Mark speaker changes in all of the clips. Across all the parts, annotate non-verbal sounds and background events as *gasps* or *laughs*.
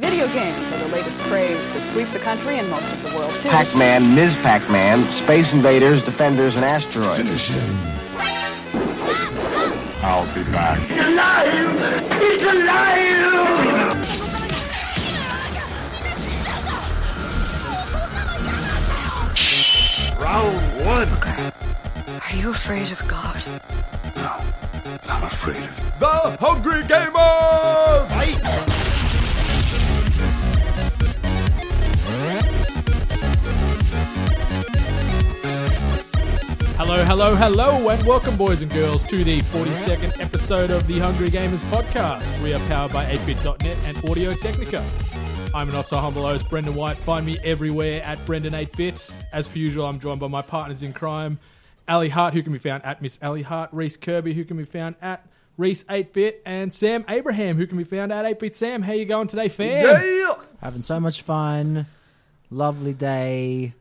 Speaker 1: Video games are the latest craze to sweep the country and most of the world, too.
Speaker 2: Pac-Man, Ms. Pac-Man, Space Invaders, Defenders, and Asteroids.
Speaker 3: Finish him.
Speaker 4: I'll be back.
Speaker 5: Round one.
Speaker 6: Are you afraid of God?
Speaker 3: No, I'm afraid of
Speaker 5: The Hungry Gamers!
Speaker 7: Hello, hello, hello, and welcome, boys and girls, to the 42nd episode of the Hungry Gamers podcast. We are powered by 8bit.net and Audio Technica. I'm not so humble host, Brendan White. Find me everywhere at Brendan8bit. As per usual, I'm joined by my partners in crime, Ali Hart, who can be found at Miss Ali Hart, Reese Kirby, who can be found at Reese8bit, and Sam Abraham, who can be found at 8bit Sam. How you going today, fam?
Speaker 8: Having so much fun. Lovely day.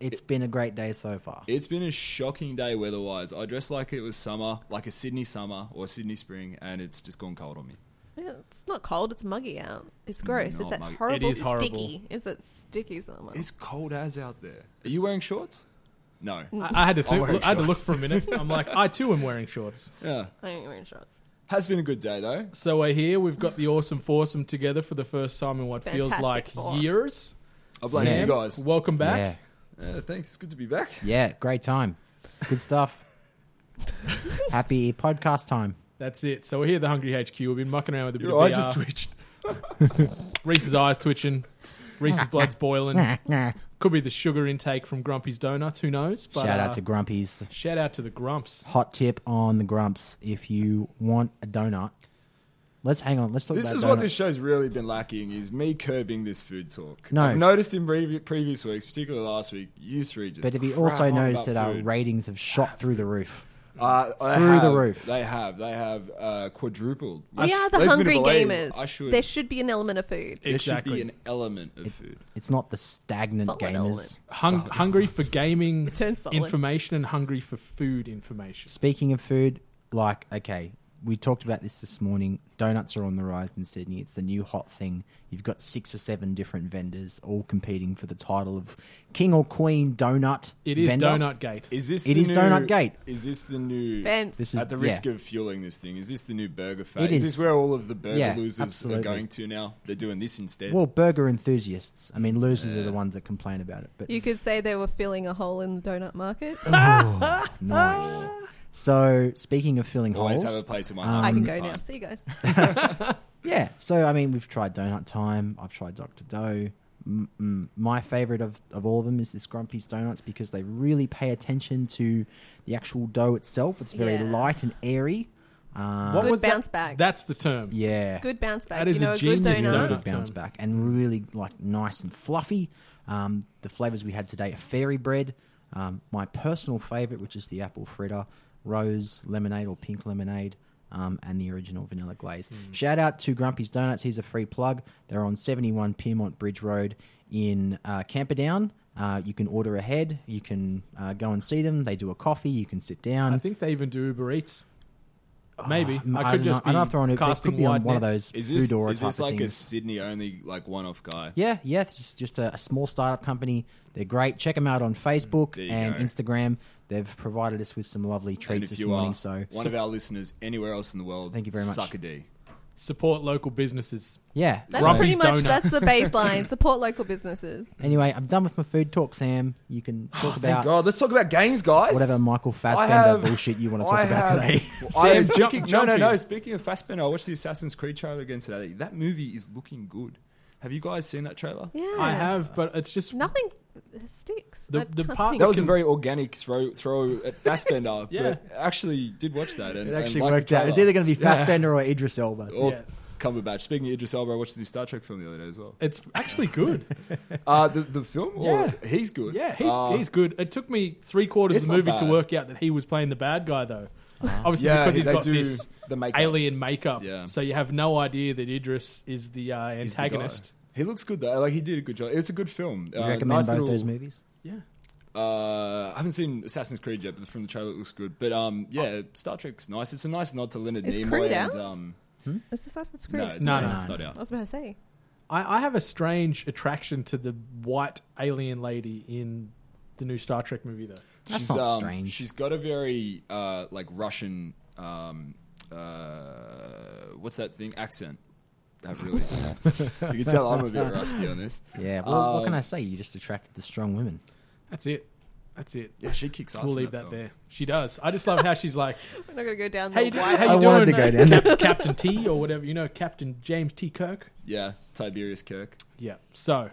Speaker 8: It's been a great day so far.
Speaker 9: It's been a shocking day weather-wise. I dressed like it was summer, like a Sydney summer or Sydney spring, and it's just gone cold on me.
Speaker 10: It's not cold. It's muggy out. It's gross.
Speaker 9: not
Speaker 10: it's that
Speaker 9: muggy.
Speaker 10: horrible
Speaker 7: It is horrible.
Speaker 10: sticky. Is it sticky somewhere?
Speaker 9: It's cold as out there. Are you wearing shorts? No.
Speaker 7: I, I had to
Speaker 9: I'm
Speaker 7: think,
Speaker 9: wearing
Speaker 7: I had to look
Speaker 9: shorts.
Speaker 7: for a minute.
Speaker 9: *laughs*
Speaker 7: I'm like, I too am wearing shorts.
Speaker 9: Yeah.
Speaker 10: I ain't wearing shorts.
Speaker 9: Has been a good day though.
Speaker 7: So we're here. We've got the awesome foursome together for the first time in what feels
Speaker 10: Fantastic
Speaker 7: like
Speaker 10: four.
Speaker 7: years.
Speaker 9: I blame
Speaker 7: Sam,
Speaker 9: you guys.
Speaker 7: welcome back.
Speaker 9: Yeah, thanks. It's good to be back.
Speaker 8: Yeah, yeah, great time. Good *laughs* stuff. Happy podcast *laughs* time.
Speaker 7: That's it. So we're here at the Hungry HQ. We've been mucking around with a bit
Speaker 9: Your eye
Speaker 7: of
Speaker 9: just
Speaker 7: VR.
Speaker 9: twitched.
Speaker 7: Reese's eyes twitching.
Speaker 8: *laughs*
Speaker 7: Reese's blood's boiling. Could be the sugar intake from Grumpy's Donuts. Who knows? But,
Speaker 8: Shout
Speaker 7: uh,
Speaker 8: out to Grumpy's.
Speaker 7: shout out to the Grumps.
Speaker 8: Hot tip on the Grumps. If you want a donut, let's hang on. Let's talk
Speaker 9: This
Speaker 8: about
Speaker 9: is
Speaker 8: donuts.
Speaker 9: what this show's really been lacking: is me curbing this food talk.
Speaker 8: No.
Speaker 9: I've noticed in pre- previous weeks, particularly last week, you three just.
Speaker 8: But have you
Speaker 9: crap
Speaker 8: also
Speaker 9: on
Speaker 8: noticed
Speaker 9: about
Speaker 8: that our
Speaker 9: food.
Speaker 8: ratings have shot through the roof?
Speaker 9: Uh, they
Speaker 8: Through the
Speaker 9: have.
Speaker 8: roof.
Speaker 9: They have. They have uh, quadrupled.
Speaker 10: We are the
Speaker 9: Leads me to
Speaker 10: hungry
Speaker 9: believe
Speaker 10: gamers.
Speaker 9: I should.
Speaker 10: There should be an element of food.
Speaker 9: There
Speaker 7: Exactly.
Speaker 9: should be an element of food.
Speaker 8: It's not the stagnant
Speaker 10: Solid
Speaker 8: gamers.
Speaker 10: element.
Speaker 7: Hung- hungry for gaming
Speaker 10: Turn solid.
Speaker 7: information and hungry for food information.
Speaker 8: Speaking of food, like, okay, we talked about this this morning. Donuts are on the rise in Sydney. It's the new hot thing. You've got six or seven different vendors all competing for the title of King or Queen Donut.
Speaker 7: It is
Speaker 8: vendor.
Speaker 7: Donut Gate.
Speaker 9: Is this
Speaker 8: It
Speaker 9: the
Speaker 8: is
Speaker 9: new,
Speaker 8: Donut Gate.
Speaker 9: Is this the new
Speaker 10: Fence.
Speaker 8: This is-
Speaker 9: at the risk
Speaker 8: yeah.
Speaker 9: of fueling this thing? Is this the new burger phase?
Speaker 8: It
Speaker 9: Is.
Speaker 8: is.
Speaker 9: this where all of the burger
Speaker 8: Yeah,
Speaker 9: losers
Speaker 8: absolutely.
Speaker 9: are going to now? They're doing this instead.
Speaker 8: Well, burger enthusiasts. I mean, losers are the ones that complain about it. But
Speaker 10: You could say they were filling a hole in the
Speaker 7: *laughs*
Speaker 10: donut market.
Speaker 7: Um,
Speaker 8: nice. So, speaking of filling
Speaker 9: Always
Speaker 8: holes,
Speaker 9: have a place in
Speaker 8: Um,
Speaker 9: my
Speaker 10: I
Speaker 9: heart.
Speaker 10: can go now. See you guys.
Speaker 8: yeah. So, I mean, we've tried Donut Time. I've tried Doctor Doe. Mm-mm. My favorite of, of all of them is this Grumpy's Donuts because they really pay attention to the actual dough itself. It's very
Speaker 10: Yeah.
Speaker 8: light and airy. Um,
Speaker 7: What
Speaker 10: Good
Speaker 7: was
Speaker 10: bounce
Speaker 7: that?
Speaker 10: back.
Speaker 7: That's the term.
Speaker 8: yeah.
Speaker 10: Good bounce back.
Speaker 7: That is
Speaker 10: you know,
Speaker 7: a
Speaker 10: a good
Speaker 7: genius
Speaker 10: donut.
Speaker 7: donut.
Speaker 8: Good bounce
Speaker 7: time.
Speaker 8: back and really like nice and fluffy. Um, the flavors we had today are fairy bread, um, my personal favorite, which is the apple fritter, rose lemonade or pink lemonade, um, and the original vanilla glaze.
Speaker 7: Hmm.
Speaker 8: Shout out to Grumpy's Donuts. Here's a free plug. They're on 71 Piermont Bridge Road in uh, Camperdown. Uh, you can order ahead. You can uh, go and see them. They do a coffee. You can sit down.
Speaker 7: I think they even do Uber Eats. Maybe
Speaker 8: Oh,
Speaker 7: I could
Speaker 8: don't
Speaker 7: just
Speaker 8: know. I
Speaker 7: be
Speaker 8: don't know if they're on it. They
Speaker 7: casting
Speaker 8: could be on
Speaker 7: wide
Speaker 8: one of
Speaker 7: nets.
Speaker 8: those
Speaker 9: Is this
Speaker 8: food or
Speaker 9: is
Speaker 8: type
Speaker 9: this
Speaker 8: of
Speaker 9: like a
Speaker 8: things.
Speaker 9: Sydney only like one off guy?
Speaker 8: Yeah, yeah. It's just, just a, a small startup company. They're great. Check them out on Facebook
Speaker 9: There you
Speaker 8: and
Speaker 9: go.
Speaker 8: Instagram. They've provided us with some lovely
Speaker 9: And
Speaker 8: treats
Speaker 9: if
Speaker 8: this
Speaker 9: you
Speaker 8: morning.
Speaker 9: are
Speaker 8: So,
Speaker 9: one of our listeners anywhere else in the world,
Speaker 8: Thank you very much.
Speaker 9: Suck a D.
Speaker 7: Support local businesses.
Speaker 8: yeah.
Speaker 10: That's
Speaker 8: so-
Speaker 7: Grumpy's
Speaker 10: pretty much
Speaker 7: donuts.
Speaker 10: that's the *laughs* baseline. Support local businesses.
Speaker 8: anyway, I'm done with my food talk, Sam. You can talk
Speaker 9: Oh, Thank
Speaker 8: about
Speaker 9: God. Let's talk about games, guys.
Speaker 8: whatever Michael
Speaker 9: I
Speaker 8: Fassbender
Speaker 9: have-
Speaker 8: bullshit you want to
Speaker 9: I
Speaker 8: talk about
Speaker 9: have- *laughs*
Speaker 8: today. *laughs*
Speaker 9: I am
Speaker 7: Sam, jump-
Speaker 9: speaking-
Speaker 7: jump
Speaker 9: no, no, no.
Speaker 7: in.
Speaker 9: Speaking of Fassbender, I watched the Assassin's Creed trailer again today. That movie is looking good. Have you guys seen that trailer?
Speaker 10: Yeah.
Speaker 7: I have, but it's just
Speaker 10: Nothing sticks.
Speaker 7: The-
Speaker 10: I
Speaker 7: the
Speaker 10: can't
Speaker 7: part
Speaker 10: think.
Speaker 9: That was a very organic throw throw at *laughs* Fassbender,
Speaker 7: Yeah.
Speaker 9: but actually did watch that. And,
Speaker 8: It actually
Speaker 9: and liked
Speaker 8: worked
Speaker 9: the
Speaker 8: out. It's either
Speaker 9: trailer.
Speaker 8: going to be Fassbender or Idris Elba.
Speaker 9: or
Speaker 7: Yeah.
Speaker 9: Cumberbatch. Speaking of Idris Elba, I watched the new Star Trek film the other day as well.
Speaker 7: it's
Speaker 9: *laughs*
Speaker 7: actually good.
Speaker 9: Uh, the, the film? Or
Speaker 7: Yeah.
Speaker 9: he's good.
Speaker 7: Yeah, he's
Speaker 9: Uh,
Speaker 7: he's good. It took me three quarters
Speaker 9: it's
Speaker 7: of the movie
Speaker 9: not
Speaker 7: to
Speaker 9: bad. Uh-huh.
Speaker 7: work out that he was playing the bad guy, though. *laughs* Obviously,
Speaker 9: Yeah,
Speaker 7: because he's
Speaker 9: they
Speaker 7: got
Speaker 9: do
Speaker 7: this
Speaker 9: the makeup.
Speaker 7: alien makeup,
Speaker 9: Yeah.
Speaker 7: so you have no idea that Idris is the uh,
Speaker 9: he's the
Speaker 7: antagonist.
Speaker 9: guy. He looks good though. Like he did a good job. It's a good film.
Speaker 8: You
Speaker 9: Uh,
Speaker 8: recommend
Speaker 9: nice
Speaker 8: both
Speaker 9: little-
Speaker 8: those movies?
Speaker 7: yeah,
Speaker 9: Uh, I haven't seen Assassin's Creed yet, but from the trailer it looks good. But um, yeah, Star Trek's nice. It's a nice nod to Leonard
Speaker 10: Is
Speaker 9: Nimoy
Speaker 10: Creed
Speaker 9: and
Speaker 10: out?
Speaker 9: um,
Speaker 10: It's Assassin's Creed.
Speaker 9: no, it's
Speaker 7: No,
Speaker 9: not,
Speaker 7: no.
Speaker 9: it's not
Speaker 10: I
Speaker 9: out.
Speaker 10: was about to say.
Speaker 7: I, I have a strange attraction to the white alien lady in the new Star Trek movie, though.
Speaker 8: That's
Speaker 9: she's,
Speaker 8: not
Speaker 9: um,
Speaker 8: strange.
Speaker 9: She's got a very uh, like Russian. Um, uh, what's that thing? Accent. That really. *laughs* you can tell I'm a bit rusty on this.
Speaker 8: yeah. Well,
Speaker 9: uh,
Speaker 8: what can I say? You just attracted the strong women.
Speaker 7: That's it. That's it.
Speaker 9: Yeah, she kicks ass.
Speaker 7: We'll
Speaker 9: in
Speaker 7: leave that
Speaker 9: film.
Speaker 7: there. She does. I just love how she's like,
Speaker 10: *laughs* We're not going to go down
Speaker 7: "How
Speaker 10: the
Speaker 7: you, do-
Speaker 10: white
Speaker 7: how you
Speaker 8: I
Speaker 7: doing,
Speaker 8: wanted to go down
Speaker 7: Cap- *laughs* Captain T or whatever? You know, Captain James T. Kirk.
Speaker 9: Yeah, Tiberius Kirk.
Speaker 7: Yeah. So,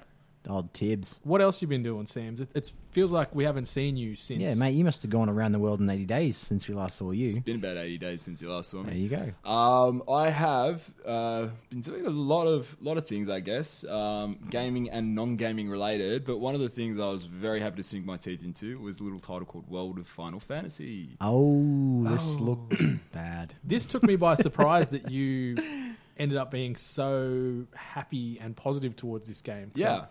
Speaker 8: Old Tibbs.
Speaker 7: what else you been doing, Sam? It it's, feels like we haven't seen you since.
Speaker 8: Yeah, mate, you must have gone around the world in 80 days since we last saw you.
Speaker 9: Been about 80 days since you last saw
Speaker 8: There
Speaker 9: me.
Speaker 8: you go.
Speaker 9: Um, I have uh, been doing a lot of lot of things, I guess, um, gaming and non-gaming related. But one of the things I was very happy to sink my teeth into was a little title called World of Final Fantasy.
Speaker 8: Oh, this
Speaker 9: *clears throat*
Speaker 8: looked bad.
Speaker 7: This took me
Speaker 8: *laughs*
Speaker 7: by surprise that you ended up being so happy and positive towards this game. 'Cause
Speaker 9: Yeah.
Speaker 7: I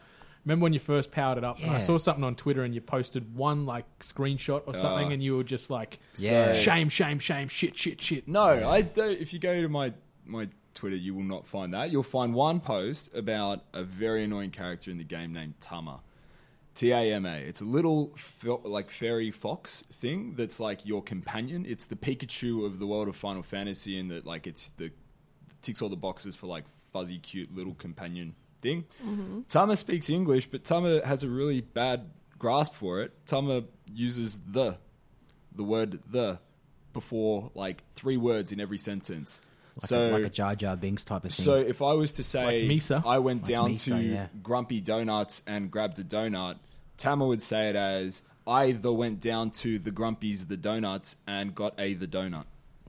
Speaker 7: Remember when you first powered it up and I
Speaker 8: Yeah.
Speaker 7: saw something on Twitter and you posted one like screenshot or
Speaker 9: Uh,
Speaker 7: something and you were just like
Speaker 8: Yeah.
Speaker 7: shame, shame, shame, shit, shit, shit.
Speaker 9: No, I don't. If you go to my my Twitter, you will not find that. You'll find one post about a very annoying character in the game named Tama. T A M A. It's a little fo- like fairy fox thing that's like your companion. It's the Pikachu of the world of Final Fantasy, and that like it's the ticks all the boxes for like fuzzy, cute little companion thing. Tama speaks English, but Tama has a really bad grasp for it. Tama uses the the word the before like three words in every sentence.
Speaker 8: Like,
Speaker 9: so
Speaker 8: a, like a Jar Jar Binks type of thing.
Speaker 9: so if I was to say
Speaker 7: Like Misa?
Speaker 9: I went
Speaker 8: Like
Speaker 9: down
Speaker 8: Misa,
Speaker 9: to
Speaker 8: yeah.
Speaker 9: Grumpy Donuts and grabbed a donut, Tama would say it as I the went down to the Grumpy's the donuts and got a the donut.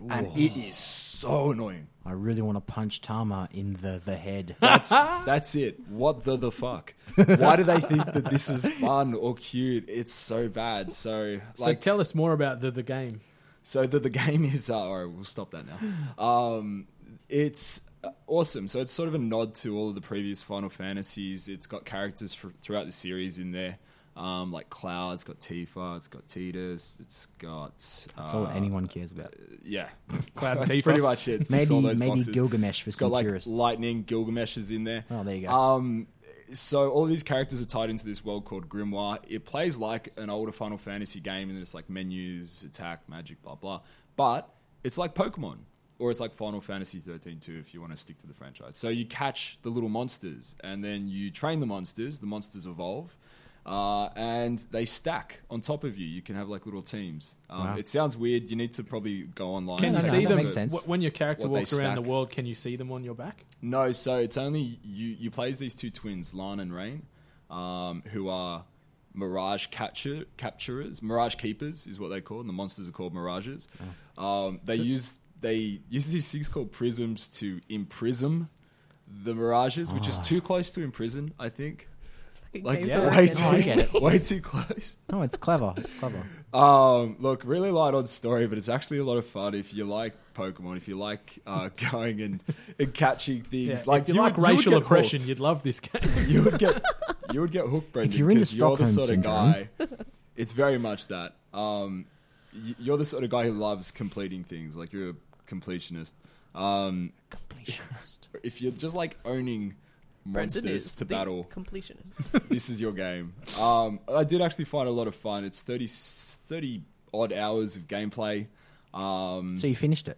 Speaker 9: And it is so annoying.
Speaker 8: I really want to punch Tama in the, the
Speaker 9: *laughs*
Speaker 8: head.
Speaker 7: *laughs*
Speaker 9: That's that's it. What the the fuck? Why do they think that this is fun or cute? It's so bad. So
Speaker 7: So
Speaker 9: like
Speaker 7: tell us more about the, the game.
Speaker 9: So the, the game is. Uh, all right, we'll stop that now. Um, it's uh, awesome. So it's sort of a nod to all of the previous Final Fantasies. It's got characters fr- throughout the series in there, um, like Cloud. It's got Tifa. It's got Tidus. It's got. Uh,
Speaker 8: That's all anyone cares about.
Speaker 9: yeah,
Speaker 7: Cloud
Speaker 9: *laughs*
Speaker 7: and
Speaker 9: That's
Speaker 7: Tifa.
Speaker 9: pretty much it. It's
Speaker 8: Maybe-
Speaker 9: all those
Speaker 8: maybe
Speaker 9: boxes.
Speaker 8: Gilgamesh for
Speaker 9: It's got
Speaker 8: some
Speaker 9: like
Speaker 8: purists.
Speaker 9: lightning. Gilgamesh is in there.
Speaker 8: Oh, there you go.
Speaker 9: Um, so all these characters are tied into this world called Grimoire. It plays like an older Final Fantasy game, and it's like menus, attack, magic, blah blah. But it's like Pokemon, or it's like Final Fantasy thirteen too, if you want to stick to the franchise. So you catch the little monsters, and then you train the monsters. The monsters evolve. Uh, and they stack on top of you. You can have like little teams. Um,
Speaker 8: Wow.
Speaker 9: It sounds weird. You need to probably go online.
Speaker 7: Can
Speaker 8: No,
Speaker 7: you
Speaker 8: no, no,
Speaker 7: see
Speaker 8: that
Speaker 7: them
Speaker 8: makes sense.
Speaker 7: wh- when your character
Speaker 9: What they
Speaker 7: walks around the
Speaker 9: stack.
Speaker 7: world? Can you see them on your back?
Speaker 9: No, so it's only you. You play as these two twins, Lan and Rain, um, who are mirage catcher capturers, mirage keepers is what they're called, and the monsters are called mirages.
Speaker 7: Oh.
Speaker 9: Um, they use they use these things called prisms to imprison the mirages, which is
Speaker 7: Ah.
Speaker 9: too close to imprison, I think. Like
Speaker 10: yeah,
Speaker 9: way
Speaker 8: I get
Speaker 9: too, *laughs* way too close.
Speaker 8: No, it's clever. It's clever.
Speaker 9: Um, look, really light on story, but it's actually a lot of fun if you like Pokemon, if you like uh, *laughs* going and, and catching
Speaker 7: Yeah,
Speaker 9: things. like
Speaker 7: if you,
Speaker 9: would-
Speaker 7: like
Speaker 9: would
Speaker 7: racial
Speaker 9: get
Speaker 7: oppression,
Speaker 9: hooked.
Speaker 7: you'd love this game.
Speaker 9: You would get you would get hooked, Brendan.
Speaker 8: If you're into
Speaker 9: 'cause you're the sort
Speaker 8: Stockholm
Speaker 9: of guy. It's very much that. Um, y- you're the sort of guy who loves completing things. Like you're a completionist. Um,
Speaker 8: Completionist.
Speaker 9: if you're just like owning monsters to battle,
Speaker 10: *laughs* Completionist.
Speaker 9: this is your game. Um, I did actually find a lot of fun. It's 30, 30 odd hours of gameplay. Um,
Speaker 8: so you finished it.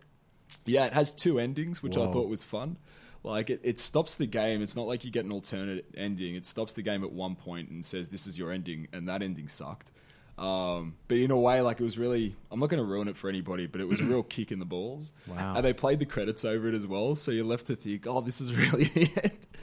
Speaker 9: yeah, it has two endings, which I
Speaker 8: Whoa.
Speaker 9: thought was fun. Like it, it stops the game. It's not like you get an alternate ending. It stops the game at one point and says this is your ending, and that ending sucked. Um, but in a way, like it was really. I'm not going to ruin it for anybody, but it was a real kick in the balls.
Speaker 8: Wow.
Speaker 9: And they played the credits over it as well, so you're left to think, oh, this is *laughs* really the end.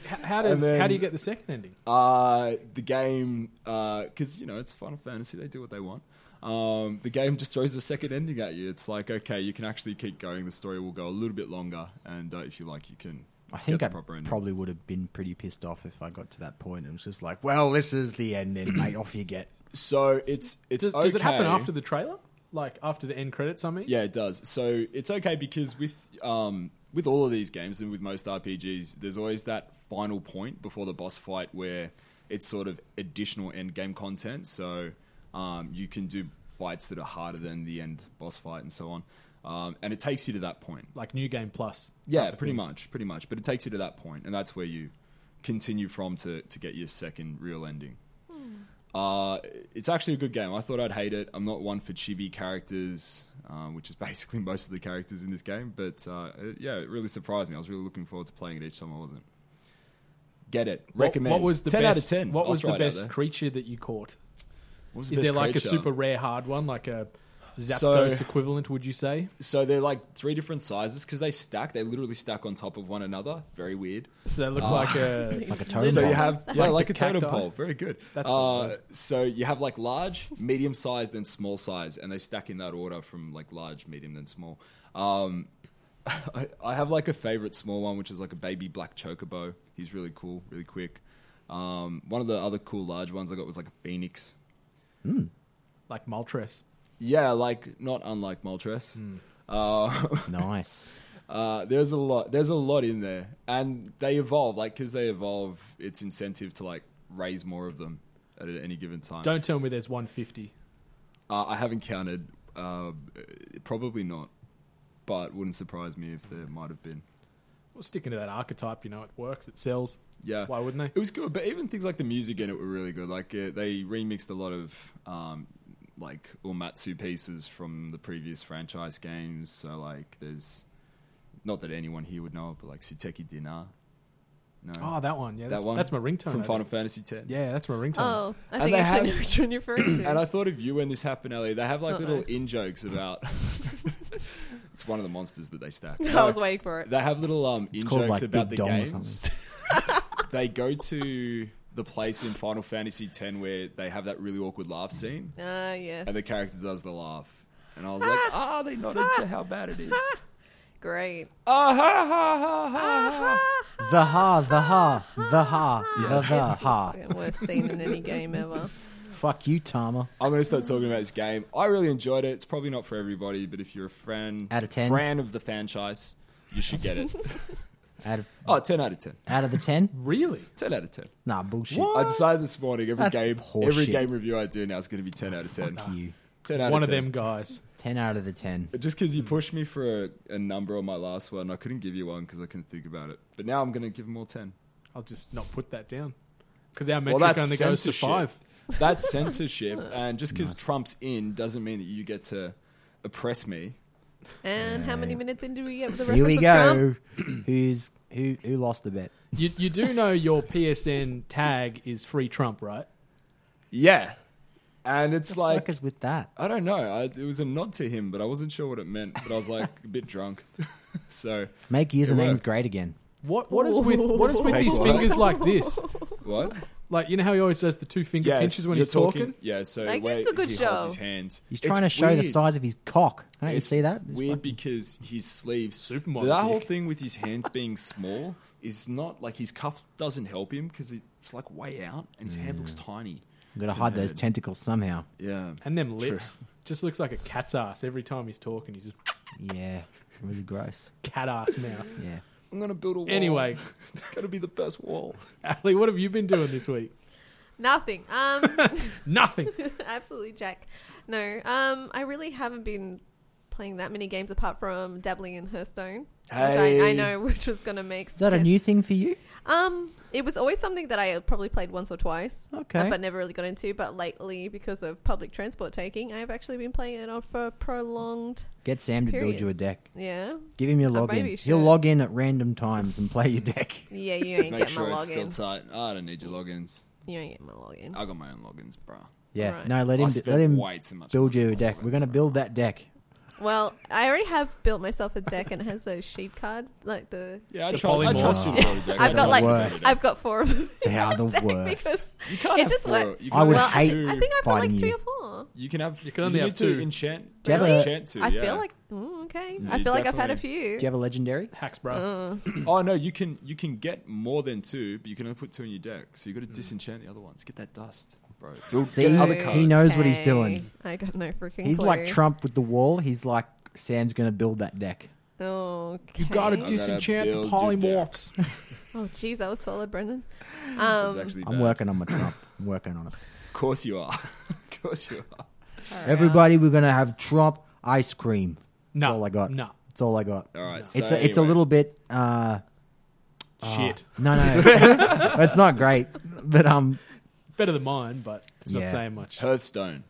Speaker 7: H- *laughs* How does
Speaker 9: And then-
Speaker 7: how do you get the second ending?
Speaker 9: Uh, the game, because you know it's Final Fantasy, they do what they want. Um, the game just throws a second ending at you. It's like, okay, you can actually keep going. The story will go a little bit longer, and uh, if you like, you can.
Speaker 8: I think
Speaker 9: get
Speaker 8: I
Speaker 9: the proper ending.
Speaker 8: probably would have been pretty pissed off if I got to that point and was just like, well, this is the end then, mate. Off you get.
Speaker 9: So it's it's
Speaker 7: Does,
Speaker 9: okay.
Speaker 7: does it happen after the trailer? Like after the end credits? I mean,
Speaker 9: Yeah, it does. So it's okay because with um, with all of these games and with most RPGs, there's always that final point before the boss fight where it's sort of additional end game content. So um, you can do fights that are harder than the end boss fight and so on. Um, and it takes you to that point.
Speaker 7: like New Game Plus.
Speaker 9: Yeah, pretty much, pretty much. But it takes you to that point, and that's where you continue from to, to get your second real ending.
Speaker 7: Hmm.
Speaker 9: Uh, it's actually a good game. I thought I'd hate it. I'm not one for chibi characters, uh, which is *laughs* basically most of the characters in this game. But uh, it- yeah, it really surprised me. I was really looking forward to playing it each time I wasn't. Get it.
Speaker 7: What-
Speaker 9: Recommend.
Speaker 7: What was the
Speaker 9: 10
Speaker 7: best,
Speaker 9: out of 10.
Speaker 7: What
Speaker 9: I'll
Speaker 7: was
Speaker 9: throw
Speaker 7: the
Speaker 9: it out
Speaker 7: best
Speaker 9: there.
Speaker 7: creature that you caught?
Speaker 9: What was
Speaker 7: Is
Speaker 9: the best
Speaker 7: there like
Speaker 9: creature?
Speaker 7: a super rare hard one, like a
Speaker 9: So-
Speaker 7: Zapdos equivalent? Would you say?
Speaker 9: So they're like three different sizes because they stack. They literally stack on top of one another. Very weird.
Speaker 7: So they look
Speaker 9: Ah.
Speaker 7: like a
Speaker 9: *laughs*
Speaker 8: Like a totem
Speaker 9: so
Speaker 8: pole.
Speaker 9: you have yeah,
Speaker 7: Like
Speaker 9: like
Speaker 7: the
Speaker 9: a totem
Speaker 7: cacti.
Speaker 9: pole. Very good.
Speaker 7: That's not
Speaker 9: uh,
Speaker 7: bad.
Speaker 9: so you have like large, medium sized, then small size, and they stack in that order from like large, medium, then small. Um, *laughs* I, I have like a favorite small one, which is like a baby black chocobo. He's really cool, really quick. Um, one of the other cool large ones I got was like a phoenix.
Speaker 7: like Moltres.
Speaker 9: Yeah, like not unlike Moltres.
Speaker 7: Hmm.
Speaker 8: nice.
Speaker 9: Uh, there's a lot. There's a lot in there, and they evolve. Like because they evolve, it's incentive to like raise more of them at any given time.
Speaker 7: Don't tell me there's 150.
Speaker 9: Uh, I haven't counted. Uh, probably not, but wouldn't surprise me if there might have been.
Speaker 7: Well, sticking to that archetype, you know, it works, it sells.
Speaker 9: Yeah,
Speaker 7: Why wouldn't they?
Speaker 9: It was good, but even things like the music in it were really good. Like uh, they remixed a lot of um, like Umatsu pieces from the previous franchise games. So like, there's not that anyone here would know, it, but like Suteki Dinar. No,
Speaker 7: Oh, that one. Yeah, that's, that's my ringtone.
Speaker 9: from
Speaker 7: I
Speaker 9: Final
Speaker 7: think.
Speaker 9: Fantasy X.
Speaker 7: Yeah, that's my ringtone.
Speaker 10: Oh, I
Speaker 9: And
Speaker 10: think I
Speaker 9: they
Speaker 10: actually
Speaker 9: have-
Speaker 10: know which one you're referring
Speaker 9: *clears throat*
Speaker 10: to.
Speaker 9: And I thought of you when this happened, Ellie. They have like
Speaker 10: Uh-oh.
Speaker 9: little in jokes
Speaker 10: *laughs*
Speaker 9: about. *laughs* it's one of the monsters that they stack.
Speaker 10: I was waiting for it.
Speaker 9: They have little um, in
Speaker 8: called,
Speaker 9: jokes
Speaker 8: like,
Speaker 9: about
Speaker 8: Big
Speaker 9: the
Speaker 8: Dom or
Speaker 9: games. *laughs*
Speaker 8: *laughs*
Speaker 9: they go to the place in Final Fantasy X where they have that really awkward laugh scene,
Speaker 10: Ah, yes.
Speaker 9: and the character does the laugh. And I was like, ah, they nodded to how bad it is. *laughs*
Speaker 10: Great.
Speaker 9: Ah, ha, ha, ha, ha, Ah, ha.
Speaker 10: *laughs*
Speaker 8: The ha, the ha, the ha, the the ha.
Speaker 10: Fucking worst scene in any game ever.
Speaker 8: Fuck you, Tama.
Speaker 9: I'm going to start talking about this game. I really enjoyed it. It's probably not for everybody, but if you're a fan,
Speaker 8: Out of 10?
Speaker 9: fan of the franchise, you should get
Speaker 8: *laughs*
Speaker 9: it.
Speaker 8: Out of
Speaker 9: oh, 10 out of 10.
Speaker 8: out of the ten?
Speaker 7: really?
Speaker 9: 10 out of 10.
Speaker 8: Nah, bullshit.
Speaker 9: I decided this morning every
Speaker 8: That's
Speaker 9: game
Speaker 8: horseshit.
Speaker 9: every game review I do now is going to be 10 out of 10.
Speaker 8: Fuck you.
Speaker 9: 10 out
Speaker 7: One
Speaker 9: of
Speaker 7: of
Speaker 9: 10.
Speaker 7: them guys.
Speaker 8: Ten out of the ten.
Speaker 9: Just because
Speaker 7: Hmm.
Speaker 9: you pushed me for a, a number on my last one, I couldn't give you one because I couldn't think about it. But now I'm going to give them all 10.
Speaker 7: I'll just not put that down. Because our
Speaker 9: Well,
Speaker 7: metric
Speaker 9: that's
Speaker 7: only goes to
Speaker 9: censorship.
Speaker 7: five.
Speaker 9: *laughs* That's
Speaker 7: *laughs*
Speaker 9: censorship. And just because Trump's in doesn't mean that you get to oppress me.
Speaker 10: And how many minutes in do we get with the reference
Speaker 8: Here we
Speaker 10: of Trump?
Speaker 8: go. Who's who? Who lost the bet?
Speaker 7: You, you do know your PSN tag is free Trump, right?
Speaker 9: Yeah. And it's
Speaker 8: Like
Speaker 9: like,
Speaker 8: us with that.
Speaker 9: I don't know. I, it was a nod to him, but I wasn't sure what it meant. But I was like a bit drunk. *laughs* So,
Speaker 8: Make
Speaker 9: It
Speaker 8: usernames
Speaker 9: worked.
Speaker 8: great again.
Speaker 7: What what is with what is with
Speaker 9: Ooh.
Speaker 7: his
Speaker 9: Take
Speaker 7: fingers like this?
Speaker 9: what?
Speaker 7: Like you know how he always does the two finger pinches when
Speaker 9: you're
Speaker 7: he's talking.
Speaker 9: Yeah, so
Speaker 10: Like,
Speaker 9: where
Speaker 10: it's a good
Speaker 9: he
Speaker 10: show.
Speaker 9: holds his hands.
Speaker 8: He's
Speaker 9: It's
Speaker 8: trying to show the
Speaker 9: weird.
Speaker 8: size of his cock. Don't you
Speaker 9: It's
Speaker 8: see that? It's
Speaker 9: Weird
Speaker 8: fucking-
Speaker 9: because his sleeves.
Speaker 7: Supermodel
Speaker 9: That whole
Speaker 7: dick.
Speaker 9: thing with his hands being small is not like his cuff doesn't help him because it's like way out and his hand looks tiny.
Speaker 8: I'm gonna hide those
Speaker 9: compared.
Speaker 8: tentacles somehow.
Speaker 9: Mm. Yeah.
Speaker 7: And them lips. Just looks like a cat's ass every time he's talking. He's just
Speaker 8: Yeah, really gross.
Speaker 7: cat ass mouth. *laughs*
Speaker 8: Yeah.
Speaker 9: I'm gonna build a wall.
Speaker 7: Anyway.
Speaker 9: *laughs* it's gonna be the best wall.
Speaker 7: Ali, what have you been doing this week?
Speaker 10: Nothing. Um,
Speaker 7: Nothing.
Speaker 10: *laughs* absolutely, Jack. No, um, I really haven't been playing that many games apart from dabbling in Hearthstone. Which I, I
Speaker 9: Hey.
Speaker 10: know, *laughs* which was going to make
Speaker 8: Is that a new thing for you?
Speaker 10: Um, it was always something that I probably played once or twice.
Speaker 8: Okay.
Speaker 10: uh, But never really got into. But lately, because of public transport taking, I've actually been playing it on for a prolonged.
Speaker 8: Get Sam to build you a
Speaker 10: Periods.
Speaker 8: deck.
Speaker 10: Yeah.
Speaker 8: Give him your
Speaker 10: I Uh, maybe
Speaker 8: login.
Speaker 10: should.
Speaker 8: He'll log in at random times and play your
Speaker 10: *laughs*
Speaker 8: deck.
Speaker 10: Yeah, you
Speaker 9: Make
Speaker 10: ain't getting
Speaker 9: sure
Speaker 10: my
Speaker 9: it's still
Speaker 10: login.
Speaker 9: tight. I don't need your logins.
Speaker 10: you ain't getting my login.
Speaker 9: I got my own logins, bruh.
Speaker 8: Yeah.
Speaker 10: Right.
Speaker 8: No, let
Speaker 9: I
Speaker 8: him
Speaker 9: spent
Speaker 8: let him
Speaker 9: way too much
Speaker 8: build
Speaker 9: money
Speaker 8: you a
Speaker 9: on
Speaker 8: deck. We're
Speaker 9: logins,
Speaker 8: gonna
Speaker 9: bruh.
Speaker 8: build that deck.
Speaker 10: Well, I already have built myself a deck, and it has those sheep card, like the.
Speaker 9: Yeah, I,
Speaker 7: The
Speaker 9: try, I
Speaker 7: polymorphs.
Speaker 9: trust you. Brody.
Speaker 10: I've got like
Speaker 8: worst.
Speaker 10: I've got four of them. *laughs*
Speaker 8: They are the worst.
Speaker 10: because
Speaker 9: you can't
Speaker 10: it
Speaker 9: have
Speaker 10: just
Speaker 9: four.
Speaker 10: worked.
Speaker 9: You can
Speaker 8: I would
Speaker 9: have
Speaker 10: Well, I, I
Speaker 8: hate
Speaker 9: two.
Speaker 10: think I've got like
Speaker 8: fighting
Speaker 10: three
Speaker 8: you.
Speaker 10: or four.
Speaker 9: You can have. You
Speaker 7: can only
Speaker 9: need
Speaker 7: have
Speaker 9: to
Speaker 7: two.
Speaker 9: enchant.
Speaker 8: Do you have a-
Speaker 9: enchant two.
Speaker 10: I
Speaker 9: yeah.
Speaker 10: feel like mm, okay.
Speaker 9: Yeah,
Speaker 10: I
Speaker 9: you
Speaker 10: feel like I've had a
Speaker 9: definitely-
Speaker 10: few.
Speaker 8: Do you have a legendary?
Speaker 7: Hacks, bro.
Speaker 9: Oh no, you can you can get more than two, but you can only put two in your deck. So you got to
Speaker 8: Mm.
Speaker 9: disenchant the other ones. Get that dust, *laughs* bro. Build
Speaker 8: See,
Speaker 9: get other
Speaker 8: he
Speaker 9: cards.
Speaker 8: knows what he's
Speaker 10: Okay.
Speaker 8: doing.
Speaker 10: I got no freaking.
Speaker 8: He's
Speaker 10: clue.
Speaker 8: like Trump with the wall. He's like Sam's gonna build that deck.
Speaker 10: Okay.
Speaker 7: You gotta
Speaker 9: do-
Speaker 7: disenchant the
Speaker 9: build your deck.
Speaker 7: polymorphs.
Speaker 10: Oh, jeez, that was solid, Brendan.
Speaker 9: It's
Speaker 10: Um,
Speaker 9: actually
Speaker 8: I'm
Speaker 9: bad.
Speaker 8: working on my Trump. I'm working on it.
Speaker 9: Of course you are. *laughs* of course you are.
Speaker 8: Everybody, we're gonna have Trump ice cream.
Speaker 7: No,
Speaker 8: That's all I got.
Speaker 7: no.
Speaker 8: That's all I got.
Speaker 9: All right.
Speaker 8: It's a, it's a little bit uh,
Speaker 7: Shit.
Speaker 8: No, no, it's not great. But um,
Speaker 7: Ah. Better than mine, but it's not
Speaker 8: Yeah.
Speaker 7: saying much.
Speaker 9: Hearthstone.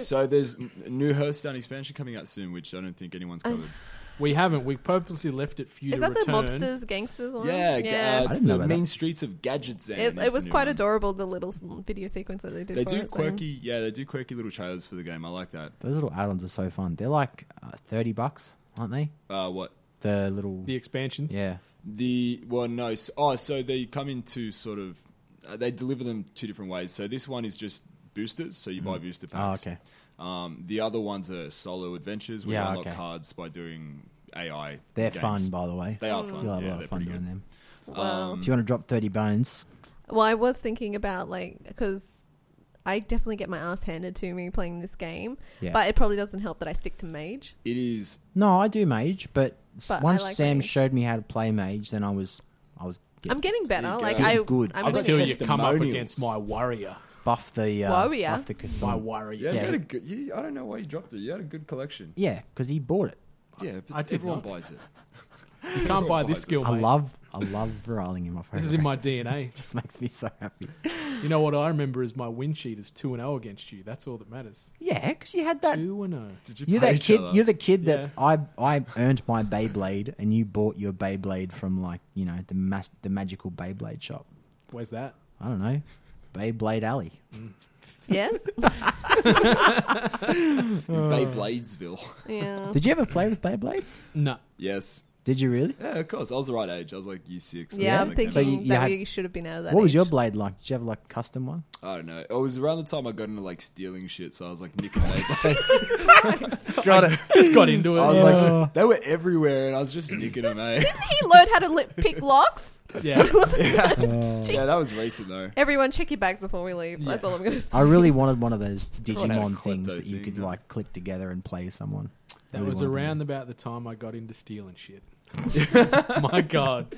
Speaker 9: So there's a new Hearthstone expansion coming out soon, which I don't think anyone's
Speaker 10: Uh,
Speaker 9: covered.
Speaker 7: We haven't. We purposely left it for you
Speaker 10: Is
Speaker 7: to
Speaker 10: that the
Speaker 7: return.
Speaker 10: mobsters gangsters one?
Speaker 9: yeah, g- Uh, it's
Speaker 8: didn't know
Speaker 9: the
Speaker 8: about
Speaker 9: mean
Speaker 8: that.
Speaker 9: streets of Gadgetzan.
Speaker 10: it,
Speaker 9: That's
Speaker 10: it
Speaker 9: the
Speaker 10: was
Speaker 9: new
Speaker 10: quite
Speaker 9: one.
Speaker 10: adorable. The little s- video sequence that they did.
Speaker 9: They
Speaker 10: for
Speaker 9: do
Speaker 10: it, so-
Speaker 9: quirky, yeah, they do quirky little trailers for the game. I like that.
Speaker 8: those little add-ons are so fun. They're like uh, thirty bucks, aren't they?
Speaker 9: Uh, what
Speaker 8: The little
Speaker 7: The expansions.
Speaker 8: yeah.
Speaker 9: The well, no. s oh, so they come in two sort of. Uh, they deliver them two different ways. So this one is just boosters, so you buy booster
Speaker 8: Oh,
Speaker 9: packs.
Speaker 8: okay.
Speaker 9: Um, the other ones are solo adventures. where
Speaker 8: Yeah,
Speaker 9: you unlock
Speaker 8: okay.
Speaker 9: cards by doing AI.
Speaker 8: They're
Speaker 9: games.
Speaker 8: fun, by the way.
Speaker 9: They are fun.
Speaker 8: You'll have
Speaker 9: yeah,
Speaker 8: a lot
Speaker 9: they're
Speaker 8: of fun
Speaker 9: pretty
Speaker 8: doing
Speaker 9: good.
Speaker 8: them.
Speaker 10: Well,
Speaker 8: If you want to drop thirty bones,
Speaker 10: well, I was thinking about like because I definitely get my ass handed to me playing this game,
Speaker 8: Yeah.
Speaker 10: but it probably doesn't help that I stick to mage.
Speaker 9: It is.
Speaker 8: no, I do mage, but, s-
Speaker 10: But I
Speaker 8: once
Speaker 10: like
Speaker 8: Sam
Speaker 10: mage.
Speaker 8: showed me how to play mage, then I was I was get,
Speaker 10: I'm getting better.
Speaker 9: you
Speaker 10: Like
Speaker 9: go.
Speaker 10: I,
Speaker 8: Good.
Speaker 10: I'm
Speaker 8: I've
Speaker 10: really
Speaker 7: Until you come up
Speaker 9: testimonials.
Speaker 7: against my warrior.
Speaker 8: buff the uh,
Speaker 10: Warrior.
Speaker 8: buff the Cthulhu.
Speaker 7: My warrior.
Speaker 9: Yeah,
Speaker 8: Yeah.
Speaker 9: You had a good, you, I don't know why you dropped it. You had a good collection.
Speaker 8: Yeah, because he bought it.
Speaker 9: Yeah, but
Speaker 7: I did
Speaker 9: everyone
Speaker 7: not.
Speaker 9: buys it.
Speaker 7: You can't buy this skill,
Speaker 8: I
Speaker 7: mate.
Speaker 8: love I love rolling him off.
Speaker 7: This is in my DNA.
Speaker 8: just makes me so happy.
Speaker 7: You know what I remember is my win sheet is 2 and 0 against you. That's all that matters.
Speaker 8: Yeah, because you had that.
Speaker 7: 2 and oh. 0.
Speaker 9: Did you?
Speaker 8: You're
Speaker 9: play
Speaker 8: that
Speaker 9: each
Speaker 8: kid.
Speaker 9: other?
Speaker 8: You're the kid that
Speaker 7: Yeah.
Speaker 8: I I earned my Beyblade, and you bought your Beyblade from like you know the mas- the magical Beyblade shop.
Speaker 7: Where's that?
Speaker 8: I don't know, Beyblade Alley.
Speaker 10: yes,
Speaker 9: *laughs* Uh. Beybladesville.
Speaker 10: yeah.
Speaker 8: Did you ever play with Beyblades?
Speaker 7: No.
Speaker 9: *laughs* yes.
Speaker 8: Did you really?
Speaker 9: Yeah, of course. I was the right age. I was like year six. or
Speaker 10: Yeah, I'm
Speaker 9: something like that.
Speaker 10: thinking
Speaker 8: So you- you
Speaker 10: that
Speaker 8: had-
Speaker 10: we should have been out of that.
Speaker 8: what was your
Speaker 10: age.
Speaker 8: blade like? Did you have like a custom one?
Speaker 9: I don't know. It was around the time I got into like stealing shit, so I was like nicking *laughs*
Speaker 8: *laughs*
Speaker 9: Beyblades.
Speaker 8: *laughs* Got it.
Speaker 7: Just got into it.
Speaker 9: I was
Speaker 7: yeah.
Speaker 9: like, they were everywhere, and I was just nicking them. Eh?
Speaker 10: *laughs* He learned how to li- pick locks. *laughs*
Speaker 7: yeah.
Speaker 9: yeah, that was recent though.
Speaker 10: Everyone, check your bags before we leave. That's
Speaker 7: Yeah.
Speaker 10: all I'm going to say.
Speaker 8: I really wanted one
Speaker 7: *laughs*
Speaker 8: of those
Speaker 9: had a
Speaker 8: Digimon
Speaker 9: klepto
Speaker 8: things that you
Speaker 9: thing,
Speaker 8: could
Speaker 9: yeah.
Speaker 8: like clip together and play someone.
Speaker 7: That
Speaker 8: Really
Speaker 7: was
Speaker 8: wanted
Speaker 7: around about the time I got into stealing shit. My God.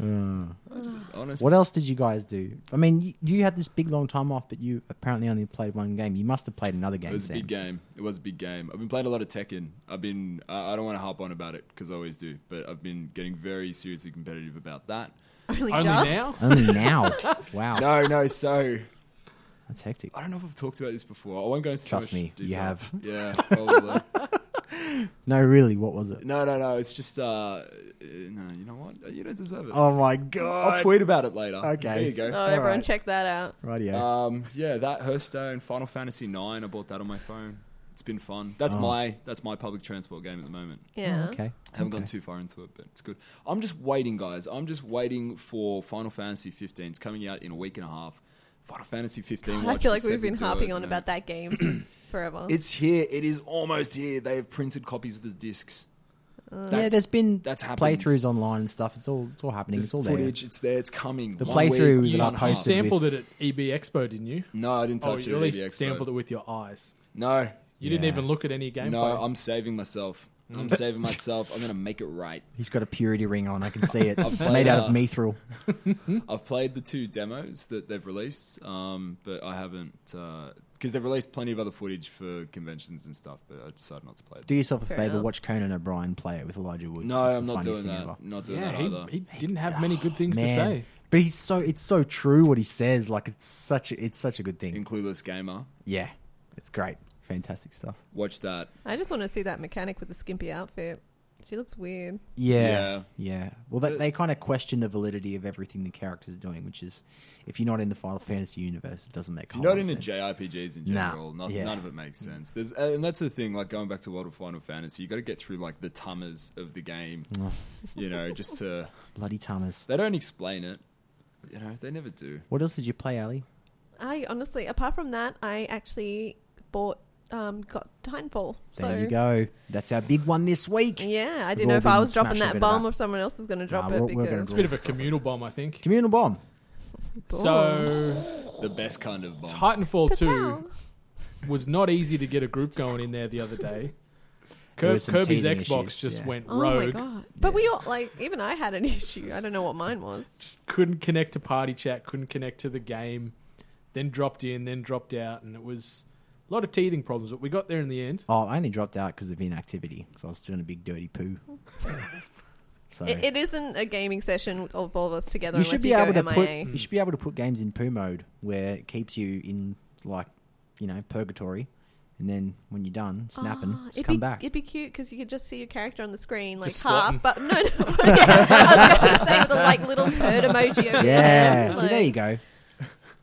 Speaker 9: Honestly,
Speaker 8: What else did you guys do? I mean, you, you had this big long time off, but you apparently only played one game. You must have played another game.
Speaker 9: it was a
Speaker 8: Sam.
Speaker 9: big game. It was a big game. I've been playing a lot of Tekken. I've been. I, I don't want to harp on about it because I always do, but I've been getting very seriously competitive about
Speaker 8: *laughs*
Speaker 9: that.
Speaker 10: *laughs* Only
Speaker 7: Only
Speaker 10: just.
Speaker 7: now?
Speaker 9: *laughs*
Speaker 8: Only now. wow,
Speaker 9: No, no. So
Speaker 8: that's hectic.
Speaker 9: I don't know if I've talked about this before. I won't go into too
Speaker 8: Trust
Speaker 9: much
Speaker 8: me, you
Speaker 9: detail.
Speaker 8: have. *laughs*
Speaker 9: Yeah, probably.
Speaker 8: No, really, what was it?
Speaker 9: no, no, no. It's just. uh No, you know what? You don't deserve it.
Speaker 8: Oh my god!
Speaker 9: I'll tweet about it later.
Speaker 8: Okay.
Speaker 9: There you go.
Speaker 10: Oh, everyone, check that out.
Speaker 8: Radio.
Speaker 9: Um, yeah, that Hearthstone, Final Fantasy Nine. I bought that on my phone. It's been fun. That's
Speaker 8: Oh.
Speaker 9: my that's my public transport game at the moment.
Speaker 10: Yeah.
Speaker 8: okay.
Speaker 9: I haven't gone too far into it, but it's good. I'm just waiting, guys. I'm just waiting for Final Fantasy 15. It's coming out in a week and a half. Final Fantasy 15.
Speaker 10: I
Speaker 9: watch
Speaker 10: feel
Speaker 9: we
Speaker 10: like
Speaker 9: said
Speaker 10: we've been
Speaker 9: we'd do
Speaker 10: harping
Speaker 9: it,
Speaker 10: on
Speaker 9: you know.
Speaker 10: about that
Speaker 8: *clears throat*
Speaker 10: game since forever.
Speaker 9: It's here. It is almost here. They have printed copies of the discs.
Speaker 8: yeah,
Speaker 10: Uh,
Speaker 9: That's-
Speaker 8: there's been
Speaker 9: that's happened.
Speaker 8: playthroughs online and stuff. It's all it's all happening.
Speaker 9: There's
Speaker 8: It's all
Speaker 9: footage.
Speaker 8: there.
Speaker 9: It's there. It's coming.
Speaker 8: The
Speaker 9: One week,
Speaker 8: playthrough
Speaker 9: one
Speaker 8: that I
Speaker 9: and a half.
Speaker 8: posted.
Speaker 7: sampled
Speaker 8: with-
Speaker 7: it at EB Expo, didn't you?
Speaker 9: No, I didn't touch
Speaker 7: Oh,
Speaker 9: it.
Speaker 7: you at
Speaker 9: at
Speaker 7: least
Speaker 9: the E expo.
Speaker 7: sampled it with your eyes.
Speaker 9: No,
Speaker 7: You didn't
Speaker 8: Yeah.
Speaker 7: even look at any gameplay.
Speaker 9: no. I'm saving myself.
Speaker 7: *laughs*
Speaker 9: I'm saving myself. I'm gonna make it right.
Speaker 8: He's got a purity ring on. I can see
Speaker 9: *laughs*
Speaker 8: it. it's
Speaker 9: played,
Speaker 8: made out
Speaker 9: uh,
Speaker 8: of mithril.
Speaker 9: I've played the two demos that they've released, um, but I haven't because they've released plenty of other footage for conventions and stuff. But I decided not to play it.
Speaker 8: Do yourself a
Speaker 10: Fair
Speaker 8: favor.
Speaker 10: enough.
Speaker 8: Watch Conan O'Brien play it with Elijah Wood.
Speaker 9: No,
Speaker 8: It's the
Speaker 9: I'm not
Speaker 8: funniest
Speaker 9: doing
Speaker 8: thing
Speaker 9: that.
Speaker 8: ever.
Speaker 9: Not doing that
Speaker 7: yeah,
Speaker 9: either.
Speaker 7: he, he didn't have many good things to
Speaker 8: Man.
Speaker 7: say.
Speaker 8: But he's so it's so true what he says. Like it's such a, it's such a good thing.
Speaker 9: In Clueless Gamer,
Speaker 8: Yeah, it's great. Fantastic stuff.
Speaker 9: watch that.
Speaker 10: I just want to see that mechanic with the skimpy outfit. She looks weird.
Speaker 8: Yeah,
Speaker 9: Yeah. Uh,
Speaker 8: yeah. Well, they, they kind of question the validity of everything the characters are doing, which is if you're not in the Final Fantasy universe, it doesn't make.
Speaker 9: If you're not
Speaker 8: whole
Speaker 9: into
Speaker 8: sense.
Speaker 9: JRPGs in
Speaker 8: Nah,
Speaker 9: general, not,
Speaker 8: yeah.
Speaker 9: none of it makes sense. There's, and that's the thing. Like going back to World of Final Fantasy, you got to get through like the tummers of the
Speaker 8: *laughs*
Speaker 9: game. you know, just to
Speaker 8: bloody Thomas.
Speaker 9: they don't explain it. You know, they never do.
Speaker 8: What else did you play, Ali?
Speaker 10: I honestly, apart from that, I actually bought, um, got Titanfall.
Speaker 8: There
Speaker 10: so
Speaker 8: you go. That's our big one this week.
Speaker 10: yeah, I
Speaker 8: We've
Speaker 10: didn't know
Speaker 8: all
Speaker 10: if I
Speaker 8: been
Speaker 10: was dropping
Speaker 8: smashing a bit
Speaker 10: that
Speaker 8: of
Speaker 10: bomb
Speaker 8: that.
Speaker 10: or someone else was going to drop
Speaker 8: Nah,
Speaker 10: it
Speaker 8: we're- we're gonna
Speaker 10: because
Speaker 7: It's a bit of a communal bomb, I think.
Speaker 8: Communal bomb.
Speaker 7: So,
Speaker 9: The best kind of bomb.
Speaker 7: Titanfall 2
Speaker 10: Pow.
Speaker 7: was not easy to get a group going in there the other day.
Speaker 8: There
Speaker 7: Kirk,
Speaker 8: was some
Speaker 7: Kirby's
Speaker 8: teething
Speaker 7: Xbox
Speaker 8: issues,
Speaker 7: just
Speaker 8: yeah.
Speaker 7: went
Speaker 10: oh my
Speaker 7: rogue.
Speaker 10: god! But we all like, even I had an *laughs* issue. I don't know what mine was.
Speaker 7: Just couldn't connect to party chat, couldn't connect to the game, then dropped in, then dropped out, and it was a lot of teething problems, but we got there in the end.
Speaker 10: *laughs*
Speaker 8: Oh, I only dropped out because of inactivity. Because I was doing a big dirty poo. So
Speaker 10: It, it isn't a gaming session of all of us together
Speaker 8: you
Speaker 10: unless
Speaker 8: should be
Speaker 10: you go
Speaker 8: able to
Speaker 10: MIA.
Speaker 8: put you should be able to put games in poo mode where it keeps you in like you know purgatory, and then when you're done snapping,
Speaker 10: Ah,
Speaker 8: just
Speaker 10: it'd
Speaker 8: come
Speaker 10: be,
Speaker 8: back.
Speaker 10: It'd be cute because you could just see your character on the screen, like
Speaker 7: Just
Speaker 10: half. But no, *laughs* no. yeah, I was going to say with a like
Speaker 8: *laughs*
Speaker 10: little turd emoji. Over *laughs*
Speaker 8: yeah,
Speaker 10: there,
Speaker 8: so there you go.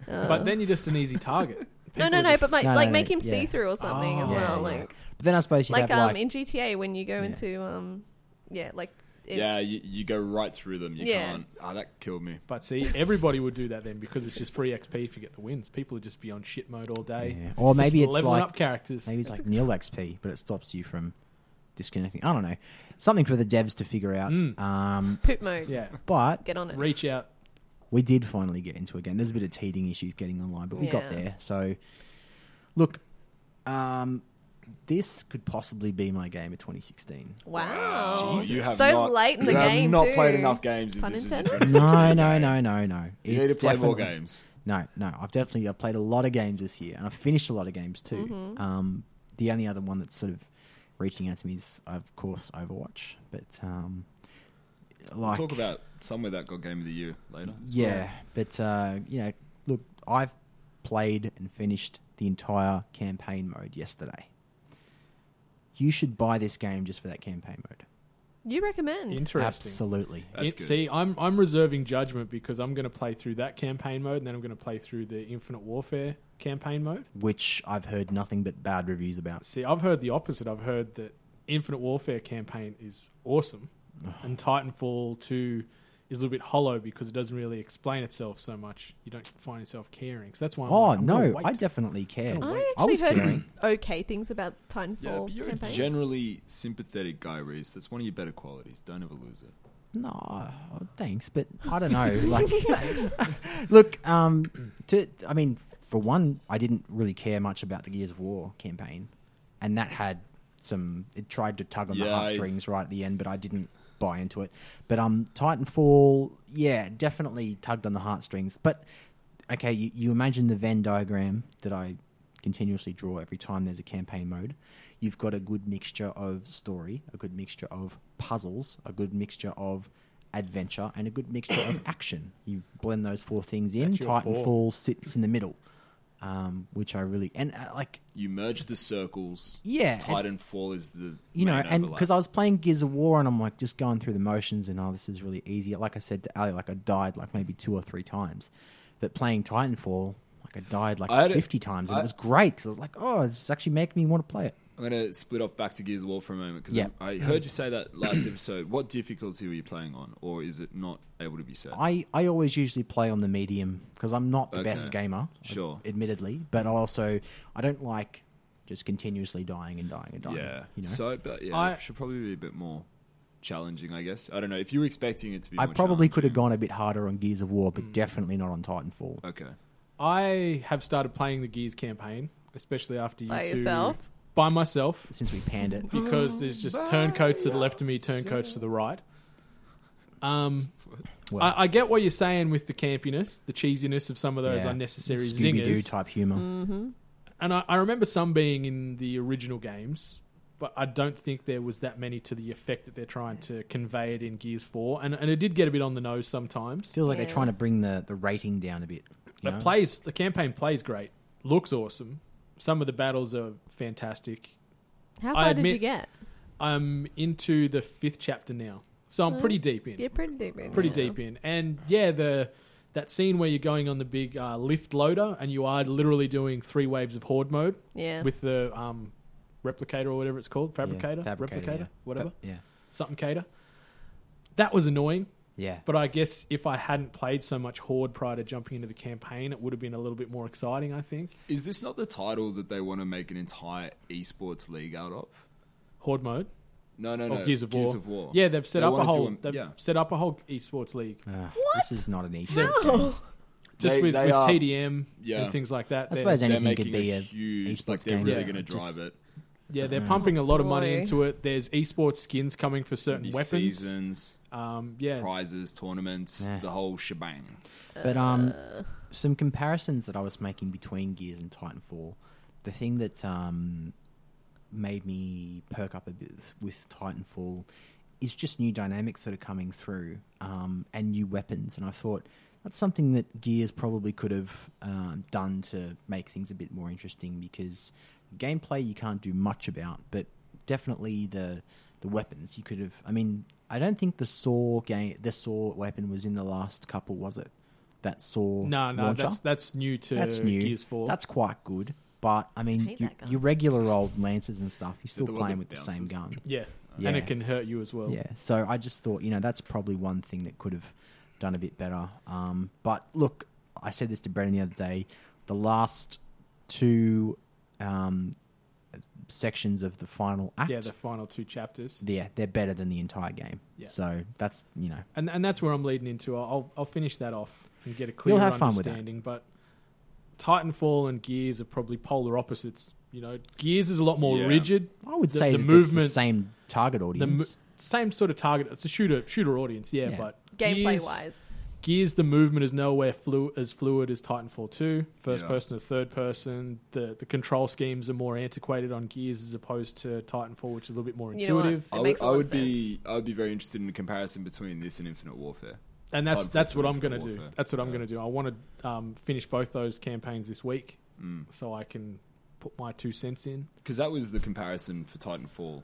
Speaker 10: go. Uh,
Speaker 7: But then you're just an easy target.
Speaker 10: no,
Speaker 7: People
Speaker 10: no,
Speaker 7: are
Speaker 10: no.
Speaker 7: just-
Speaker 10: But like,
Speaker 8: No, no,
Speaker 10: like
Speaker 8: no,
Speaker 10: make him
Speaker 8: yeah.
Speaker 10: see through or something as
Speaker 7: Oh.
Speaker 10: well.
Speaker 7: Yeah,
Speaker 8: yeah.
Speaker 10: Like,
Speaker 8: But then I suppose you'd
Speaker 10: like
Speaker 8: have
Speaker 10: um
Speaker 8: like
Speaker 10: in GTA when you go into um, yeah, like it,
Speaker 9: yeah, you, you go right through them. You
Speaker 10: Yeah.
Speaker 9: can't. Ah, that killed me.
Speaker 7: But see, everybody would do that then because it's just free XP if you get the wins. People would just be on shit mode all day.
Speaker 8: Yeah. Or maybe
Speaker 7: just
Speaker 8: it's
Speaker 7: leveling
Speaker 8: like-
Speaker 7: up characters.
Speaker 8: maybe it's like nil XP, but it stops you from disconnecting. I don't know, something for the devs to figure out.
Speaker 9: Hmm.
Speaker 7: Mm.
Speaker 8: Um,
Speaker 10: poop mode.
Speaker 7: Yeah,
Speaker 8: but
Speaker 10: Get on it.
Speaker 7: reach out.
Speaker 8: we did finally get into a game. There's a bit of teething issues getting online, but we got
Speaker 10: Yeah.
Speaker 8: there. So, look, um, this could possibly be my game of 2016.
Speaker 10: Wow.
Speaker 9: Jesus. You have
Speaker 10: so
Speaker 9: not-
Speaker 10: late in the
Speaker 9: you have
Speaker 10: game
Speaker 9: not
Speaker 10: too.
Speaker 9: played enough games. If
Speaker 10: Pun
Speaker 9: this is
Speaker 10: intended?
Speaker 8: *laughs* No, no, no, no, no.
Speaker 9: *laughs* You need to
Speaker 8: It's
Speaker 9: play more
Speaker 8: definitely-
Speaker 9: games.
Speaker 8: No, no. I've definitely I've played a lot of games this year, and I've finished a lot of games too. Um, the only other one that's sort of reaching out to me is, of course, Overwatch. But um, like,
Speaker 9: Talk about somewhere that got game of the year later. as well.
Speaker 8: yeah, but uh, you know, look, I've played and finished the entire campaign mode yesterday. You should buy this game just for that campaign mode.
Speaker 10: You recommend?
Speaker 7: Interesting.
Speaker 8: Absolutely.
Speaker 9: Mm. That's
Speaker 7: It-
Speaker 9: good.
Speaker 7: See, I'm I'm reserving judgment because I'm going to play through that campaign mode, and then I'm going to play through the Infinite Warfare campaign mode.
Speaker 8: Which I've heard nothing but bad reviews about.
Speaker 7: See, I've heard the opposite. I've heard that Infinite Warfare campaign is awesome, and Titanfall Two is a little bit hollow because it doesn't really explain itself so much. You don't find yourself caring. So that's why. I'm
Speaker 8: Oh
Speaker 7: like, I'm gonna
Speaker 8: no,
Speaker 7: wait.
Speaker 8: I definitely care.
Speaker 7: Gonna
Speaker 10: I
Speaker 8: I
Speaker 10: actually
Speaker 8: was
Speaker 10: heard
Speaker 8: caring.
Speaker 10: okay things about Titanfall
Speaker 9: Yeah, but you're
Speaker 10: campaign.
Speaker 9: a generally sympathetic guy, Reese. That's one of your better qualities. Don't ever lose it.
Speaker 8: No, oh, thanks, but I don't know. Like, look, um, to I mean, for one, I didn't really care much about the Gears of War campaign, and that had some. It tried to tug on the
Speaker 9: Yeah, I-
Speaker 8: heartstrings right at the end, but I didn't buy into it. But um, Titanfall, yeah, definitely tugged on the heartstrings. But okay, you, you imagine the Venn diagram that I continuously draw every time there's a campaign mode. You've got a good mixture of story, a good mixture of puzzles, a good mixture of adventure, and a good mixture
Speaker 7: *coughs*
Speaker 8: of action. You blend those four things in.
Speaker 7: That's your four.
Speaker 8: Titanfall sits in the middle, um, which I really and uh, like
Speaker 9: You merge the circles.
Speaker 8: Yeah, and-
Speaker 9: Titanfall is the
Speaker 8: you know,
Speaker 9: main
Speaker 8: and
Speaker 9: overlap.
Speaker 8: because I was playing Gears of War and I'm like just going through the motions and oh, this is really easy. Like I said to Ali, like I died like maybe two or three times, but playing Titanfall, like I died like
Speaker 9: I had a-
Speaker 8: 50 times and
Speaker 9: I-
Speaker 8: it was great because I was like, oh, this is actually making me want to play it.
Speaker 9: I'm going to split off back to Gears of War for a moment because
Speaker 8: Yeah.
Speaker 9: I heard you say that last episode. What difficulty were you playing on, or is it not able to be said?
Speaker 8: I, I always usually play on the medium because I'm not the
Speaker 9: Okay.
Speaker 8: best gamer,
Speaker 9: Sure.
Speaker 8: admittedly, but I also I don't like just continuously dying and dying and dying.
Speaker 9: yeah.
Speaker 8: you know.
Speaker 9: So, but yeah,
Speaker 7: I-
Speaker 9: it should probably be a bit more challenging, I guess. I don't know if you were expecting it to be.
Speaker 8: I
Speaker 9: more
Speaker 8: probably could have
Speaker 9: challenging.
Speaker 8: gone a bit harder on Gears of War, but
Speaker 9: Hmm.
Speaker 8: definitely not on Titanfall.
Speaker 9: Okay.
Speaker 7: I have started playing the Gears campaign, especially after you
Speaker 10: By
Speaker 7: two-
Speaker 10: yourself?
Speaker 7: By myself.
Speaker 8: Since we panned it,
Speaker 7: because there's just turncoats to the left of me, turncoats to the right. Um,
Speaker 8: Well.
Speaker 7: I, I get what you're saying with the campiness, the cheesiness of some of those
Speaker 8: Yeah.
Speaker 7: unnecessary
Speaker 8: Scooby Doo
Speaker 7: zingers,
Speaker 8: type humor.
Speaker 7: and I, I remember some being in the original games, but I don't think there was that many to the effect that they're trying to convey it in Gears Four, and and it did get a bit on the nose sometimes.
Speaker 8: Feels like they're
Speaker 10: Yeah.
Speaker 8: trying to bring the, the rating down a bit. you
Speaker 7: It
Speaker 8: know?
Speaker 7: plays the campaign plays great, looks awesome. Some of the battles are fantastic.
Speaker 10: How
Speaker 7: I
Speaker 10: far did
Speaker 7: admit-
Speaker 10: you get?
Speaker 7: I'm into the fifth chapter now, so I'm pretty deep in.
Speaker 10: You're pretty deep in.
Speaker 7: pretty
Speaker 10: Mm. yeah.
Speaker 7: deep in. And yeah, the that scene where you're going on the big uh, lift loader and you are literally doing three waves of horde mode
Speaker 10: Yeah.
Speaker 7: with the um, replicator or whatever it's called,
Speaker 8: Yeah,
Speaker 7: fabricator,
Speaker 8: fabricator,
Speaker 7: replicator,
Speaker 8: yeah.
Speaker 7: whatever,
Speaker 8: Fa- yeah,
Speaker 7: something cater. That was annoying,
Speaker 8: yeah.
Speaker 7: but I guess if I hadn't played so much horde prior to jumping into the campaign, it would have been a little bit more exciting. I think
Speaker 9: Is this not the title that they want to make an entire esports league out of?
Speaker 7: horde mode.
Speaker 9: No, no,
Speaker 7: Or
Speaker 9: Oh, no.
Speaker 7: Oh, Gears of War.
Speaker 9: War.
Speaker 7: Yeah, they've set
Speaker 9: They
Speaker 7: up a
Speaker 9: wanna do
Speaker 7: whole.
Speaker 9: a-
Speaker 7: they've
Speaker 9: yeah.
Speaker 7: set up a whole esports league
Speaker 8: Ugh, Ah, This is not an esports game.
Speaker 7: just
Speaker 9: They-
Speaker 7: with,
Speaker 9: they
Speaker 7: with
Speaker 9: are-
Speaker 7: TDM
Speaker 9: Yeah.
Speaker 7: and things like that.
Speaker 8: I
Speaker 7: They're-
Speaker 8: suppose
Speaker 9: They're
Speaker 8: anything
Speaker 9: making
Speaker 8: could be
Speaker 9: a
Speaker 8: a
Speaker 9: huge.
Speaker 8: esports
Speaker 9: Like they're
Speaker 8: game.
Speaker 9: really
Speaker 7: Yeah.
Speaker 9: going to drive
Speaker 8: Just-
Speaker 9: it.
Speaker 7: Yeah,
Speaker 8: Mm.
Speaker 7: they're pumping a lot of money
Speaker 10: Boy.
Speaker 7: into it. There's esports skins coming for certain
Speaker 9: New
Speaker 7: weapons.
Speaker 9: seasons,
Speaker 7: Um, yeah,
Speaker 9: prizes, tournaments,
Speaker 8: Yeah.
Speaker 9: the whole shebang.
Speaker 8: But um, some comparisons that I was making between Gears and Titanfall. The thing that um, made me perk up a bit with Titanfall is just new dynamics that are coming through um, and new weapons. And I thought that's something that Gears probably could have um, done to make things a bit more interesting because gameplay you can't do much about, but definitely the the weapons you could have. I mean, I don't think the saw game, the saw weapon was in the last couple, was it? That saw
Speaker 7: No, no,
Speaker 8: launcher?
Speaker 7: that's that's new to
Speaker 8: that's new.
Speaker 7: Gears Four.
Speaker 8: That's quite good. But I
Speaker 10: I
Speaker 8: mean,
Speaker 10: hate
Speaker 8: your,
Speaker 10: that gun.
Speaker 8: your regular old lances and stuff, you're still
Speaker 9: the one
Speaker 8: playing
Speaker 9: that
Speaker 8: with the same
Speaker 9: bounces?
Speaker 8: gun.
Speaker 7: yeah.
Speaker 8: Yeah.
Speaker 7: and it can hurt you as well.
Speaker 8: Yeah. So I just thought, you know, that's probably one thing that could have done a bit better. Um, but look, I said this to Brendan the other day. The last two um, sections of the final act,
Speaker 7: Yeah, the final two chapters.
Speaker 8: yeah, they're better than the entire game.
Speaker 7: Yeah.
Speaker 8: So that's you know,
Speaker 7: and and that's where I'm leading into. I'll- I'll I'll finish that off and get a clear
Speaker 8: have fun with that.
Speaker 7: understanding. But Titanfall and Gears are probably polar opposites. You know, Gears is a lot more
Speaker 9: Yeah.
Speaker 7: rigid.
Speaker 8: I would
Speaker 7: The-
Speaker 8: say
Speaker 7: the
Speaker 8: that it's
Speaker 7: movement-
Speaker 8: the same target
Speaker 7: The
Speaker 8: audience.
Speaker 7: mo- same sort of target. It's a shooter shooter audience, yeah.
Speaker 8: Yeah.
Speaker 7: But
Speaker 10: Gameplay
Speaker 7: Gears-
Speaker 10: wise,
Speaker 7: Gears, the movement is nowhere flu- as fluid as Titanfall 2. First
Speaker 9: Yeah.
Speaker 7: person to third person. The the control schemes are more antiquated on Gears as opposed to Titanfall, which is a little bit more
Speaker 10: You know what?
Speaker 7: intuitive.
Speaker 10: It
Speaker 9: I would,
Speaker 10: makes a
Speaker 9: I
Speaker 10: lot of
Speaker 9: would be I would be very interested in a comparison between this and Infinite Warfare.
Speaker 7: and that's
Speaker 9: Titanfall
Speaker 7: that's what
Speaker 9: 2
Speaker 7: I'm
Speaker 9: for
Speaker 7: going to do.
Speaker 9: Warfare.
Speaker 7: That's what I'm
Speaker 9: Yeah.
Speaker 7: going to do. I want to um, finish both those campaigns this week,
Speaker 9: Mm.
Speaker 7: so I can put my two cents in.
Speaker 9: Because that was the comparison for Titanfall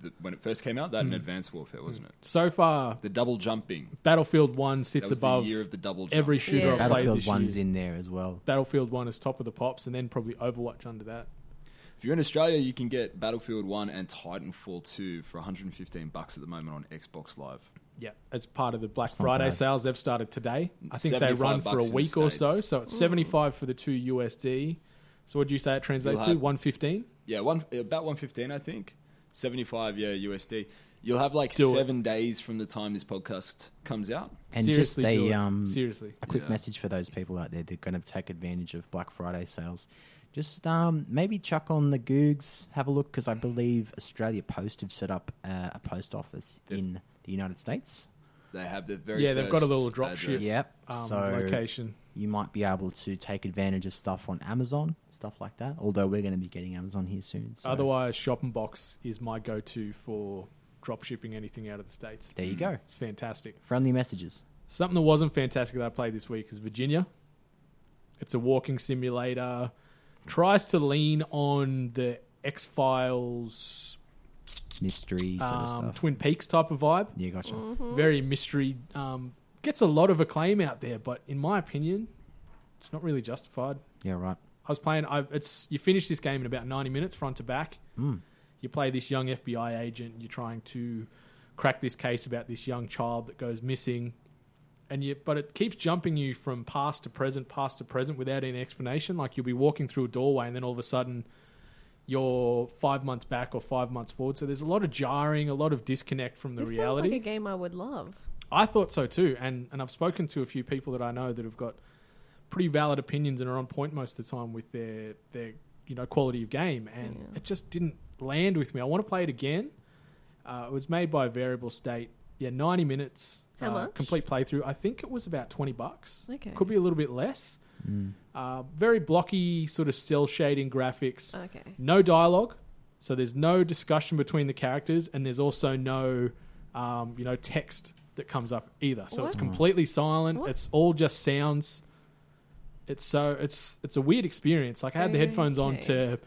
Speaker 9: that, when it first came out.
Speaker 7: Hmm.
Speaker 9: That and Advanced Warfare, wasn't it?
Speaker 7: So far,
Speaker 9: The double jumping.
Speaker 7: Battlefield One
Speaker 9: that
Speaker 7: sits
Speaker 9: was
Speaker 7: above
Speaker 9: the year of the double jump.
Speaker 7: every shooter
Speaker 10: Yeah.
Speaker 7: I've played
Speaker 8: Battlefield
Speaker 7: this
Speaker 8: One's
Speaker 7: year.
Speaker 8: in there as well.
Speaker 7: Battlefield One is top of the pops, and then probably Overwatch under that.
Speaker 9: if you're in Australia, you can get Battlefield One and Titanfall Two for 115 bucks at the moment on Xbox Live.
Speaker 7: Yeah, as part of the Black
Speaker 8: not
Speaker 7: Friday
Speaker 8: bad.
Speaker 7: sales, they've started today. I think they
Speaker 9: 75
Speaker 7: run for a
Speaker 9: bucks in the
Speaker 7: week or so,
Speaker 9: States.
Speaker 7: so it's 75 for the two USD. So what do you say it translates
Speaker 9: You'll
Speaker 7: to?
Speaker 9: have-
Speaker 7: 115.
Speaker 9: Yeah, one about 115, I think. 75, yeah, USD. You'll have like
Speaker 7: Do it.
Speaker 9: seven days from the time this podcast comes out.
Speaker 8: And
Speaker 7: Seriously,
Speaker 8: just
Speaker 7: do
Speaker 8: they
Speaker 7: it.
Speaker 8: um,
Speaker 7: seriously.
Speaker 8: a quick
Speaker 9: Yeah.
Speaker 8: message for those people out there that are going to take advantage of Black Friday sales. Just um, maybe chuck on the Googs, have a look,
Speaker 7: Mm.
Speaker 8: because I believe Australia Post have set up uh, a post office in the United States.
Speaker 9: They have the very
Speaker 7: Yeah, they've got a
Speaker 9: first
Speaker 7: little drop
Speaker 9: address.
Speaker 7: ship.
Speaker 8: Yep.
Speaker 7: Um,
Speaker 8: so
Speaker 7: location.
Speaker 8: you might be able to take advantage of stuff on Amazon, stuff like that. Although we're going to be getting Amazon here soon. So
Speaker 7: Otherwise, Shop and Box is my go-to for drop shipping anything out of the states.
Speaker 8: there you go.
Speaker 7: It's fantastic.
Speaker 8: Friendly messages.
Speaker 7: Something that wasn't fantastic that I played this week is Virginia. It's a walking simulator. Tries to lean on the X Files,
Speaker 8: Mystery sort of
Speaker 7: um,
Speaker 8: stuff.
Speaker 7: Twin Peaks type of vibe.
Speaker 8: yeah, gotcha.
Speaker 10: Mm-hmm.
Speaker 7: Very mystery. Um, gets a lot of acclaim out there, but in my opinion, it's not really justified.
Speaker 8: Yeah, right.
Speaker 7: I was playing. I, it's you finish this game in about ninety minutes, front to back. You play this young FBI agent. You're trying to crack this case about this young child that goes missing, and you. But it keeps jumping you from past to present, past to present, without any explanation. Like you'll be walking through a doorway, and then all of a sudden, you're five months back or five months forward. So there's a lot of jarring, a lot of disconnect from the
Speaker 10: this
Speaker 7: reality.
Speaker 10: sounds like a game I would love.
Speaker 7: I thought so too, and and I've spoken to a few people that I know that have got pretty valid opinions and are on point most of the time with their their you know quality of game, and it just didn't land with me. I want to play it again. Uh, it was made by Variable State. Yeah, ninety minutes.
Speaker 10: How
Speaker 7: uh,
Speaker 10: much?
Speaker 7: Complete playthrough. I think it was about twenty bucks.
Speaker 10: Okay.
Speaker 7: Could be a little bit less. Uh, very blocky, sort of cell shading graphics.
Speaker 10: Okay.
Speaker 7: No dialogue, so there's no discussion between the characters, and there's also no, um, you know, text that comes up either. So it's
Speaker 10: What?
Speaker 7: completely silent.
Speaker 10: What?
Speaker 7: It's all just sounds. It's so it's it's a weird experience. Like I had the headphones on
Speaker 10: Okay.
Speaker 7: to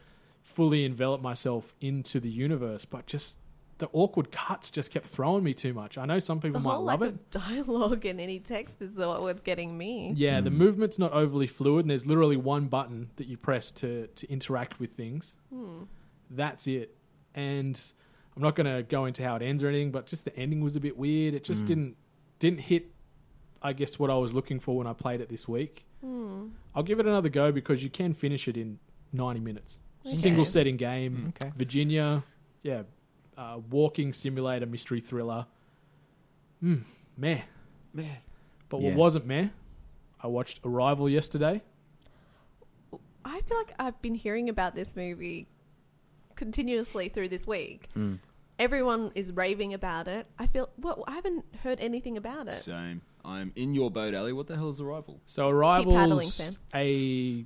Speaker 7: fully envelop myself into the universe, but just the awkward cuts just kept throwing me too much. I know some people
Speaker 10: The
Speaker 7: might
Speaker 10: whole
Speaker 7: love
Speaker 10: lack
Speaker 7: it.
Speaker 10: of dialogue in any text is the- what's getting me.
Speaker 7: Yeah, the movement's not overly fluid, and there's literally one button that you press to to interact with things. That's it. And I'm not going to go into how it ends or anything, but just the ending was a bit weird. It just didn't didn't hit, I guess, what I was looking for when I played it this week. I'll give it another go because you can finish it in 90 minutes. Single setting game.
Speaker 8: Okay.
Speaker 7: Virginia, yeah, uh, walking simulator mystery thriller. Mm, meh.
Speaker 9: Meh.
Speaker 7: But
Speaker 8: Yeah.
Speaker 7: what wasn't meh? I watched Arrival yesterday.
Speaker 10: I feel like I've been hearing about this movie continuously through this week.
Speaker 7: Mm.
Speaker 10: Everyone is raving about it. I feel well, I haven't heard anything about it.
Speaker 9: Same. I'm in your boat, Ali. What the hell is Arrival?
Speaker 7: So
Speaker 10: paddling,
Speaker 7: Arrival's
Speaker 10: Sam.
Speaker 7: a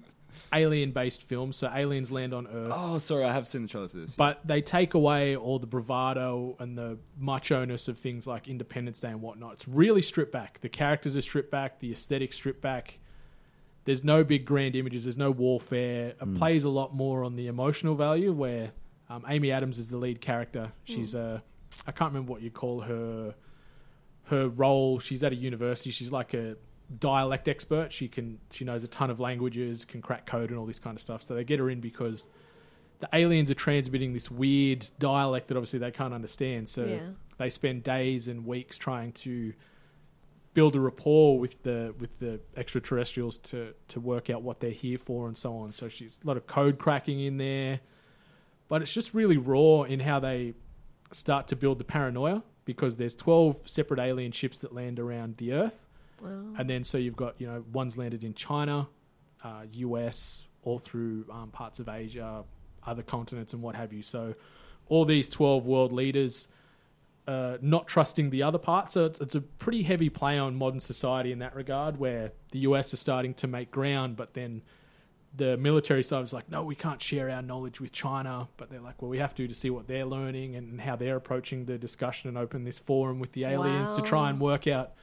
Speaker 7: alien based film, so aliens land on Earth.
Speaker 9: Oh, sorry, I have seen the trailer for this.
Speaker 7: But they take away all the bravado and the macho ness of things like Independence Day and whatnot. It's really stripped back. The characters are stripped back. The aesthetics stripped back. There's no big grand images. There's no warfare. It plays a lot more on the emotional value. Where um, Amy Adams is the lead character. She's a I can't remember what you call her her role. She's at a university. She's like a dialect expert. She can she knows a ton of languages, can crack code and all this kind of stuff. So they get her in because the aliens are transmitting this weird dialect that obviously they can't understand. So
Speaker 10: Yeah.
Speaker 7: they spend days and weeks trying to build a rapport with the with the extraterrestrials to to work out what they're here for and so on. So she's a lot of code cracking in there. But it's just really raw in how they start to build the paranoia because there's 12 separate alien ships that land around the earth and then so you've got you know one's landed in china uh, us all through um, parts of asia other continents and what have you so all these 12 world leaders uh, not trusting the other part so it's, it's a pretty heavy play on modern society in that regard where the us is starting to make ground but then the military side was like, no, we can't share our knowledge with China. But they're like, well, we have to to see what they're learning and how they're approaching the discussion and open this forum with the aliens to try and work out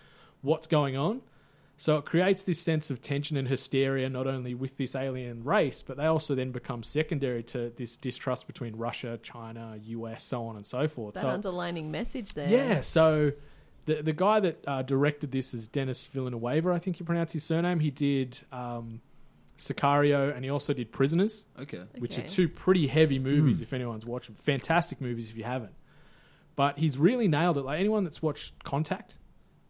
Speaker 7: what's going on. So it creates this sense of tension and hysteria, not only with this alien race, but they also then become secondary to this distrust between Russia, China, US, so on and so forth.
Speaker 10: That
Speaker 7: so
Speaker 10: underlining message there.
Speaker 7: yeah, so the the guy that uh, directed this is Dennis Villanueva, I think you pronounce his surname. He did um, Sicario and he also did Prisoners,
Speaker 9: Okay.
Speaker 7: which are
Speaker 10: Okay.
Speaker 7: two pretty heavy movies if anyone's watched them. Fantastic movies if you haven't. But he's really nailed it. Like anyone that's watched Contact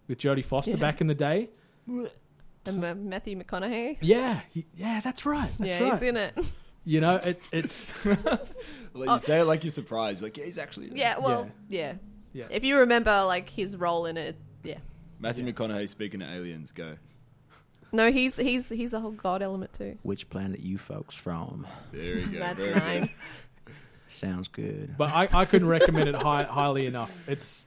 Speaker 7: with Jodie Foster
Speaker 10: Yeah.
Speaker 7: back in the day.
Speaker 10: And Ma- Matthew McConaughey.
Speaker 7: Yeah, he, yeah, that's right. That's
Speaker 10: yeah,
Speaker 7: right.
Speaker 10: he's in it.
Speaker 7: you know, it, it's
Speaker 9: Like, you say it like you're surprised. Like, yeah, he's actually.
Speaker 10: Oh. Yeah, well, yeah.
Speaker 7: Yeah.
Speaker 10: If you remember, like his role in it, yeah.
Speaker 9: Matthew McConaughey speaking to aliens. Go.
Speaker 10: No, he's he's he's the whole god element too.
Speaker 8: Which planet you folks from?
Speaker 9: There you go.
Speaker 10: That's
Speaker 9: Very
Speaker 10: nice.
Speaker 8: Sounds good.
Speaker 7: but I, I couldn't recommend it high, highly enough. It's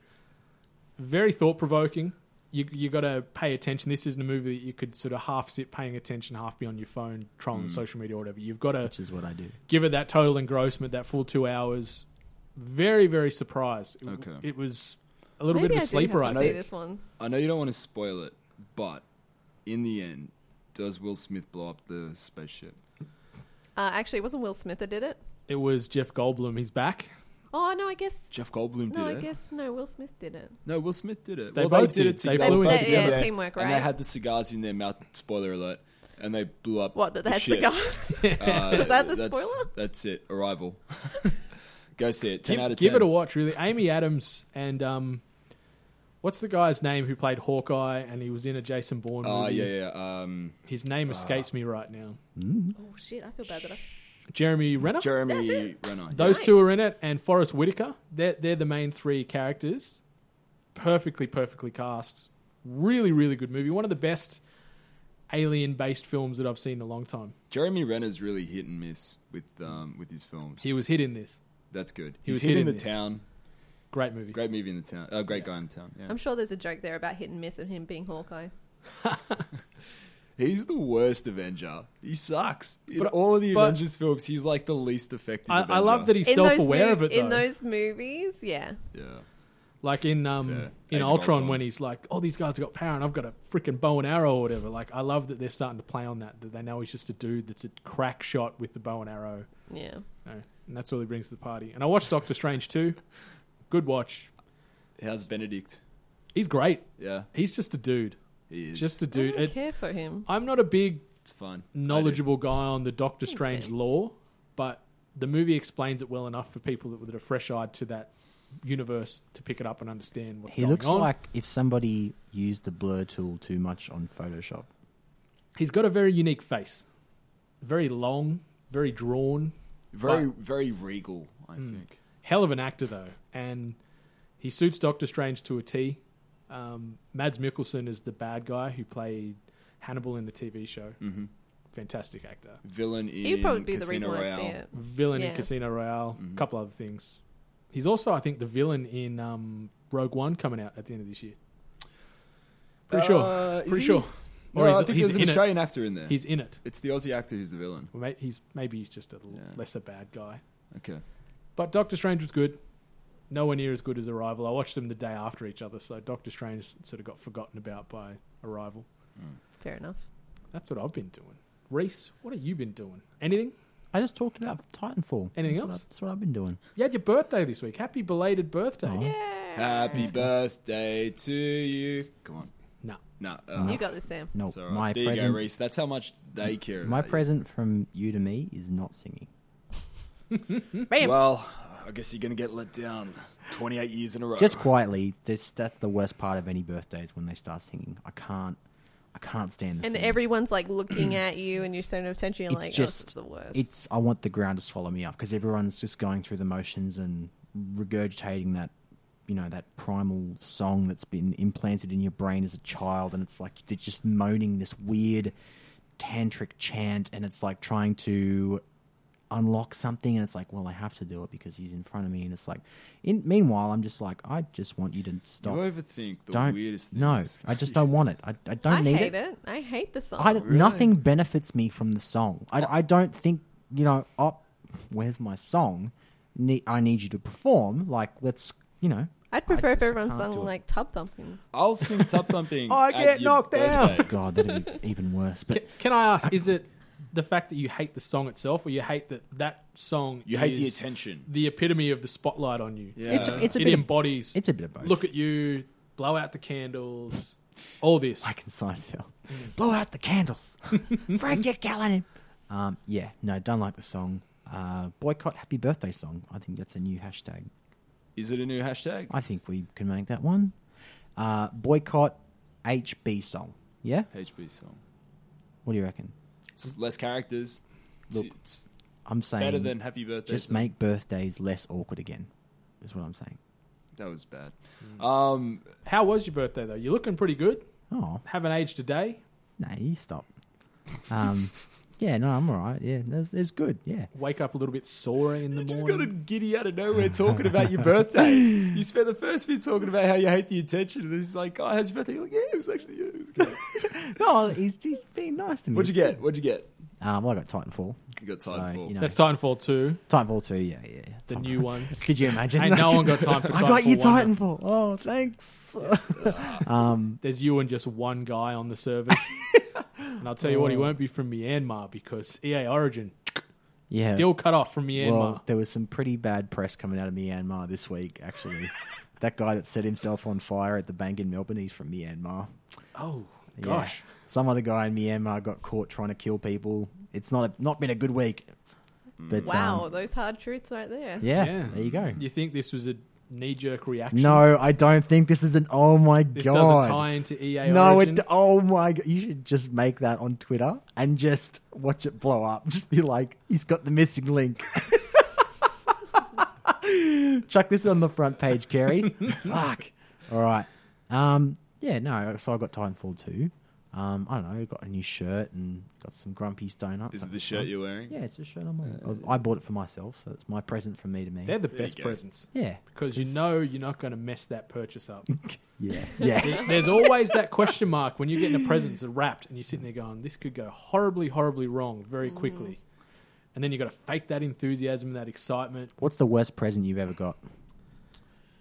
Speaker 7: very thought provoking. You you got to pay attention. This isn't a movie that you could sort of half sit paying attention, half be on your phone,
Speaker 9: Mm.
Speaker 7: trolling social media or whatever. You've got to
Speaker 8: Which is what I do.
Speaker 7: give it that total engrossment, that full two hours. Very very surprised. It,
Speaker 9: Okay.
Speaker 7: it was a little
Speaker 10: Maybe
Speaker 7: bit of
Speaker 10: I
Speaker 7: a sleeper.
Speaker 10: do have
Speaker 7: I
Speaker 10: to see
Speaker 7: think.
Speaker 10: this one.
Speaker 9: I know you don't want to spoil it, but in the end, does Will Smith blow up the spaceship?
Speaker 10: Uh, actually, it wasn't Will Smith that did it.
Speaker 7: It was Jeff Goldblum. He's back.
Speaker 10: Oh no, I guess
Speaker 9: Jeff Goldblum did
Speaker 10: no, I
Speaker 9: it.
Speaker 10: guess no, Will Smith did it.
Speaker 9: No, Will Smith did it.
Speaker 7: They
Speaker 9: well, they
Speaker 7: both
Speaker 9: did,
Speaker 7: did.
Speaker 9: it
Speaker 7: They
Speaker 9: together.
Speaker 7: both
Speaker 10: They-
Speaker 7: went
Speaker 10: yeah,
Speaker 7: together.
Speaker 10: teamwork, right?
Speaker 9: And they had the cigars in their mouth. Spoiler alert. And they blew up.
Speaker 10: What? That
Speaker 9: the
Speaker 10: they had
Speaker 9: ship.
Speaker 10: cigars.
Speaker 9: *laughs*
Speaker 10: *laughs*
Speaker 9: Uh,
Speaker 10: Is that the
Speaker 9: that's-
Speaker 10: spoiler?
Speaker 9: That's it.
Speaker 10: *laughs*
Speaker 9: Arrival. Go see it. Ten
Speaker 7: give,
Speaker 9: out of ten.
Speaker 7: give it a watch, really. Amy Adams and um, what's the guy's name who played Hawkeye and he was in a Jason Bourne
Speaker 9: Oh
Speaker 7: movie?
Speaker 9: yeah, yeah. Um,
Speaker 7: His name escapes me right now.
Speaker 10: oh shit, I feel bad that I.
Speaker 9: Mm,
Speaker 7: Jeremy Renner.
Speaker 9: Jeremy Renner.
Speaker 7: Those
Speaker 10: Nice.
Speaker 7: two are in it, and Forrest Whitaker. They're they're the main three characters. Perfectly, perfectly cast. Really, really good movie. One of the best alien-based films that I've seen in a long time.
Speaker 9: Jeremy Renner's really hit and miss with um, with his films.
Speaker 7: He was hit in this.
Speaker 9: That's good.
Speaker 7: He
Speaker 9: He's
Speaker 7: was
Speaker 9: hit
Speaker 7: hit
Speaker 9: in the
Speaker 7: in this.
Speaker 9: town.
Speaker 7: Great movie.
Speaker 9: Great movie in the town. Oh, great guy in the town. Yeah.
Speaker 10: I'm sure there's a joke there about hit and miss of him being Hawkeye.
Speaker 9: He's the worst Avenger. He sucks. In
Speaker 7: But-
Speaker 9: all of the
Speaker 7: but-
Speaker 9: Avengers films, he's like the least effective.
Speaker 7: I, I
Speaker 9: Avenger.
Speaker 7: love that he's
Speaker 10: in those
Speaker 7: self-aware
Speaker 10: mov-
Speaker 7: of it. Though.
Speaker 10: in those movies, yeah.
Speaker 9: Yeah.
Speaker 7: Like in um
Speaker 9: Fair. Age
Speaker 7: in
Speaker 9: of
Speaker 7: Ultron,
Speaker 9: Ultron.
Speaker 7: when he's like, "Oh, these guys have got power, and I've got a freaking bow and arrow or whatever." Like, I love that they're starting to play on that. That they know he's just a dude that's a crack shot with the bow and arrow,
Speaker 10: Yeah.
Speaker 7: you know, and that's all he brings to the party. And I watched Doctor Strange too. Good watch.
Speaker 9: How's Benedict?
Speaker 7: He's great.
Speaker 9: Yeah,
Speaker 7: He's just a dude.
Speaker 9: he is.
Speaker 7: Just a
Speaker 10: I
Speaker 7: dude.
Speaker 10: don't
Speaker 7: It-
Speaker 10: care for him.
Speaker 7: I'm not a big
Speaker 9: it's fun.
Speaker 7: knowledgeable guy on the Doctor Strange
Speaker 10: so.
Speaker 7: lore, but the movie explains it well enough for people that, that are fresh eyed to that universe to pick it up and understand what's
Speaker 8: He
Speaker 7: going
Speaker 8: looks
Speaker 7: on.
Speaker 8: like if somebody used the blur tool too much on Photoshop.
Speaker 7: He's got a very unique face, very long, very drawn.
Speaker 9: Very, very regal. I
Speaker 7: Hmm.
Speaker 9: think.
Speaker 7: Hell of an actor though, and he suits Doctor Strange to a T. Um, Mads Mikkelsen is the bad guy who played Hannibal in the TV show. Mm-hmm. Fantastic actor.
Speaker 9: Villain in
Speaker 10: He would probably be the
Speaker 9: Casino
Speaker 10: reason I'd
Speaker 9: Royale.
Speaker 10: see it.
Speaker 7: villain in
Speaker 10: Yeah.
Speaker 7: Casino Royale, a couple other things. He's also, I think, the villain in um, Rogue One coming out at the end of this year. Pretty sure.
Speaker 9: Uh, is
Speaker 7: Pretty
Speaker 9: he?
Speaker 7: sure.
Speaker 9: No, I think there's an
Speaker 7: in it.
Speaker 9: Australian actor in there.
Speaker 7: He's in it.
Speaker 9: it's the Aussie actor who's the villain.
Speaker 7: Well, may- he's maybe he's just a l-
Speaker 9: Yeah.
Speaker 7: lesser bad guy.
Speaker 9: Okay.
Speaker 7: But Doctor Strange was good. Nowhere near as good as Arrival. I watched them the day after each other, so Doctor Strange sort of got forgotten about by Arrival.
Speaker 10: Fair enough.
Speaker 7: That's what I've been doing. Reese, what have you been doing? Anything?
Speaker 8: I just talked about Titanfall.
Speaker 7: Anything
Speaker 8: That's what
Speaker 7: else?
Speaker 8: I- that's what I've been doing.
Speaker 7: You had your birthday this week. Happy belated birthday.
Speaker 8: Oh.
Speaker 9: Happy birthday to you. Come on.
Speaker 7: No.
Speaker 9: No. Uh,
Speaker 10: You got this, Sam.
Speaker 8: No,
Speaker 9: it's all right.
Speaker 8: my
Speaker 9: there you go,
Speaker 8: present.
Speaker 9: Reese. That's how much they care.
Speaker 8: My
Speaker 9: about you.
Speaker 8: present from you to me is not singing.
Speaker 7: Hmm?
Speaker 10: Bam.
Speaker 9: Well, I guess you're gonna get let down. Twenty-eight years in a row.
Speaker 8: Just quietly, this that's the worst part of any birthdays when they start singing. I can't, I can't stand the
Speaker 10: and
Speaker 8: singing.
Speaker 10: everyone's like
Speaker 8: *clears throat*
Speaker 10: looking at you and you're center of attention. You're
Speaker 8: it's
Speaker 10: like,
Speaker 8: just
Speaker 10: oh, this is the worst.
Speaker 8: It's I want the ground to swallow me up because everyone's just going through the motions and regurgitating that, you know, that primal song that's been implanted in your brain as a child, and it's like they're just moaning this weird tantric chant, and it's like trying to unlock something, and it's like, well, I have to do it because he's in front of me, and it's like, in meanwhile, I'm just like, I just want you to stop.
Speaker 9: overthink the
Speaker 8: don't,
Speaker 9: weirdest
Speaker 8: No,
Speaker 9: things.
Speaker 8: I
Speaker 9: *laughs*
Speaker 8: just don't want it. I, I don't
Speaker 10: I
Speaker 8: need
Speaker 10: hate it. I hate the song.
Speaker 8: I don't- nothing benefits me from the song. I, I don't think you know. Oh, where's my song? Ne- I need you to perform. Like let's you know.
Speaker 10: I'd prefer
Speaker 8: I
Speaker 10: if
Speaker 8: just
Speaker 10: everyone
Speaker 8: can't do
Speaker 10: sung
Speaker 8: it.
Speaker 10: like tub thumping.
Speaker 9: I'll sing top thumping.
Speaker 8: *laughs* I
Speaker 9: at
Speaker 8: get
Speaker 9: your
Speaker 8: knocked down.
Speaker 9: birthday.
Speaker 8: God, that'd be even worse.
Speaker 7: Can,
Speaker 8: But
Speaker 7: can I ask, is it the fact that you hate the song itself, or you hate that that song
Speaker 9: You hate the
Speaker 7: is
Speaker 9: attention.
Speaker 7: the epitome of the spotlight on you?
Speaker 9: Yeah.
Speaker 8: it's it's a
Speaker 7: it
Speaker 8: bit. of-
Speaker 7: embodies.
Speaker 8: it's a bit of both.
Speaker 7: uh, Look at you, blow out the candles, all this.
Speaker 8: *laughs* like in Seinfeld.
Speaker 7: Mm.
Speaker 8: Blow out the
Speaker 7: *laughs*
Speaker 8: candles. Frank, get Gallen. Um, yeah, no, don't like the song. Uh, boycott Happy Birthday song. I think that's a new hashtag.
Speaker 9: Is it a new hashtag?
Speaker 8: I think we can make that one. Uh, boycott HB song. Yeah,
Speaker 9: HB song.
Speaker 8: what do you reckon?
Speaker 9: It's less characters. It's,
Speaker 8: Look,
Speaker 9: it's
Speaker 8: I'm saying
Speaker 9: better than Happy Birthday.
Speaker 8: just
Speaker 9: song.
Speaker 8: make birthdays less awkward again. Is what I'm saying.
Speaker 9: That was bad. Um,
Speaker 7: How was your birthday, though? You're looking pretty good.
Speaker 8: Oh,
Speaker 7: Haven't aged a day.
Speaker 8: no, you stop.
Speaker 7: *laughs*
Speaker 8: Um, yeah, no, I'm all right. Yeah, that's, that's good. Yeah,
Speaker 7: Wake up a little bit sore in the
Speaker 9: you just got a
Speaker 7: morning.
Speaker 9: giddy out of nowhere talking about your birthday. You spent the first bit talking about how you hate the attention. And this is like, oh, how's your birthday? You're like, yeah, it was actually, yeah, it was good.
Speaker 8: no, he's, he's being nice to me.
Speaker 9: What'd you get? What'd you get?
Speaker 8: Um, well, I got Titanfall.
Speaker 9: You got
Speaker 8: So,
Speaker 9: time for.
Speaker 8: you know,
Speaker 7: That's Titanfall 2,
Speaker 8: Titanfall two. Yeah, yeah. yeah.
Speaker 7: the
Speaker 8: Titanfall. *laughs*
Speaker 7: new one.
Speaker 8: Could you imagine?
Speaker 7: Ain't no one got time for
Speaker 8: *laughs* I got you
Speaker 7: Titanfall
Speaker 8: Titanfall. Oh, thanks.
Speaker 7: There's you and just one guy on the service. and I'll tell you what,
Speaker 8: Oh.
Speaker 7: he won't be from Myanmar because EA Origin
Speaker 8: Yeah.
Speaker 7: still cut off from Myanmar.
Speaker 8: Well, there was some pretty bad press coming out of Myanmar this week.
Speaker 7: *laughs*
Speaker 8: Actually, that guy that set himself on fire at the bank in Melbourne, he's from Myanmar.
Speaker 7: oh,
Speaker 8: Yeah.
Speaker 7: gosh.
Speaker 8: Some other guy in Myanmar got caught trying to kill people. It's not a, not been a good week. But
Speaker 10: Wow,
Speaker 8: um,
Speaker 10: those hard truths right there.
Speaker 8: yeah,
Speaker 7: Yeah.
Speaker 8: there you go.
Speaker 7: You think this was a knee jerk reaction?
Speaker 8: No, I don't think this is an. Oh my
Speaker 7: This
Speaker 8: god!
Speaker 7: doesn't tie into EA
Speaker 8: no,
Speaker 7: Origin.
Speaker 8: it. Oh my god! You should just make that on Twitter and just watch it blow up. *laughs* Just be like, he's got the missing link. *laughs* Chuck this on the front page, Kerry. Fuck. All right. Um. Yeah. No. So I got Titanfall two. Um. I don't know. Got a new shirt and got some grumpy donuts.
Speaker 9: Is it
Speaker 8: That
Speaker 9: the
Speaker 8: was
Speaker 9: shirt
Speaker 8: fun.
Speaker 9: you're wearing?
Speaker 8: Yeah, it's a shirt I'm wearing. I I bought it for myself, so it's my present from me to me.
Speaker 7: They're the best
Speaker 9: go.
Speaker 7: presents.
Speaker 8: yeah.
Speaker 7: Because you know you're not going to mess that purchase up.
Speaker 8: Yeah. Yeah.
Speaker 7: There's always that question mark when you're getting a present that's wrapped and you're sitting there going, this could go horribly, horribly wrong very
Speaker 8: Mm-hmm.
Speaker 7: quickly. And then you've got to fake that enthusiasm and that excitement
Speaker 8: What's the worst present you've ever got?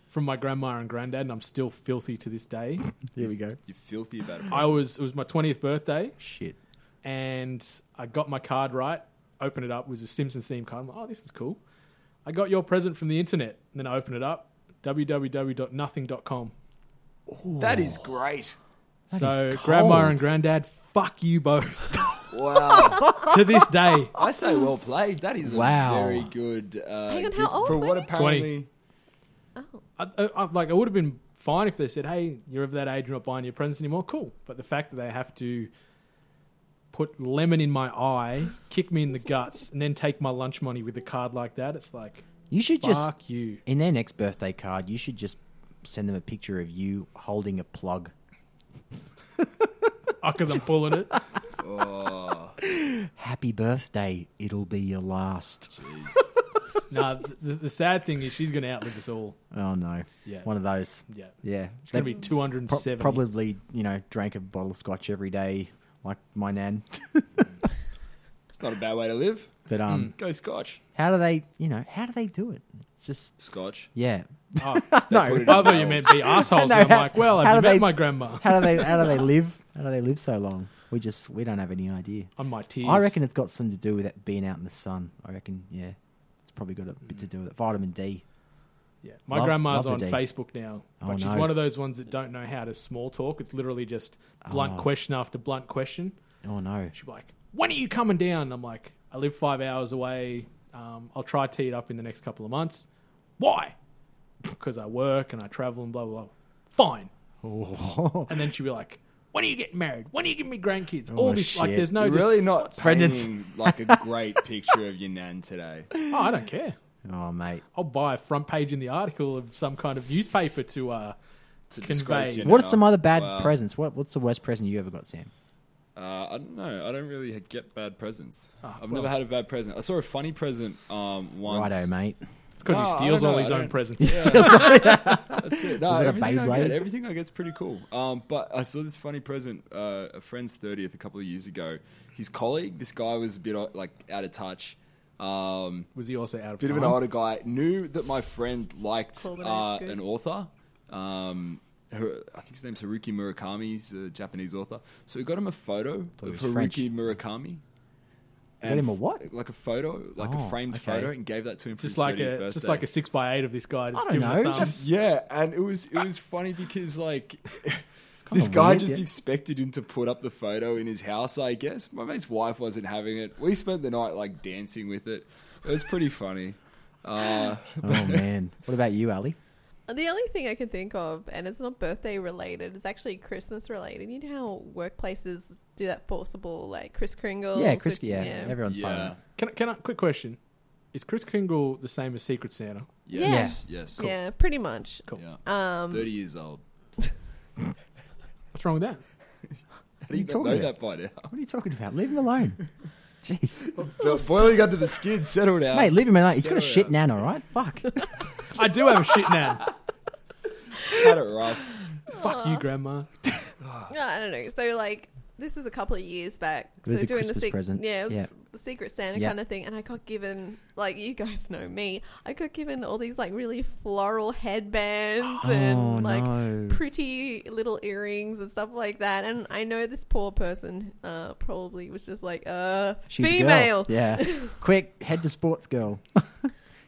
Speaker 7: from my grandma and granddad, and I'm still filthy to this
Speaker 8: *laughs*
Speaker 7: day.
Speaker 8: Here we go.
Speaker 9: You're filthy about it.
Speaker 7: I was, it was my 20th birthday,
Speaker 8: Shit.
Speaker 7: and I got my card right, opened it up, it was a Simpsons theme card. I'm like, oh, this is cool. I got your present from the internet. And then I opened it up, www.nothing.com.
Speaker 9: That is great.
Speaker 7: so,
Speaker 8: is
Speaker 7: grandma
Speaker 8: cold.
Speaker 7: and granddad, fuck you both
Speaker 9: Wow.
Speaker 7: *laughs* to this day.
Speaker 9: I say well played. That is
Speaker 8: Wow.
Speaker 9: a very good. Uh,
Speaker 10: Hang on, how
Speaker 9: gift
Speaker 10: old
Speaker 9: For
Speaker 10: were
Speaker 9: what
Speaker 10: they?
Speaker 9: apparently.
Speaker 7: I, I, I, like I would have been fine if they said, "Hey, you're of that age, you're not buying your presents anymore." Cool, but the fact that they have to put lemon in my eye, kick me in the guts, and then take my lunch money with a card like that, it's like
Speaker 8: You should just
Speaker 7: fuck you.
Speaker 8: in their next birthday card, you should just send them a picture of you holding a plug.
Speaker 7: Oh, because I'm pulling it.
Speaker 8: Happy birthday! It'll be your last.
Speaker 7: No, the, the sad thing is she's going to outlive us all.
Speaker 8: Oh no,
Speaker 7: Yeah.
Speaker 8: one of those.
Speaker 7: Yeah,
Speaker 8: Yeah,
Speaker 7: it's going to be two hundred and
Speaker 8: Pro-
Speaker 7: seven.
Speaker 8: probably you know drank a bottle of scotch every day. like my nan.
Speaker 9: It's not a bad way to live.
Speaker 8: But
Speaker 7: Hmm.
Speaker 8: um,
Speaker 9: Go Scotch.
Speaker 8: how do they, you know, how do they do it? It's just
Speaker 9: Scotch.
Speaker 7: *laughs*
Speaker 8: yeah.
Speaker 7: Oh,
Speaker 8: *laughs* no,
Speaker 7: I thought you meant be assholes.
Speaker 8: *laughs* No,
Speaker 7: and I'm
Speaker 8: how-
Speaker 7: like, well,
Speaker 8: how
Speaker 7: I've
Speaker 8: do
Speaker 7: met
Speaker 8: they-
Speaker 7: my grandma
Speaker 8: how do they how do they live? How do they live so long? We just we don't have any idea.
Speaker 7: on my tears.
Speaker 8: I reckon it's got something to do with that being out in the sun. I reckon, yeah, it's probably got a bit to do with it. Vitamin D.
Speaker 7: Yeah. My
Speaker 8: Love-
Speaker 7: grandma's
Speaker 8: love
Speaker 7: on
Speaker 8: the D.
Speaker 7: Facebook now,
Speaker 8: Oh,
Speaker 7: but she's
Speaker 8: no.
Speaker 7: one of those ones that don't know how to small talk. It's literally just blunt
Speaker 8: Oh.
Speaker 7: question after blunt question.
Speaker 8: Oh no,
Speaker 7: She'll be like, "When are you coming down?" I'm like, "I live five hours away. Um, I'll try tee it up in the next couple of months." Why? *laughs* Because I work and I travel and blah blah. blah. Fine. And then she'll be like, "When are you getting married? When are you giving me grandkids?" All
Speaker 8: Oh,
Speaker 7: this like,
Speaker 8: shit.
Speaker 7: there's no
Speaker 9: You're
Speaker 7: just,
Speaker 9: really
Speaker 8: *laughs*
Speaker 9: not
Speaker 8: Pregnancy.
Speaker 9: painting like a great picture of your nan
Speaker 8: *laughs*
Speaker 9: today.
Speaker 7: Oh, I don't care.
Speaker 8: oh mate,
Speaker 7: I'll buy a front page in the article of some kind of newspaper to uh,
Speaker 9: It's a
Speaker 7: Convey.
Speaker 9: disgrace. you
Speaker 8: what are
Speaker 9: know.
Speaker 8: some other bad
Speaker 9: Wow.
Speaker 8: presents? What what's the worst present you ever got, Sam?
Speaker 9: Uh, I don't know. I don't really get bad presents. I've
Speaker 7: well.
Speaker 9: never had a bad present. I saw a funny present um, once.
Speaker 8: Ah,
Speaker 9: *laughs*
Speaker 8: Righto, mate.
Speaker 7: because
Speaker 9: No,
Speaker 7: he
Speaker 9: I
Speaker 7: steals
Speaker 9: don't
Speaker 7: all
Speaker 9: know.
Speaker 7: his
Speaker 9: I
Speaker 7: own
Speaker 9: don't-
Speaker 8: *laughs*
Speaker 7: presents.
Speaker 9: That's it. No,
Speaker 8: Was it a
Speaker 9: everything I
Speaker 8: Beyblade?
Speaker 9: get, everything I get's pretty cool. Um, but I saw this funny present, uh, a friend's thirtieth a couple of years ago. His colleague, this guy was a bit uh, like out of touch. Um,
Speaker 7: Was he also out of
Speaker 9: bit
Speaker 7: time?
Speaker 9: of an older guy. Knew that my friend liked
Speaker 10: Cool, but
Speaker 9: uh,
Speaker 10: it's good.
Speaker 9: an author. Um, her, I think his name's Haruki Murakami. He's a Japanese author. So we got him a photo
Speaker 8: he
Speaker 9: of Haruki
Speaker 8: was French.
Speaker 9: Murakami.
Speaker 8: Got
Speaker 9: And
Speaker 8: him a
Speaker 9: f-
Speaker 8: what?
Speaker 9: Like a photo, like
Speaker 8: Oh,
Speaker 9: a framed
Speaker 8: okay.
Speaker 9: photo, and gave that to him for
Speaker 7: just
Speaker 9: his
Speaker 7: like
Speaker 9: 30th
Speaker 7: a just
Speaker 9: birthday.
Speaker 7: like a six by eight of this guy. Just
Speaker 8: I don't
Speaker 7: give him a
Speaker 8: know,
Speaker 7: thumb.
Speaker 8: just-
Speaker 9: Um, Yeah, and it was it was funny because like
Speaker 8: kinda
Speaker 9: this guy
Speaker 8: weird,
Speaker 9: just
Speaker 8: yeah.
Speaker 9: expected him to put up the photo in his house. I guess my mate's wife wasn't having it. We spent the night like dancing with it. It was pretty funny. Uh,
Speaker 8: Oh man, what about you, Ali?
Speaker 10: The only thing I can think of, and it's not birthday related, it's actually Christmas related. You know how workplaces do that forcible, like Chris Kringle.
Speaker 8: yeah, Chris.
Speaker 10: so-
Speaker 8: Yeah, everyone's fine.
Speaker 9: yeah.
Speaker 8: with
Speaker 7: Can I, can I, quick question. Is Chris Kringle the same as Secret Santa?
Speaker 9: Yes. Yes.
Speaker 10: Yeah, pretty much.
Speaker 7: Cool.
Speaker 9: Yeah. Um, Thirty years old.
Speaker 7: What's wrong with that?
Speaker 9: How do you
Speaker 8: you
Speaker 9: not
Speaker 8: talking
Speaker 9: know that
Speaker 8: about?
Speaker 9: by now?
Speaker 8: *laughs* that. What are you talking about? Leave
Speaker 9: *laughs*
Speaker 8: him alone. Jeez,
Speaker 9: Boiling under the skin, settled out.
Speaker 8: *laughs* mate, leave him alone. He's got a
Speaker 9: Settle
Speaker 8: shit
Speaker 9: down.
Speaker 8: nan, all right.
Speaker 10: *laughs*
Speaker 8: Fuck.
Speaker 7: I do have a shit now.
Speaker 9: Had it rough.
Speaker 7: *laughs* Fuck you, Grandma.
Speaker 10: No, I don't know. So like this is a couple of years back.
Speaker 8: It was
Speaker 10: so
Speaker 8: a
Speaker 10: doing the
Speaker 8: Christmas
Speaker 10: secret,
Speaker 8: present.
Speaker 10: yeah, it was
Speaker 8: Yeah.
Speaker 10: the Secret Santa
Speaker 8: Yeah.
Speaker 10: kind of thing, and I got given like you guys know me. I got given all these like really floral headbands
Speaker 8: *gasps* Oh,
Speaker 10: and like
Speaker 8: no.
Speaker 10: pretty little earrings and stuff like that. And I know this poor person uh, probably was just like, uh,
Speaker 8: She's
Speaker 10: female.
Speaker 8: A girl. Yeah.
Speaker 10: *laughs*
Speaker 8: Quick, head to sports girl. *laughs*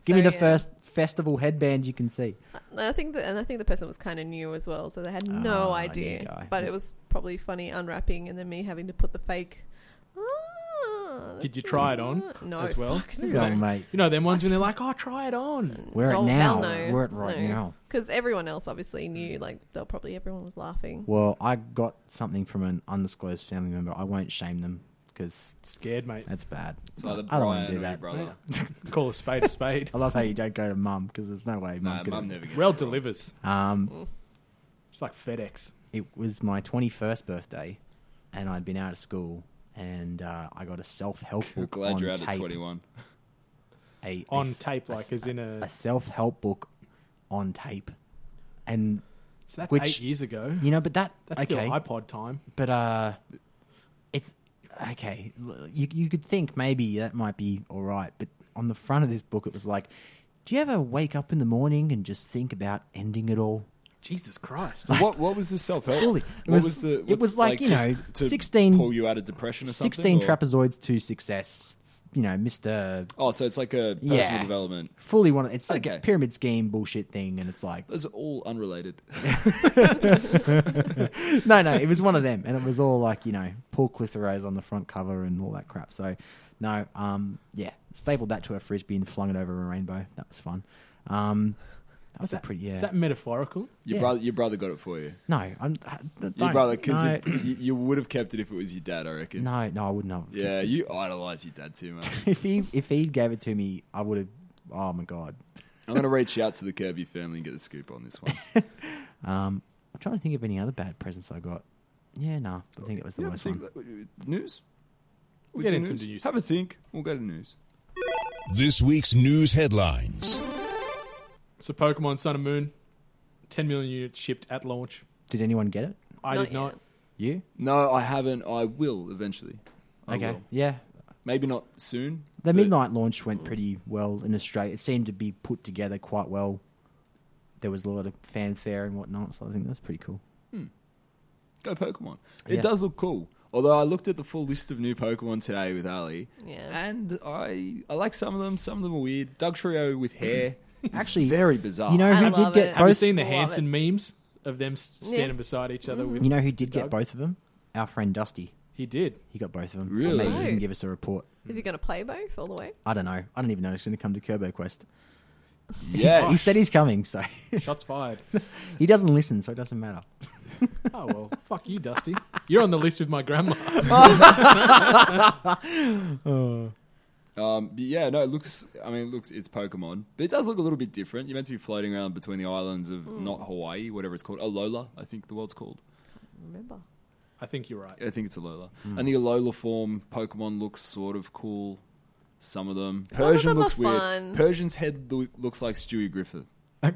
Speaker 8: Give me
Speaker 10: So,
Speaker 8: the
Speaker 10: yeah.
Speaker 8: first festival headband you can see.
Speaker 10: I think that, and I think the person was kind of new as well, so they had no
Speaker 8: Ah, new
Speaker 10: idea.
Speaker 8: guy.
Speaker 10: But it was probably funny unwrapping and then me having to put the fake. "Ah,
Speaker 7: Did you
Speaker 10: that's
Speaker 7: try
Speaker 10: nice,
Speaker 7: it on
Speaker 10: ah." No,
Speaker 7: as well?
Speaker 10: fuck
Speaker 8: Oh,
Speaker 10: no.
Speaker 8: mate.
Speaker 7: You know them ones when they're like, "Oh, try it on."
Speaker 8: Wear it
Speaker 10: Oh,
Speaker 8: now.
Speaker 10: hell no.
Speaker 8: Wear it right now. Mm.
Speaker 10: Because everyone else obviously knew, like, they'll probably everyone was laughing.
Speaker 8: Well, I got something from an undisclosed family member. I won't shame them because
Speaker 7: Scared, mate.
Speaker 8: that's bad.
Speaker 9: It's either
Speaker 8: I
Speaker 9: Brian
Speaker 8: don't want to do
Speaker 9: or your
Speaker 8: that.
Speaker 9: brother.
Speaker 7: Call a spade a spade.
Speaker 8: I love how you don't go to mum because there's no way mum
Speaker 9: Nah,
Speaker 8: could.
Speaker 9: mum never gets
Speaker 7: Rel
Speaker 9: it wrong.
Speaker 7: delivers.
Speaker 8: Um,
Speaker 7: It's like FedEx.
Speaker 8: it was my 21st birthday, and I'd been out of school, and uh, I got a self-help
Speaker 9: We're
Speaker 8: book
Speaker 9: glad
Speaker 8: on
Speaker 9: you're out
Speaker 8: tape.
Speaker 9: at 21.
Speaker 8: a- a
Speaker 7: On
Speaker 8: s-
Speaker 7: tape,
Speaker 8: a
Speaker 7: like,
Speaker 8: s-
Speaker 7: as in a-
Speaker 8: a self-help book on tape, and
Speaker 7: So that's
Speaker 8: Which-
Speaker 7: eight years ago.
Speaker 8: you know, but that
Speaker 7: That's
Speaker 8: okay,
Speaker 7: still iPod time.
Speaker 8: but uh, it's okay. l- You you could think maybe that might be all right, but on the front of this book, it was like, do you ever wake up in the morning and just think about ending it all?
Speaker 7: Jesus Christ.
Speaker 9: what what was the self help?
Speaker 8: fully- it
Speaker 9: What
Speaker 8: was-
Speaker 9: was, the?
Speaker 8: it
Speaker 9: what's,
Speaker 8: was like, you know,
Speaker 9: just to
Speaker 8: 16
Speaker 9: pull you out of depression or something.
Speaker 8: Sixteen
Speaker 9: or-
Speaker 8: trapezoids to success. You know, Mister.
Speaker 9: Oh, so it's like a personal
Speaker 8: Yeah.
Speaker 9: development.
Speaker 8: Fully one. It's like
Speaker 9: Okay.
Speaker 8: pyramid scheme bullshit thing, and it's like
Speaker 9: Those are all unrelated.
Speaker 8: no, no, it was one of them, and it was all like you know Paul Clitheroe's on the front cover and all that crap. So no, um, yeah, stapled that to a frisbee and flung it over a rainbow. That was fun. Um, that was
Speaker 7: Is that-
Speaker 8: a pretty yeah.
Speaker 7: Is that metaphorical?
Speaker 9: Your
Speaker 8: Yeah.
Speaker 9: brother, your brother got it for you.
Speaker 8: no, I'm I- don't,
Speaker 9: Your brother, because
Speaker 8: no,
Speaker 9: *clears throat* you, you would have kept it if it was your dad. I reckon.
Speaker 8: no, no, I wouldn't have.
Speaker 9: Yeah, you idolize your dad too much.
Speaker 8: *laughs* if he if he gave it to me, I would have. Oh my god,
Speaker 9: I'm gonna reach out to the Kirby family and get the scoop on
Speaker 8: *laughs*
Speaker 9: this one.
Speaker 8: um, I'm trying to think of any other bad presents I got. Yeah, nah, I think that was the
Speaker 9: You ever
Speaker 8: worst
Speaker 9: think
Speaker 8: one.
Speaker 9: that- uh, news.
Speaker 7: We'll
Speaker 9: do
Speaker 7: get into the news.
Speaker 9: Have a think. We'll go to news.
Speaker 4: This week's news headlines.
Speaker 7: So Pokemon Sun and Moon, 10 million units shipped at launch.
Speaker 8: Did anyone get it?
Speaker 7: I
Speaker 10: Not
Speaker 7: did not.
Speaker 8: You?
Speaker 9: No, I haven't. I will eventually. I
Speaker 8: Okay.
Speaker 9: will.
Speaker 8: Yeah.
Speaker 9: Maybe not soon.
Speaker 8: The
Speaker 9: but-
Speaker 8: midnight launch went pretty well in Australia. It seemed to be put together quite well. There was a lot of fanfare and whatnot, so I think that's pretty cool.
Speaker 9: Go Pokemon. It
Speaker 8: Yeah.
Speaker 9: does look cool. Although I looked at the full list of new Pokemon today with Ali.
Speaker 10: Yeah.
Speaker 9: And I I like some of them. Some of them are weird. Dugtrio
Speaker 8: *clears throat*
Speaker 9: with hair. is
Speaker 8: Actually,
Speaker 9: very bizarre.
Speaker 8: You know
Speaker 10: I
Speaker 8: who
Speaker 10: love
Speaker 8: did get
Speaker 10: it.
Speaker 7: Have you
Speaker 8: both?
Speaker 7: seen the
Speaker 10: Love
Speaker 7: Hanson memes of them s- standing beside each other? With
Speaker 8: You know who did
Speaker 7: Doug?
Speaker 8: get both of them? Our friend Dusty.
Speaker 9: Mm-hmm.
Speaker 7: he did.
Speaker 8: He got both of them. So
Speaker 9: Really?
Speaker 8: maybe he
Speaker 10: Oh.
Speaker 8: can give us a report.
Speaker 10: Is he going to play both all the way?
Speaker 8: I don't know. I don't even know. It's going to come to Kerbo Quest.
Speaker 9: Yes.
Speaker 8: He said he's coming, so *laughs*
Speaker 9: *laughs*
Speaker 7: Shots fired.
Speaker 8: he doesn't listen, so it doesn't matter.
Speaker 7: Oh well, fuck you, Dusty. You're on the list with my grandma.
Speaker 9: Um, but yeah, no, it looks. I mean, it looks. It's Pokemon, but it does look a little bit different. You're meant to be floating around between the islands of
Speaker 8: Hmm.
Speaker 9: not Hawaii, whatever it's called, Alola. I think the world's called.
Speaker 10: Remember.
Speaker 7: I think you're right.
Speaker 9: I think it's Alola. And the Alola form Pokemon looks sort of cool. Some of them.
Speaker 10: of
Speaker 9: Persian
Speaker 10: them are
Speaker 9: looks weird.
Speaker 10: fun.
Speaker 9: Persian's head lo- looks like Stewie
Speaker 10: *laughs*
Speaker 9: Griffith. it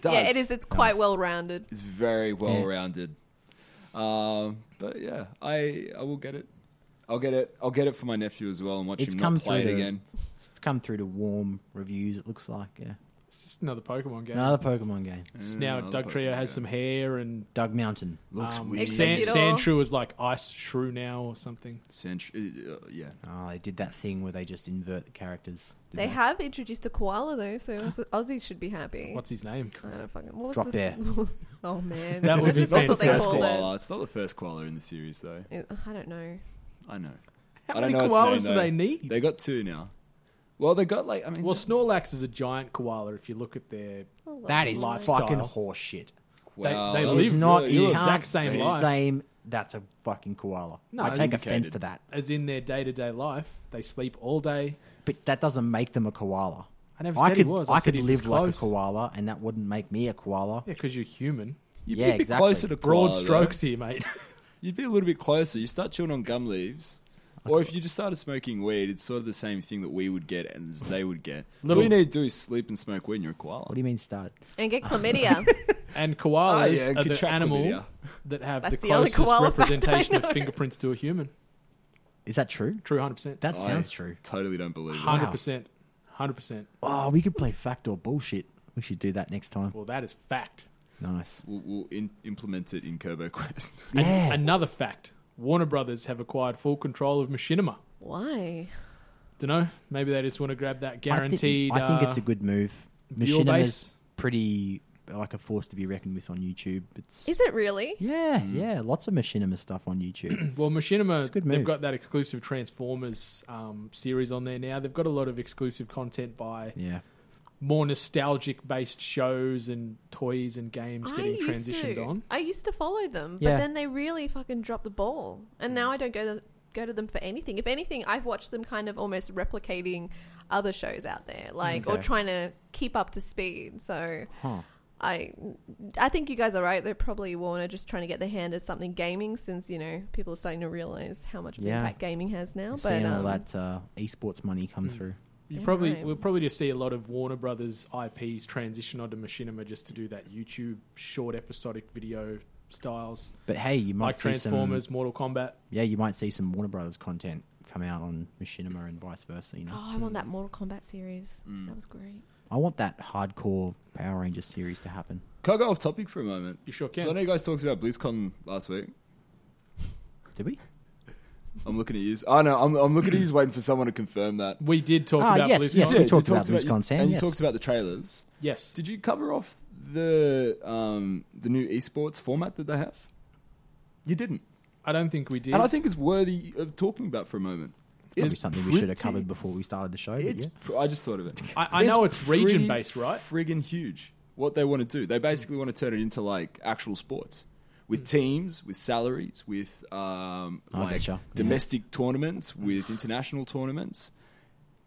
Speaker 9: does.
Speaker 10: Yeah, it is. It's quite well rounded.
Speaker 9: It's very well rounded. Um, but yeah, I I will get it. I'll get it. I'll get it for my nephew as well and watch
Speaker 8: It's
Speaker 9: him
Speaker 8: come
Speaker 9: not play it
Speaker 8: through the-
Speaker 9: again.
Speaker 8: It's come through to warm reviews. It looks like yeah,
Speaker 7: It's just another Pokemon game.
Speaker 8: another Pokemon game.
Speaker 7: Just now,
Speaker 9: another
Speaker 7: Doug Trio
Speaker 9: Pokemon
Speaker 7: has
Speaker 9: game.
Speaker 7: some hair, and
Speaker 8: Doug Mountain.
Speaker 9: Looks weird.
Speaker 7: San-
Speaker 10: Except it all.
Speaker 7: Sandshrew is like ice shrew now or something.
Speaker 9: Centr- uh, yeah.
Speaker 8: Oh, they did that thing where they just invert the characters. didn't
Speaker 10: They have introduced a koala
Speaker 8: *gasps*
Speaker 10: though, so Auss- Aussies should be happy.
Speaker 7: What's his name?
Speaker 10: I don't fucking. What was
Speaker 8: Drop
Speaker 10: this?
Speaker 8: there.
Speaker 10: *laughs* oh man,
Speaker 7: That would be
Speaker 10: that's what they
Speaker 7: fantastic.
Speaker 9: First
Speaker 10: called
Speaker 9: koala.
Speaker 10: it.
Speaker 9: It's not the first koala in the series, though.
Speaker 10: It- I don't know.
Speaker 9: I know.
Speaker 7: How
Speaker 9: I don't
Speaker 7: many
Speaker 9: know its
Speaker 7: koalas
Speaker 9: name,
Speaker 7: do
Speaker 9: though.
Speaker 7: they need?
Speaker 9: They got two now. Well, they got like I mean,
Speaker 7: Well, Snorlax is a giant koala. If you look at their,
Speaker 10: Oh,
Speaker 8: That is
Speaker 7: Lifestyle.
Speaker 8: fucking horseshit.
Speaker 7: they,
Speaker 9: wow,
Speaker 7: they
Speaker 9: that
Speaker 7: live
Speaker 9: was
Speaker 8: It's not
Speaker 9: really
Speaker 7: the
Speaker 8: you
Speaker 9: good.
Speaker 8: can't
Speaker 7: exact same
Speaker 8: it's
Speaker 7: life.
Speaker 8: Um, Same. That's a fucking koala.
Speaker 7: No,
Speaker 8: I take
Speaker 9: indicated.
Speaker 8: offense to that,
Speaker 7: as in their day to day life. They sleep all day.
Speaker 8: but that doesn't make them a koala.
Speaker 7: I never
Speaker 8: I
Speaker 7: said
Speaker 8: could
Speaker 7: he was. I,
Speaker 8: I
Speaker 7: said
Speaker 8: could
Speaker 7: he's
Speaker 8: live
Speaker 7: as
Speaker 8: like a
Speaker 7: close.
Speaker 8: koala, and that wouldn't make me a koala.
Speaker 7: Yeah, because you're human.
Speaker 9: You'd
Speaker 8: Yeah,
Speaker 9: be a bit
Speaker 8: exactly.
Speaker 9: closer to koala,
Speaker 7: Broad
Speaker 9: though.
Speaker 7: strokes here, mate.
Speaker 9: You'd be a little bit closer. You start chewing on gum leaves, or if you just started smoking weed, it's sort of the same thing that we would get and as they would get. So all you need to do is sleep and smoke weed, and you're a
Speaker 8: What
Speaker 9: koala.
Speaker 8: do you mean start?
Speaker 10: And get
Speaker 7: *laughs*
Speaker 10: chlamydia.
Speaker 7: And koalas
Speaker 9: Ah, yeah,
Speaker 7: are the
Speaker 9: contract
Speaker 7: animal
Speaker 9: chlamydia.
Speaker 7: that have the
Speaker 10: That's the only
Speaker 7: closest
Speaker 10: koala fact I
Speaker 7: representation of
Speaker 10: know.
Speaker 7: fingerprints to a human.
Speaker 8: Is that true?
Speaker 7: True, hundred percent.
Speaker 8: That
Speaker 9: I
Speaker 8: sounds true.
Speaker 9: Totally don't believe it.
Speaker 7: hundred percent, hundred percent.
Speaker 8: Oh, we could play fact or bullshit. We should do that next time.
Speaker 7: Well, that is fact.
Speaker 8: Nice.
Speaker 9: We'll, we'll in- implement it in Kerbo Quest. *laughs*
Speaker 7: And
Speaker 8: Yeah.
Speaker 7: another fact: Warner Brothers have acquired full control of Machinima.
Speaker 10: Why?
Speaker 7: Don't know. Maybe they just want to grab that
Speaker 8: I think-
Speaker 7: guaranteed.
Speaker 8: I think,
Speaker 7: uh,
Speaker 8: it's a good move.
Speaker 7: viewer
Speaker 8: Machinima's
Speaker 7: base.
Speaker 8: pretty like a force to be reckoned with on YouTube. It's
Speaker 10: Is it really?
Speaker 8: yeah, yeah, lots of machinima stuff on
Speaker 7: *coughs*
Speaker 8: YouTube.
Speaker 7: uh, Well, Machinima,
Speaker 8: It's a good
Speaker 7: they've
Speaker 8: move.
Speaker 7: got that exclusive Transformers um, series on there now. They've got a lot of exclusive content by
Speaker 8: yeah,
Speaker 7: more nostalgic based shows and toys and games
Speaker 10: I
Speaker 7: getting
Speaker 10: used
Speaker 7: transitioned
Speaker 10: to.
Speaker 7: on.
Speaker 10: I used to follow them,
Speaker 8: Yeah.
Speaker 10: but then they really fucking dropped the ball, and
Speaker 7: Mm.
Speaker 10: now I don't go to, go to them for anything. If anything, I've watched them kind of almost replicating other shows out there, like or
Speaker 8: Okay.
Speaker 10: trying to keep up to speed. So
Speaker 8: huh?
Speaker 10: I I think you guys are right. They're probably Warner just trying to get their hand at something gaming, since you know people are starting to realize how much of an
Speaker 8: Yeah.
Speaker 10: impact gaming has now. But
Speaker 8: Seeing all
Speaker 10: um,
Speaker 8: that uh, esports money come through.
Speaker 7: You
Speaker 10: Yeah,
Speaker 7: probably
Speaker 10: right.
Speaker 7: we'll probably just see a lot of Warner Brothers IPs transition onto Machinima just to do that YouTube short episodic video styles,
Speaker 8: But hey, you might
Speaker 7: like
Speaker 8: see
Speaker 7: Transformers,
Speaker 8: some
Speaker 7: Mortal Kombat.
Speaker 8: yeah, you might see some Warner Brothers content come out on machinima and vice versa. You know,
Speaker 10: oh, I want that Mortal Kombat series.
Speaker 7: Mm.
Speaker 10: That was great.
Speaker 8: I want that hardcore Power Rangers series to happen.
Speaker 9: Can I go off topic for a moment?
Speaker 7: You sure
Speaker 9: So I know
Speaker 7: can.
Speaker 9: you guys talked about BlizzCon last week.
Speaker 8: Did we?
Speaker 9: I'm looking at you. Oh no, I'm, I'm looking at you, waiting for someone to confirm that.
Speaker 7: We did talk
Speaker 8: Ah,
Speaker 7: about
Speaker 8: yes,
Speaker 7: BlizzCon.
Speaker 8: yes. we
Speaker 9: Yeah,
Speaker 8: talked
Speaker 9: you
Speaker 8: about BlizzCon, Sam,
Speaker 9: and
Speaker 8: yes.
Speaker 9: you talked about the trailers.
Speaker 7: Yes.
Speaker 9: Did you cover off the um, the new esports format that they have? You didn't,
Speaker 7: I don't think we did.
Speaker 9: and I think it's worthy of talking about for a moment. It's
Speaker 8: Probably something we should have covered before we started the show. but
Speaker 9: It's
Speaker 8: yeah.
Speaker 9: pr- I just thought of it.
Speaker 7: I- I know it's
Speaker 9: pretty
Speaker 7: region-based, right?
Speaker 9: Friggin' huge. What they want to do, they basically want to turn it into like actual sports with teams, with salaries, with um,
Speaker 8: Hmm. I
Speaker 9: like
Speaker 8: getcha. Yeah.
Speaker 9: domestic tournaments, with international tournaments.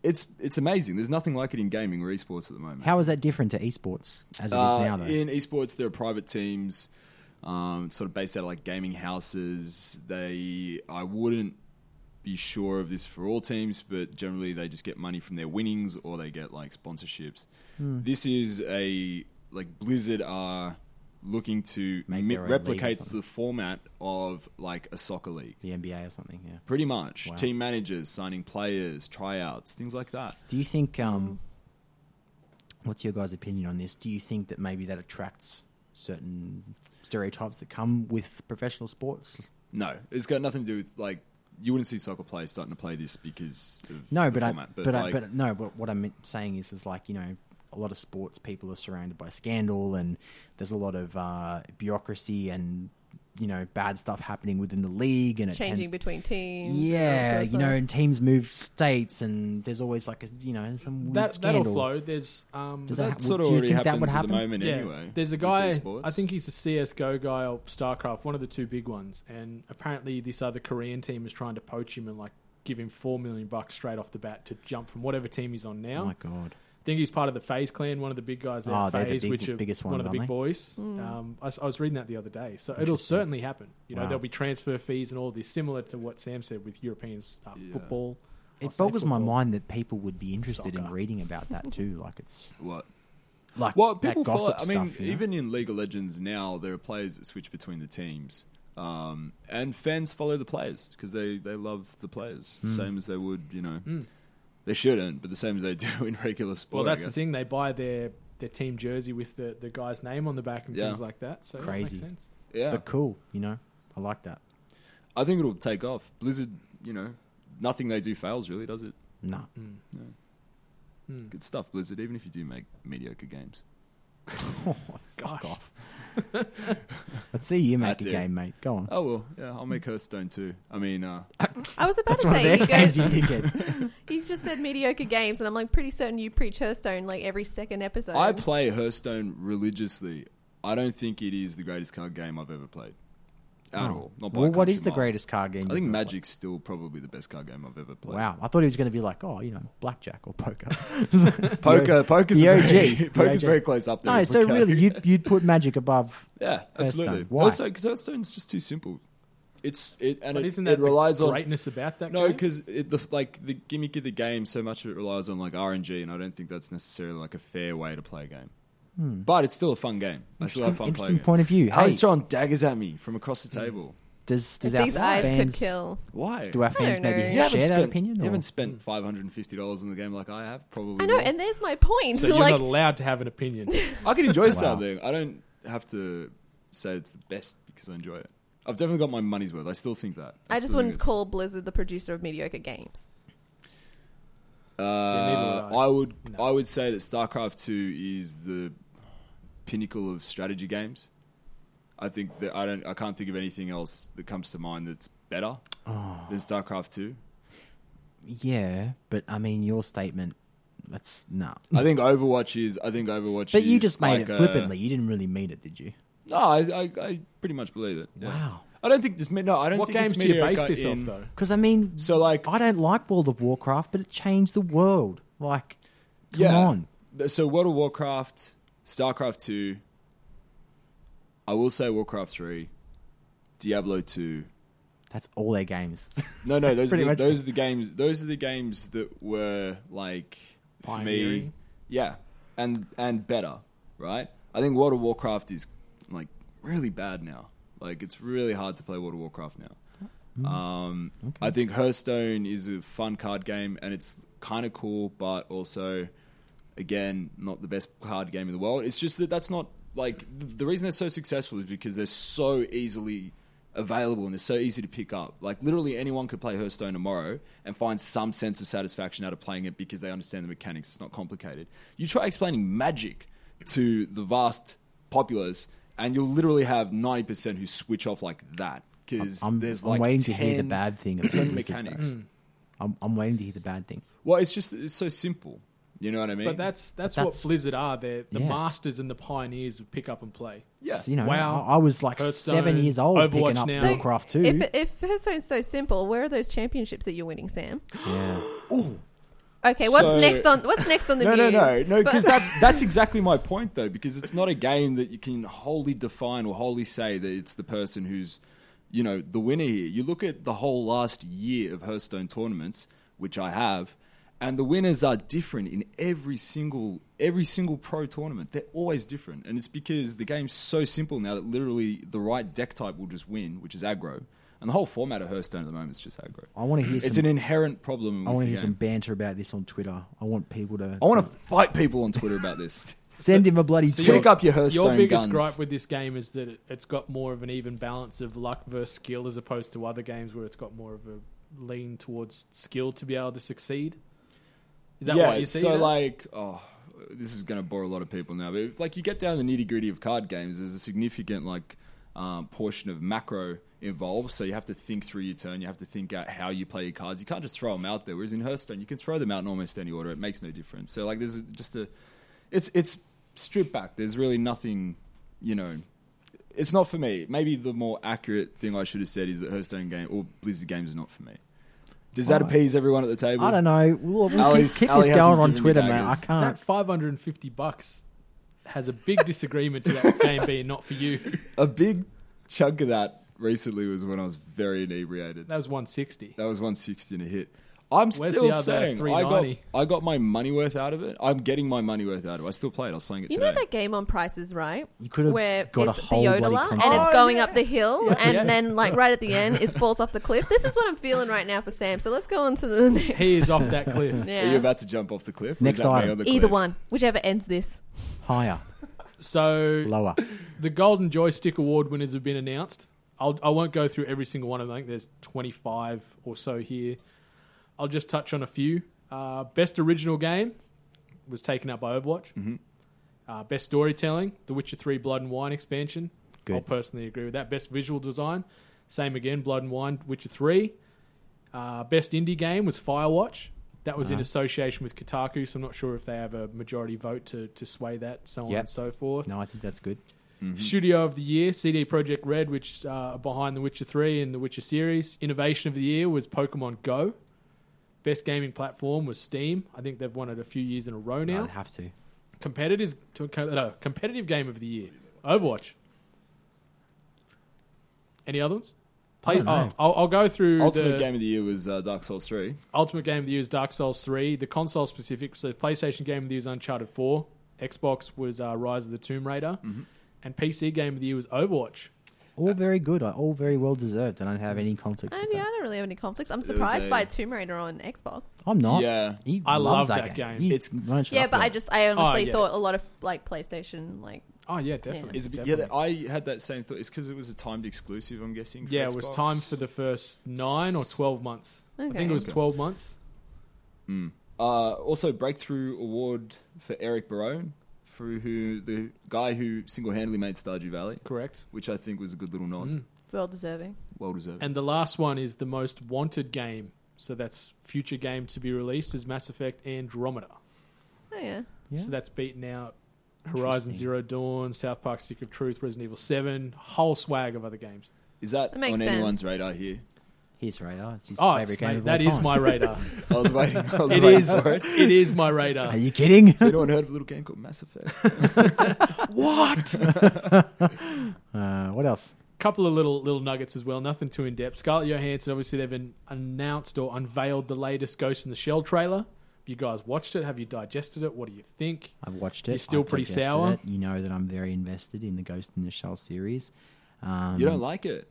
Speaker 9: It's it's amazing. There's nothing like it in gaming or esports at the moment.
Speaker 8: How is that different to esports as it is
Speaker 9: Uh,
Speaker 8: now? Though
Speaker 9: in esports, there are private teams, um, sort of based out of like gaming houses. They, I wouldn't be sure of this for all teams, but generally they just get money from their winnings
Speaker 8: Hmm.
Speaker 9: or they get like sponsorships. This is a like Blizzard are looking to
Speaker 8: Make
Speaker 9: mi-
Speaker 8: their own league or
Speaker 9: replicate
Speaker 8: something.
Speaker 9: the format of like a soccer league.
Speaker 8: the NBA or something. Yeah.
Speaker 9: Pretty much,
Speaker 8: Wow.
Speaker 9: team managers signing players, tryouts, things like that.
Speaker 8: Do you think? Um, what's your guys' opinion on this? Do you think that maybe that attracts certain stereotypes that come with professional sports?
Speaker 9: No, it's got nothing to do with like you wouldn't see soccer players starting to play this because of
Speaker 8: No,
Speaker 9: the
Speaker 8: but I,
Speaker 9: format,
Speaker 8: but, I,
Speaker 9: like,
Speaker 8: but no, but what I'm saying is, is like you know, a lot of sports people are surrounded by scandal, and there's a lot of uh, bureaucracy and you know bad stuff happening within the league, and it
Speaker 10: Changing
Speaker 8: tends,
Speaker 10: between teams.
Speaker 8: yeah,
Speaker 10: and so-
Speaker 8: you know, and teams move states, and there's always like a you know some weird
Speaker 7: That
Speaker 8: scandal.
Speaker 7: that'll flow. There's um,
Speaker 8: Does
Speaker 9: that,
Speaker 8: that-
Speaker 9: sort
Speaker 8: do
Speaker 9: of
Speaker 8: you
Speaker 9: already
Speaker 8: think
Speaker 9: happens
Speaker 8: that would
Speaker 9: at the
Speaker 8: happen?
Speaker 9: moment anyway.
Speaker 7: There's a
Speaker 9: with
Speaker 7: guy,
Speaker 9: esports.
Speaker 7: I think he's a CSGO guy or StarCraft, one of the two big ones. And apparently, this other Korean team is trying to poach him and like give him four million bucks straight off the bat to jump from whatever team he's on now.
Speaker 8: Oh my god!
Speaker 7: I think he's part of the Phase clan, one of the big guys there.
Speaker 8: Oh, they're the
Speaker 7: Phase,
Speaker 8: big-
Speaker 7: which are
Speaker 8: biggest
Speaker 7: one of
Speaker 8: ones,
Speaker 7: the big
Speaker 8: aren't they?
Speaker 7: boys. Um, I, s- I was reading that the other day, so it'll
Speaker 8: Interesting.
Speaker 7: certainly happen. You know,
Speaker 8: Wow.
Speaker 7: there'll be transfer fees and all this, similar to what Sam said with Europeans uh, football. I'll
Speaker 8: It
Speaker 7: say
Speaker 8: boggles my
Speaker 7: football.
Speaker 8: mind that people would be interested in
Speaker 7: Soccer.
Speaker 8: reading about
Speaker 10: *laughs*
Speaker 8: that too. Like it's
Speaker 9: what?
Speaker 8: like
Speaker 9: Well,
Speaker 8: that
Speaker 9: people follow.
Speaker 8: gossip
Speaker 9: I mean,
Speaker 8: stuff, you know?
Speaker 9: even in League of Legends now, there are players that switch between the teams, um, and fans follow the players because they, they love the players,
Speaker 8: Hmm.
Speaker 9: same as they would, you know. They shouldn't, but the same as they do *laughs* in regular sport.
Speaker 7: Well,
Speaker 9: I
Speaker 7: that's the
Speaker 9: guess.
Speaker 7: thing. They buy their their team jersey with the, the guy's name on the back and
Speaker 9: Yeah.
Speaker 7: things like that. So yeah, it
Speaker 8: Crazy.
Speaker 7: makes sense.
Speaker 9: Yeah,
Speaker 8: but cool, you know. I like that.
Speaker 9: I think it'll take off. Blizzard, you know, nothing they do fails really, does it?
Speaker 8: No,
Speaker 9: Good stuff, Blizzard. Even if you do make mediocre games,
Speaker 8: *laughs* Oh,
Speaker 9: *laughs*
Speaker 8: fuck off. Let's see you make
Speaker 9: That's
Speaker 8: a
Speaker 9: it.
Speaker 8: game, mate. Go on.
Speaker 9: oh well, yeah, I'll make Hearthstone too. I mean, uh,
Speaker 10: I was
Speaker 8: That's
Speaker 10: about to
Speaker 8: one of
Speaker 10: say,
Speaker 8: their *laughs*
Speaker 10: you,
Speaker 8: games, you
Speaker 10: go,
Speaker 9: *laughs*
Speaker 8: dickhead.
Speaker 10: you just said mediocre games, and I'm like pretty certain you preach Hearthstone like every second episode.
Speaker 9: I play Hearthstone religiously. I don't think it is the greatest card game I've ever played at all. Not by
Speaker 8: Oh. well,
Speaker 9: a
Speaker 8: what is
Speaker 9: country
Speaker 8: the
Speaker 9: mile.
Speaker 8: greatest card game?
Speaker 9: I think
Speaker 8: you've ever
Speaker 9: Magic's still probably the best card game I've ever
Speaker 8: played?
Speaker 9: played.
Speaker 8: Wow, I thought he was going to be like, oh, you know, blackjack
Speaker 9: *laughs*
Speaker 8: or poker. *laughs*
Speaker 9: Poker, poker's
Speaker 8: The OG.
Speaker 9: *laughs* very, poker's
Speaker 8: The OG.
Speaker 9: very close up there.
Speaker 8: no,
Speaker 9: with
Speaker 8: so
Speaker 9: Poker.
Speaker 8: really, you'd, you'd put Magic above.
Speaker 9: *laughs* yeah, absolutely.
Speaker 8: Hearthstone. Why?
Speaker 9: Also, because Hearthstone's just too simple. It's it and
Speaker 7: But
Speaker 9: it,
Speaker 7: isn't
Speaker 9: it
Speaker 7: that
Speaker 9: relies
Speaker 7: the
Speaker 9: on
Speaker 7: greatness about that?
Speaker 9: no,
Speaker 7: game?
Speaker 9: because the like the gimmick of the game, so much of it relies on like RNG, and I don't think that's necessarily like a fair way to play a game. But it's still a fun game. I still have
Speaker 8: Hmm. Interesting,
Speaker 9: fun
Speaker 8: interesting
Speaker 9: playing.
Speaker 8: point of view.
Speaker 9: it. Hey,
Speaker 8: Hey,
Speaker 9: he's throwing daggers at me from across the table.
Speaker 8: does, does our
Speaker 10: These eyes
Speaker 8: fans,
Speaker 10: could kill.
Speaker 9: Why?
Speaker 8: Do our fans
Speaker 10: know.
Speaker 8: maybe
Speaker 10: You
Speaker 8: share
Speaker 9: haven't
Speaker 8: that
Speaker 9: spent-
Speaker 8: opinion?
Speaker 9: You
Speaker 8: or-
Speaker 9: haven't spent five hundred and fifty dollars on the game like I have. Probably.
Speaker 10: I know,
Speaker 9: not.
Speaker 10: and there's my point.
Speaker 7: so you're
Speaker 10: like,
Speaker 7: not allowed to have an opinion.
Speaker 9: I can
Speaker 8: *laughs*
Speaker 9: enjoy something. I don't have to say it's the best because I enjoy it. I've definitely got my money's worth. I still think that.
Speaker 10: I
Speaker 9: still
Speaker 10: just
Speaker 9: think
Speaker 10: wouldn't
Speaker 9: it's-
Speaker 10: call Blizzard the producer of mediocre games.
Speaker 9: Uh,
Speaker 7: neither would I.
Speaker 9: I would.
Speaker 7: No.
Speaker 9: I would say that StarCraft Two is the pinnacle of strategy games. I think that I don't. I can't think of anything else that comes to mind that's better
Speaker 7: Oh.
Speaker 9: than StarCraft Two.
Speaker 8: Yeah, but I mean, your statement, that's no.
Speaker 9: I think Overwatch is. I think Overwatch.
Speaker 8: But you
Speaker 9: is
Speaker 8: just made
Speaker 9: like uh,
Speaker 8: it
Speaker 9: a-
Speaker 8: flippantly. You didn't really mean it, did you?
Speaker 9: No, I, I, I pretty much believe it. yeah.
Speaker 8: Wow.
Speaker 9: I don't think this. me- No, I don't
Speaker 7: what
Speaker 9: think
Speaker 7: games
Speaker 9: it's
Speaker 7: do you base
Speaker 9: mediocre
Speaker 7: this off,
Speaker 9: in-
Speaker 7: though?
Speaker 8: Because I mean,
Speaker 9: So, like-
Speaker 8: I don't like World of Warcraft, but it changed the world. Like, come on,
Speaker 9: Th- So World of Warcraft, StarCraft 2, I will say Warcraft 3, Diablo 2.
Speaker 8: that's all their games. *laughs*
Speaker 9: *laughs* No, no, those are
Speaker 8: Pretty
Speaker 9: the,
Speaker 8: much.
Speaker 9: those are the games. Those are the games that were like for me,
Speaker 7: Pioneering.
Speaker 9: yeah, and and better, right? I think World of Warcraft is like really bad now. Like it's really hard to play World of Warcraft now. Um, I think Hearthstone is a fun card game and it's kind of cool, but also, again, not the best card game in the world. It's just that that's not like the, the reason they're so successful is because they're so easily available and they're so easy to pick up. Like, literally, anyone could play Hearthstone tomorrow and find some sense of satisfaction out of playing it because they understand the mechanics. It's not complicated. You try explaining magic to the vast populace, and you'll literally have 90% who switch off like that. Because
Speaker 8: I'm-
Speaker 9: there's
Speaker 8: I'm
Speaker 9: like
Speaker 8: waiting to hear the
Speaker 9: 10
Speaker 8: bad thing
Speaker 7: *clears throat*
Speaker 8: about
Speaker 9: 10
Speaker 8: Blizzard, though.
Speaker 9: mechanics.
Speaker 7: mm.
Speaker 8: I'm, I'm waiting to hear the bad thing.
Speaker 9: Well, it's just it's so simple. You know what I mean?
Speaker 7: But that's that's,
Speaker 8: that's-
Speaker 7: what Blizzard are. They're the
Speaker 8: Yeah.
Speaker 7: masters and the pioneers of pick up and play.
Speaker 9: yeah.
Speaker 8: You know,
Speaker 7: Wow.
Speaker 8: I, I was like
Speaker 7: Hearthstone,
Speaker 8: seven years old
Speaker 7: Overwatch
Speaker 8: picking up
Speaker 7: now.
Speaker 10: So,
Speaker 8: Warcraft two.
Speaker 10: If, if Hearthstone's so simple, where are those championships that you're winning, Sam?
Speaker 8: yeah.
Speaker 10: Okay, what's
Speaker 9: So-
Speaker 10: next on what's next on the
Speaker 9: no, no,
Speaker 10: news?
Speaker 9: no, no,
Speaker 10: But-
Speaker 9: because that's that's exactly my point though. Because it's not a game that you can wholly define or wholly say that it's the person who's, you know, the winner here. You look at the whole last year of Hearthstone tournaments, which I have, and the winners are different in every single every single pro tournament. They're always different, and it's because the game's so simple now that literally the right deck type will just win, which is aggro. And the whole format of Hearthstone at the moment is just aggro.
Speaker 8: I wanna hear
Speaker 9: It's
Speaker 8: some-
Speaker 9: an inherent problem.
Speaker 8: I
Speaker 9: with
Speaker 8: want to
Speaker 9: the
Speaker 8: hear some
Speaker 9: game.
Speaker 8: banter about this on Twitter. I want people to.
Speaker 9: I want to fight people on Twitter about
Speaker 8: *laughs*
Speaker 9: this.
Speaker 8: send him a bloody
Speaker 9: So
Speaker 8: tweet.
Speaker 9: pick up your Hearthstone
Speaker 7: Your biggest
Speaker 9: guns.
Speaker 7: gripe with this game is that it, it's got more of an even balance of luck versus skill as opposed to other games where it's got more of a lean towards skill to be able to succeed. Is that
Speaker 9: yeah,
Speaker 7: what you see?
Speaker 9: so
Speaker 7: it as?
Speaker 9: like, oh, this is going to bore a lot of people now. But if, like, you get down to the nitty gritty of card games. There's a significant like um, portion of macro involved, so you have to think through your turn. You have to think out how you play your cards. You can't just throw them out there. Whereas in Hearthstone, you can throw them out in almost any order. It makes no difference. So like, there's just a, it's it's stripped back. There's really nothing, you know. It's not for me. Maybe the more accurate thing I should have said is that Hearthstone game or Blizzard games are not for me. Does that
Speaker 8: Alright.
Speaker 9: appease everyone at the table?
Speaker 8: I don't know. We'll, we'll
Speaker 9: Ali's-
Speaker 8: keep, keep
Speaker 9: Ali
Speaker 8: this going
Speaker 9: hasn't given
Speaker 8: on
Speaker 9: me
Speaker 8: Twitter, man. I
Speaker 9: daggers.
Speaker 8: can't.
Speaker 7: that 550 bucks has a big disagreement
Speaker 9: *laughs*
Speaker 7: to that game being not for you.
Speaker 9: a big chunk of that recently was when I was very inebriated.
Speaker 7: That was 160.
Speaker 9: That was 160 and a hit. I'm
Speaker 7: Where's
Speaker 9: still
Speaker 7: the other
Speaker 9: saying I got
Speaker 7: 390?
Speaker 9: I got my money worth out of it. I'm getting my money worth out of it. I still played. I was playing it
Speaker 10: *laughs* You
Speaker 9: today.
Speaker 10: know that game on prices, right?
Speaker 8: You could have
Speaker 10: Where
Speaker 8: got a
Speaker 10: it's
Speaker 8: whole
Speaker 10: the
Speaker 8: bloody
Speaker 10: yodeler and
Speaker 8: concept.
Speaker 10: it's going up the hill, and
Speaker 7: Yeah.
Speaker 10: then like right at the end, it falls off the cliff. This is what I'm feeling right now for Sam. So let's go on to the *laughs* next.
Speaker 7: He is off that cliff.
Speaker 10: yeah.
Speaker 9: Are you about to jump off the cliff? or
Speaker 8: Next
Speaker 9: is that me
Speaker 8: item.
Speaker 9: on the
Speaker 10: Either
Speaker 9: cliff?
Speaker 10: one, whichever ends this.
Speaker 8: *laughs* Higher,
Speaker 7: So
Speaker 8: lower.
Speaker 7: the Golden Joystick Award winners have been announced. I'll, I won't go through every single one of them. I think there's 25 or so here. I'll just touch on a few. Uh, best original game was taken up by Overwatch.
Speaker 8: Mm-hmm.
Speaker 7: Uh, best storytelling, The Witcher 3 Blood and Wine expansion. I'll
Speaker 8: Good.
Speaker 7: personally agree with that. Best visual design, same again, Blood and Wine, Witcher 3. Uh, best indie game was Firewatch. That
Speaker 8: Uh-huh.
Speaker 7: was in association with Kotaku, so I'm not sure if they have a majority vote to, to sway that, so on
Speaker 8: Yep.
Speaker 7: and so forth.
Speaker 8: No, I think that's good.
Speaker 7: Studio of the Year, CD Projekt Red, which uh, are behind The Witcher 3 and The Witcher series. Innovation of the Year was Pokemon Go. Best gaming platform was Steam. I think they've won it a few years in a row now.
Speaker 8: I'd have to.
Speaker 7: Competitive, to- co- no, competitive game of the year, Overwatch. Any other ones? Play,
Speaker 8: don't know.
Speaker 7: oh, I'll, I'll go through
Speaker 9: Ultimate
Speaker 7: the,
Speaker 9: game of the year was uh, Dark Souls 3.
Speaker 7: Ultimate Game of the Year is Dark Souls 3. The console specific, so PlayStation Game of the Year is Uncharted 4. Xbox was uh, Rise of the Tomb Raider. And PC Game of the Year was Overwatch.
Speaker 8: All very good. uh, All very well deserved. I don't have any context.
Speaker 10: And
Speaker 8: with
Speaker 10: yeah, I
Speaker 8: that.
Speaker 10: don't really have any conflicts. I'm
Speaker 9: was
Speaker 10: surprised
Speaker 9: a-
Speaker 10: by Tomb Raider on Xbox.
Speaker 8: I'm not.
Speaker 9: Yeah.
Speaker 8: He
Speaker 7: I
Speaker 8: loves
Speaker 7: love
Speaker 8: that
Speaker 7: that
Speaker 8: game.
Speaker 7: game.
Speaker 8: He
Speaker 9: It's-
Speaker 8: won't shut
Speaker 10: Yeah,
Speaker 8: up
Speaker 10: but
Speaker 8: about
Speaker 10: I
Speaker 8: it.
Speaker 10: just I honestly
Speaker 9: Oh,
Speaker 7: yeah.
Speaker 10: thought a lot of like PlayStation like
Speaker 7: Oh, yeah, definitely.
Speaker 9: Is it, yeah,
Speaker 7: definitely.
Speaker 9: that- I had that same thought. It's because it was a timed exclusive, I'm guessing. for
Speaker 7: Yeah, it was
Speaker 9: Xbox.
Speaker 7: time for the first nine or 12 months. I
Speaker 10: Okay.
Speaker 7: think it was
Speaker 9: Okay.
Speaker 7: 12 months.
Speaker 9: Uh, also, breakthrough award for Eric Barone, for who the guy who single-handedly made Stardew Valley,
Speaker 7: Correct.
Speaker 9: which I think was a good little nod.
Speaker 10: well deserving.
Speaker 9: Well deserved.
Speaker 7: And the last one is the most wanted game. So that's future game to be released is Mass Effect Andromeda.
Speaker 10: Oh yeah.
Speaker 8: Yeah.
Speaker 7: So that's beaten out Horizon
Speaker 8: Interesting.
Speaker 7: Zero Dawn, South Park: Stick of Truth, Resident Evil Seven, whole swag of other games.
Speaker 9: Is that
Speaker 10: That
Speaker 9: on
Speaker 10: makes sense.
Speaker 9: anyone's radar here? *laughs*
Speaker 8: His radar. It's his
Speaker 7: Oh,
Speaker 8: favorite
Speaker 7: it's,
Speaker 8: game.
Speaker 7: mate,
Speaker 8: of
Speaker 7: that
Speaker 8: all
Speaker 7: is
Speaker 8: time.
Speaker 7: my
Speaker 8: *laughs*
Speaker 7: radar.
Speaker 9: I was waiting. I was
Speaker 7: it
Speaker 9: waiting
Speaker 7: is.
Speaker 9: for it.
Speaker 7: It is my
Speaker 8: Are
Speaker 7: radar.
Speaker 8: you
Speaker 7: *laughs*
Speaker 8: kidding? *laughs*
Speaker 9: Has anyone heard of a little game called Mass Effect?
Speaker 7: *laughs*
Speaker 8: Uh, what else?
Speaker 7: couple of little little nuggets as well. Nothing too in depth. Scarlett Johansson obviously they've an- announced or unveiled the latest Ghost in the Shell trailer. Have you guys watched it? Have you digested it? What do you think?
Speaker 8: I've watched it.
Speaker 7: You're still
Speaker 8: I've
Speaker 7: pretty
Speaker 8: digested
Speaker 7: sour.
Speaker 8: it. You know that I'm very invested in the Ghost in the Shell series. Um,
Speaker 9: you don't like it?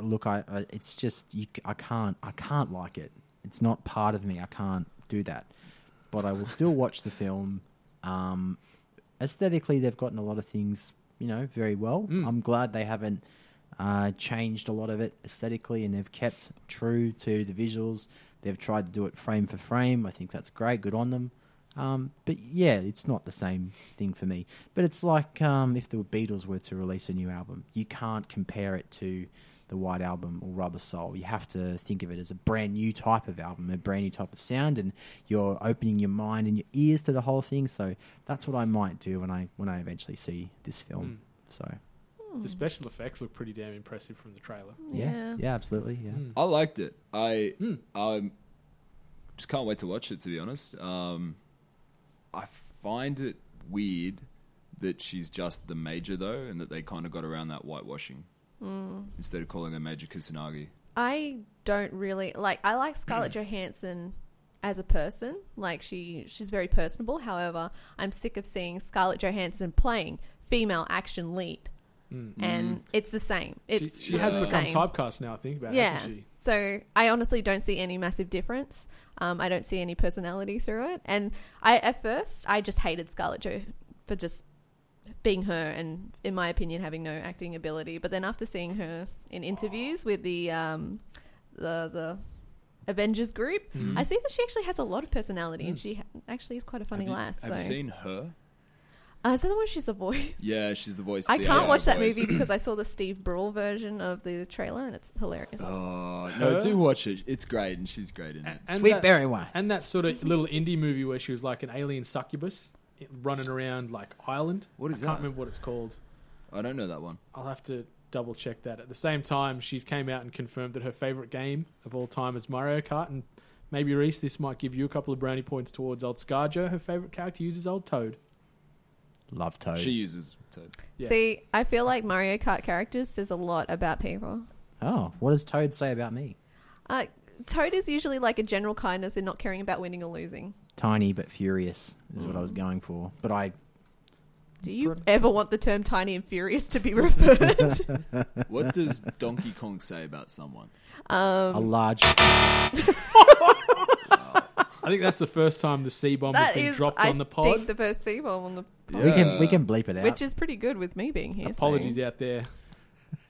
Speaker 8: look, I, I it's just you, c- I can't I can't like it. It's not part of me. I can't do that. But I will still watch the film. Um, aesthetically, they've gotten a lot of things you know very well.
Speaker 7: Hmm.
Speaker 8: I'm glad they haven't uh, changed a lot of it aesthetically, and they've kept true to the visuals. They've tried to do it frame for frame. I think that's great. Good on them. Um, but yeah, it's not the same thing for me. But it's like um, if the Beatles were to release a new album, you can't compare it to the White Album or Rubber Soul. You have to think of it as a brand new type of album, a brand new type of sound, and you're opening your mind and your ears to the whole thing. So that's what I might do when I when I eventually see this film. So
Speaker 10: Hmm.
Speaker 7: The special effects look pretty damn impressive from the trailer.
Speaker 8: yeah,
Speaker 10: Yeah.
Speaker 8: yeah, absolutely, yeah.
Speaker 7: Hmm.
Speaker 9: I liked it. I I just can't wait to watch it. To be honest, um, I find it weird that she's just the major though, and that they kind of got around that whitewashing
Speaker 10: Hmm.
Speaker 9: instead of calling her Major Kusanagi.
Speaker 7: Hmm.
Speaker 10: I don't really like. I like Scarlett Johansson as a person. Like she she's very personable. However, I'm sick of seeing Scarlett Johansson playing female action lead. And it's the same. It's
Speaker 7: Hmm. she she has
Speaker 10: the
Speaker 7: become
Speaker 10: same.
Speaker 7: typecast now. I think about it,
Speaker 10: Yeah.
Speaker 7: hasn't she?
Speaker 10: So I honestly don't see any massive difference. Um, I don't see any personality through it. And I at first I just hated Scarlett Jo for just being her and in my opinion having no acting ability. But then after seeing her in interviews with the um, the the Avengers group,
Speaker 9: Mm-hmm.
Speaker 10: I see that she actually has a lot of personality and she ha- actually is quite a funny
Speaker 9: Mm. have you,
Speaker 10: lass.
Speaker 9: have you
Speaker 10: so.
Speaker 9: seen her?
Speaker 10: Uh, so the one she's the voice.
Speaker 9: Yeah, she's the voice.
Speaker 10: I
Speaker 9: of the
Speaker 10: can't
Speaker 9: AI
Speaker 10: watch that
Speaker 9: voice. *clears throat*
Speaker 10: movie because I saw the Steve Brule version of the trailer and it's hilarious.
Speaker 9: Oh, no, do watch it. It's great, and she's great in it.
Speaker 7: And
Speaker 8: Sweet
Speaker 7: that-
Speaker 8: berry wine.
Speaker 7: And that sort of little indie movie where she was like an alien succubus i- running around like Ireland.
Speaker 9: What is
Speaker 7: I can't
Speaker 9: that?
Speaker 7: remember what it's called.
Speaker 9: I don't know that one.
Speaker 7: I'll have to double check that. At the same time, she's came out and confirmed that her favorite game of all time is Mario Kart. And maybe Reese, this might give you a couple of brownie points towards old Scarjo. Her favorite character uses old Toad.
Speaker 8: Love Toad.
Speaker 9: She uses Toad.
Speaker 7: Yeah.
Speaker 10: See, I feel like Mario Kart characters says a lot about people.
Speaker 8: oh, what does Toad say about me?
Speaker 10: Uh, Toad is usually like a general kindness in not caring about winning or losing.
Speaker 8: Tiny but furious is what I was going for, but I
Speaker 10: Do you ever want the term tiny and furious to
Speaker 7: *laughs*
Speaker 10: be *laughs* referred?
Speaker 8: *laughs*
Speaker 9: What does Donkey Kong say about someone?
Speaker 8: a
Speaker 10: Um,
Speaker 8: large.
Speaker 7: I think that's the first time the C bomb has
Speaker 10: that
Speaker 7: been
Speaker 10: is,
Speaker 7: dropped
Speaker 10: I
Speaker 7: on the
Speaker 10: think,
Speaker 7: pod.
Speaker 10: the first C bomb on the.
Speaker 8: We can we can bleep it out.
Speaker 10: Which is pretty good with me being here. so-
Speaker 7: Apologies out there.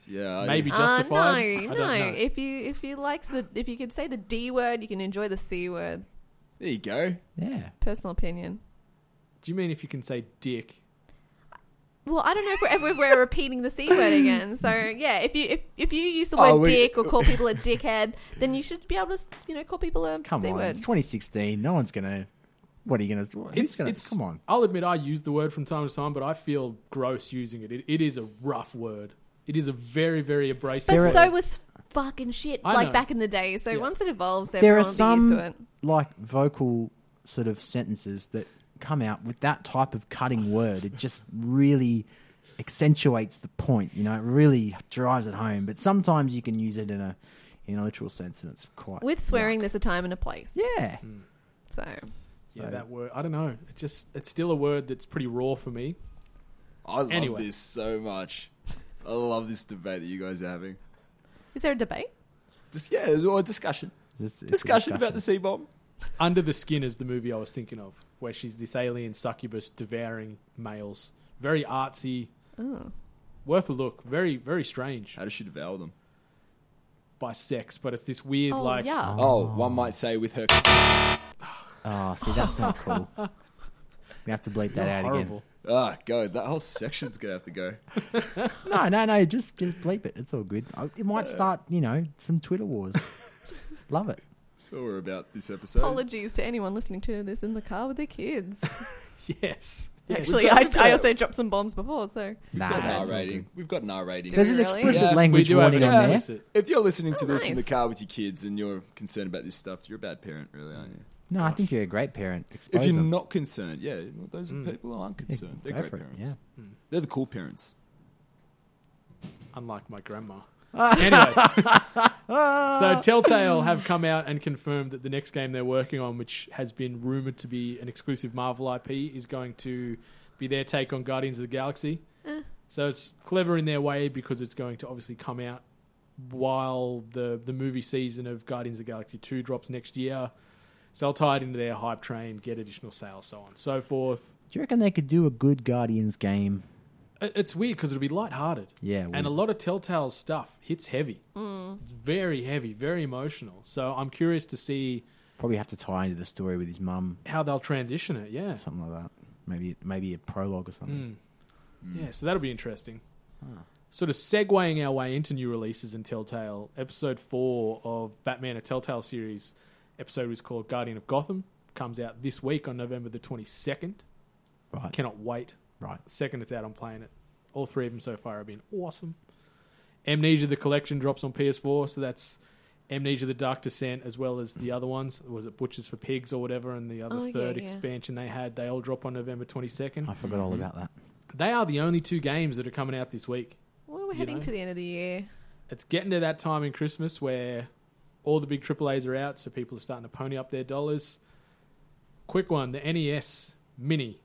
Speaker 9: Yeah,
Speaker 8: Oh,
Speaker 9: I-
Speaker 7: Maybe
Speaker 10: Uh,
Speaker 7: justified.
Speaker 10: no,
Speaker 7: I don't
Speaker 10: no.
Speaker 7: know.
Speaker 10: If you if you like the if you can say the D word, you can enjoy the C word.
Speaker 9: There you go.
Speaker 8: yeah.
Speaker 10: Personal opinion.
Speaker 7: Do you mean if you can say dick?
Speaker 10: Well, I don't know if we're, ever, we're repeating the c word again. So yeah, if you if, if you use the word
Speaker 9: Oh, we-
Speaker 10: dick or call people a dickhead, then you should be able to you know call people a
Speaker 8: Come
Speaker 10: c
Speaker 8: on,
Speaker 10: word.
Speaker 8: it's 2016. No one's gonna. What are you gonna? who's gonna come on.
Speaker 7: I'll admit I use the word from time to time, but I feel gross using it. It, it is a rough word. It is a very, very abrasive.
Speaker 10: But
Speaker 8: There
Speaker 7: word.
Speaker 10: so was fucking shit
Speaker 7: I
Speaker 10: like
Speaker 7: know.
Speaker 10: back in the day. So
Speaker 7: Yeah.
Speaker 10: once it evolves, everyone
Speaker 8: there are
Speaker 10: will be
Speaker 8: some
Speaker 10: used to it.
Speaker 8: like vocal sort of sentences that come out with that type of cutting word. It just really accentuates the point. You know, it really drives it home. But sometimes you can use it in a in a literal sense, and it's quite
Speaker 10: With swearing, there's a time and a place.
Speaker 8: Yeah,
Speaker 10: So
Speaker 7: yeah, that word. I don't know. It just it's still a word that's pretty raw for me.
Speaker 9: I love
Speaker 7: Anyway.
Speaker 9: this so much. I love this debate that you guys are having.
Speaker 10: is there a debate?
Speaker 9: Dis- yeah, there's a discussion.
Speaker 8: It's- it's a
Speaker 9: discussion about the C bomb.
Speaker 7: Under the Skin is the movie I was thinking of, where she's this alien succubus devouring males. Very artsy.
Speaker 10: Oh.
Speaker 7: Worth a look. Very, very strange
Speaker 10: Uh,
Speaker 9: How does she devour them?
Speaker 7: by sex, but it's this weird
Speaker 10: Oh
Speaker 7: like uh,
Speaker 10: yeah.
Speaker 9: Oh, one might say with her.
Speaker 8: Oh, see, that's not cool. We have to bleep that out
Speaker 7: horrible. *laughs*
Speaker 9: Ah, go. That whole section's gonna have to go.
Speaker 8: again. No, no, no. Just just bleep it. It's all good. Oh, It might start, you know, some Twitter wars. Love it.
Speaker 9: That's all we're about this episode.
Speaker 10: Apologies to anyone listening to this in the car with
Speaker 8: *laughs*
Speaker 10: their kids.
Speaker 7: Yes.
Speaker 10: Actually, I, I also dropped some bombs before, so
Speaker 8: Nah,
Speaker 9: We've got an
Speaker 8: it's all
Speaker 9: R
Speaker 8: good.
Speaker 9: rating. We've got an R rating.
Speaker 8: There's an
Speaker 10: Really?
Speaker 8: explicit
Speaker 9: Yeah.
Speaker 7: we
Speaker 8: language
Speaker 7: do have
Speaker 8: warning
Speaker 7: an
Speaker 8: on there.
Speaker 7: explicit.
Speaker 9: If you're listening to
Speaker 10: Oh,
Speaker 9: this in the
Speaker 10: nice.
Speaker 9: car with your kids and you're concerned about this stuff, you're a bad parent, really, aren't you?
Speaker 8: No, I think you're a great parent. Expose
Speaker 9: if you're
Speaker 8: them.
Speaker 9: not concerned, yeah, well, those are people who aren't concerned.
Speaker 8: go
Speaker 9: They're great
Speaker 8: for it,
Speaker 9: parents.
Speaker 8: yeah.
Speaker 9: They're the cool parents.
Speaker 7: unlike my grandma. anyway, so Telltale have come out and confirmed that the next game they're working on, which has been rumored to be an exclusive Marvel IP, is going to be their take on Guardians of the Galaxy. So it's clever in their way because it's going to obviously come out while the the movie season of Guardians of the Galaxy Two drops next year. So they'll tie it into their hype train, get additional sales, so on and so forth.
Speaker 8: Do you reckon they could do a good Guardians game?
Speaker 7: It- It's weird because it'll be lighthearted.
Speaker 8: Yeah,
Speaker 7: and
Speaker 8: we-
Speaker 7: a lot of Telltale's stuff hits heavy. It's very heavy, very emotional. So I'm curious to see
Speaker 8: Probably have to tie into the story with his mum,
Speaker 7: how they'll transition it. Yeah,
Speaker 8: something like that. Maybe maybe a prologue or something. Mm.
Speaker 7: yeah. So that'll be interesting. Sort of segueing our way into new releases in Telltale. Episode four of Batman: A Telltale Series episode was called Guardian of Gotham. Comes out this week on November the 22nd.
Speaker 8: Right.
Speaker 7: Cannot wait.
Speaker 8: Right.
Speaker 7: Second, it's out on playing it. All three of them so far have been awesome. Amnesia: The Collection drops on PS4, so that's Amnesia: The Dark Descent as well as the other ones. Was it Butchers for Pigs or whatever? And the other
Speaker 10: Oh, yeah,
Speaker 7: third
Speaker 10: yeah.
Speaker 7: expansion they had, they all drop on November twenty second.
Speaker 8: I forgot all about that.
Speaker 7: They are the only two games that are coming out this week.
Speaker 10: well, we're heading
Speaker 7: know.
Speaker 10: to the end of the year.
Speaker 7: It's getting to that time in Christmas where all the big AAA's are out, so people are starting to pony up their dollars. Quick one, the NES Mini.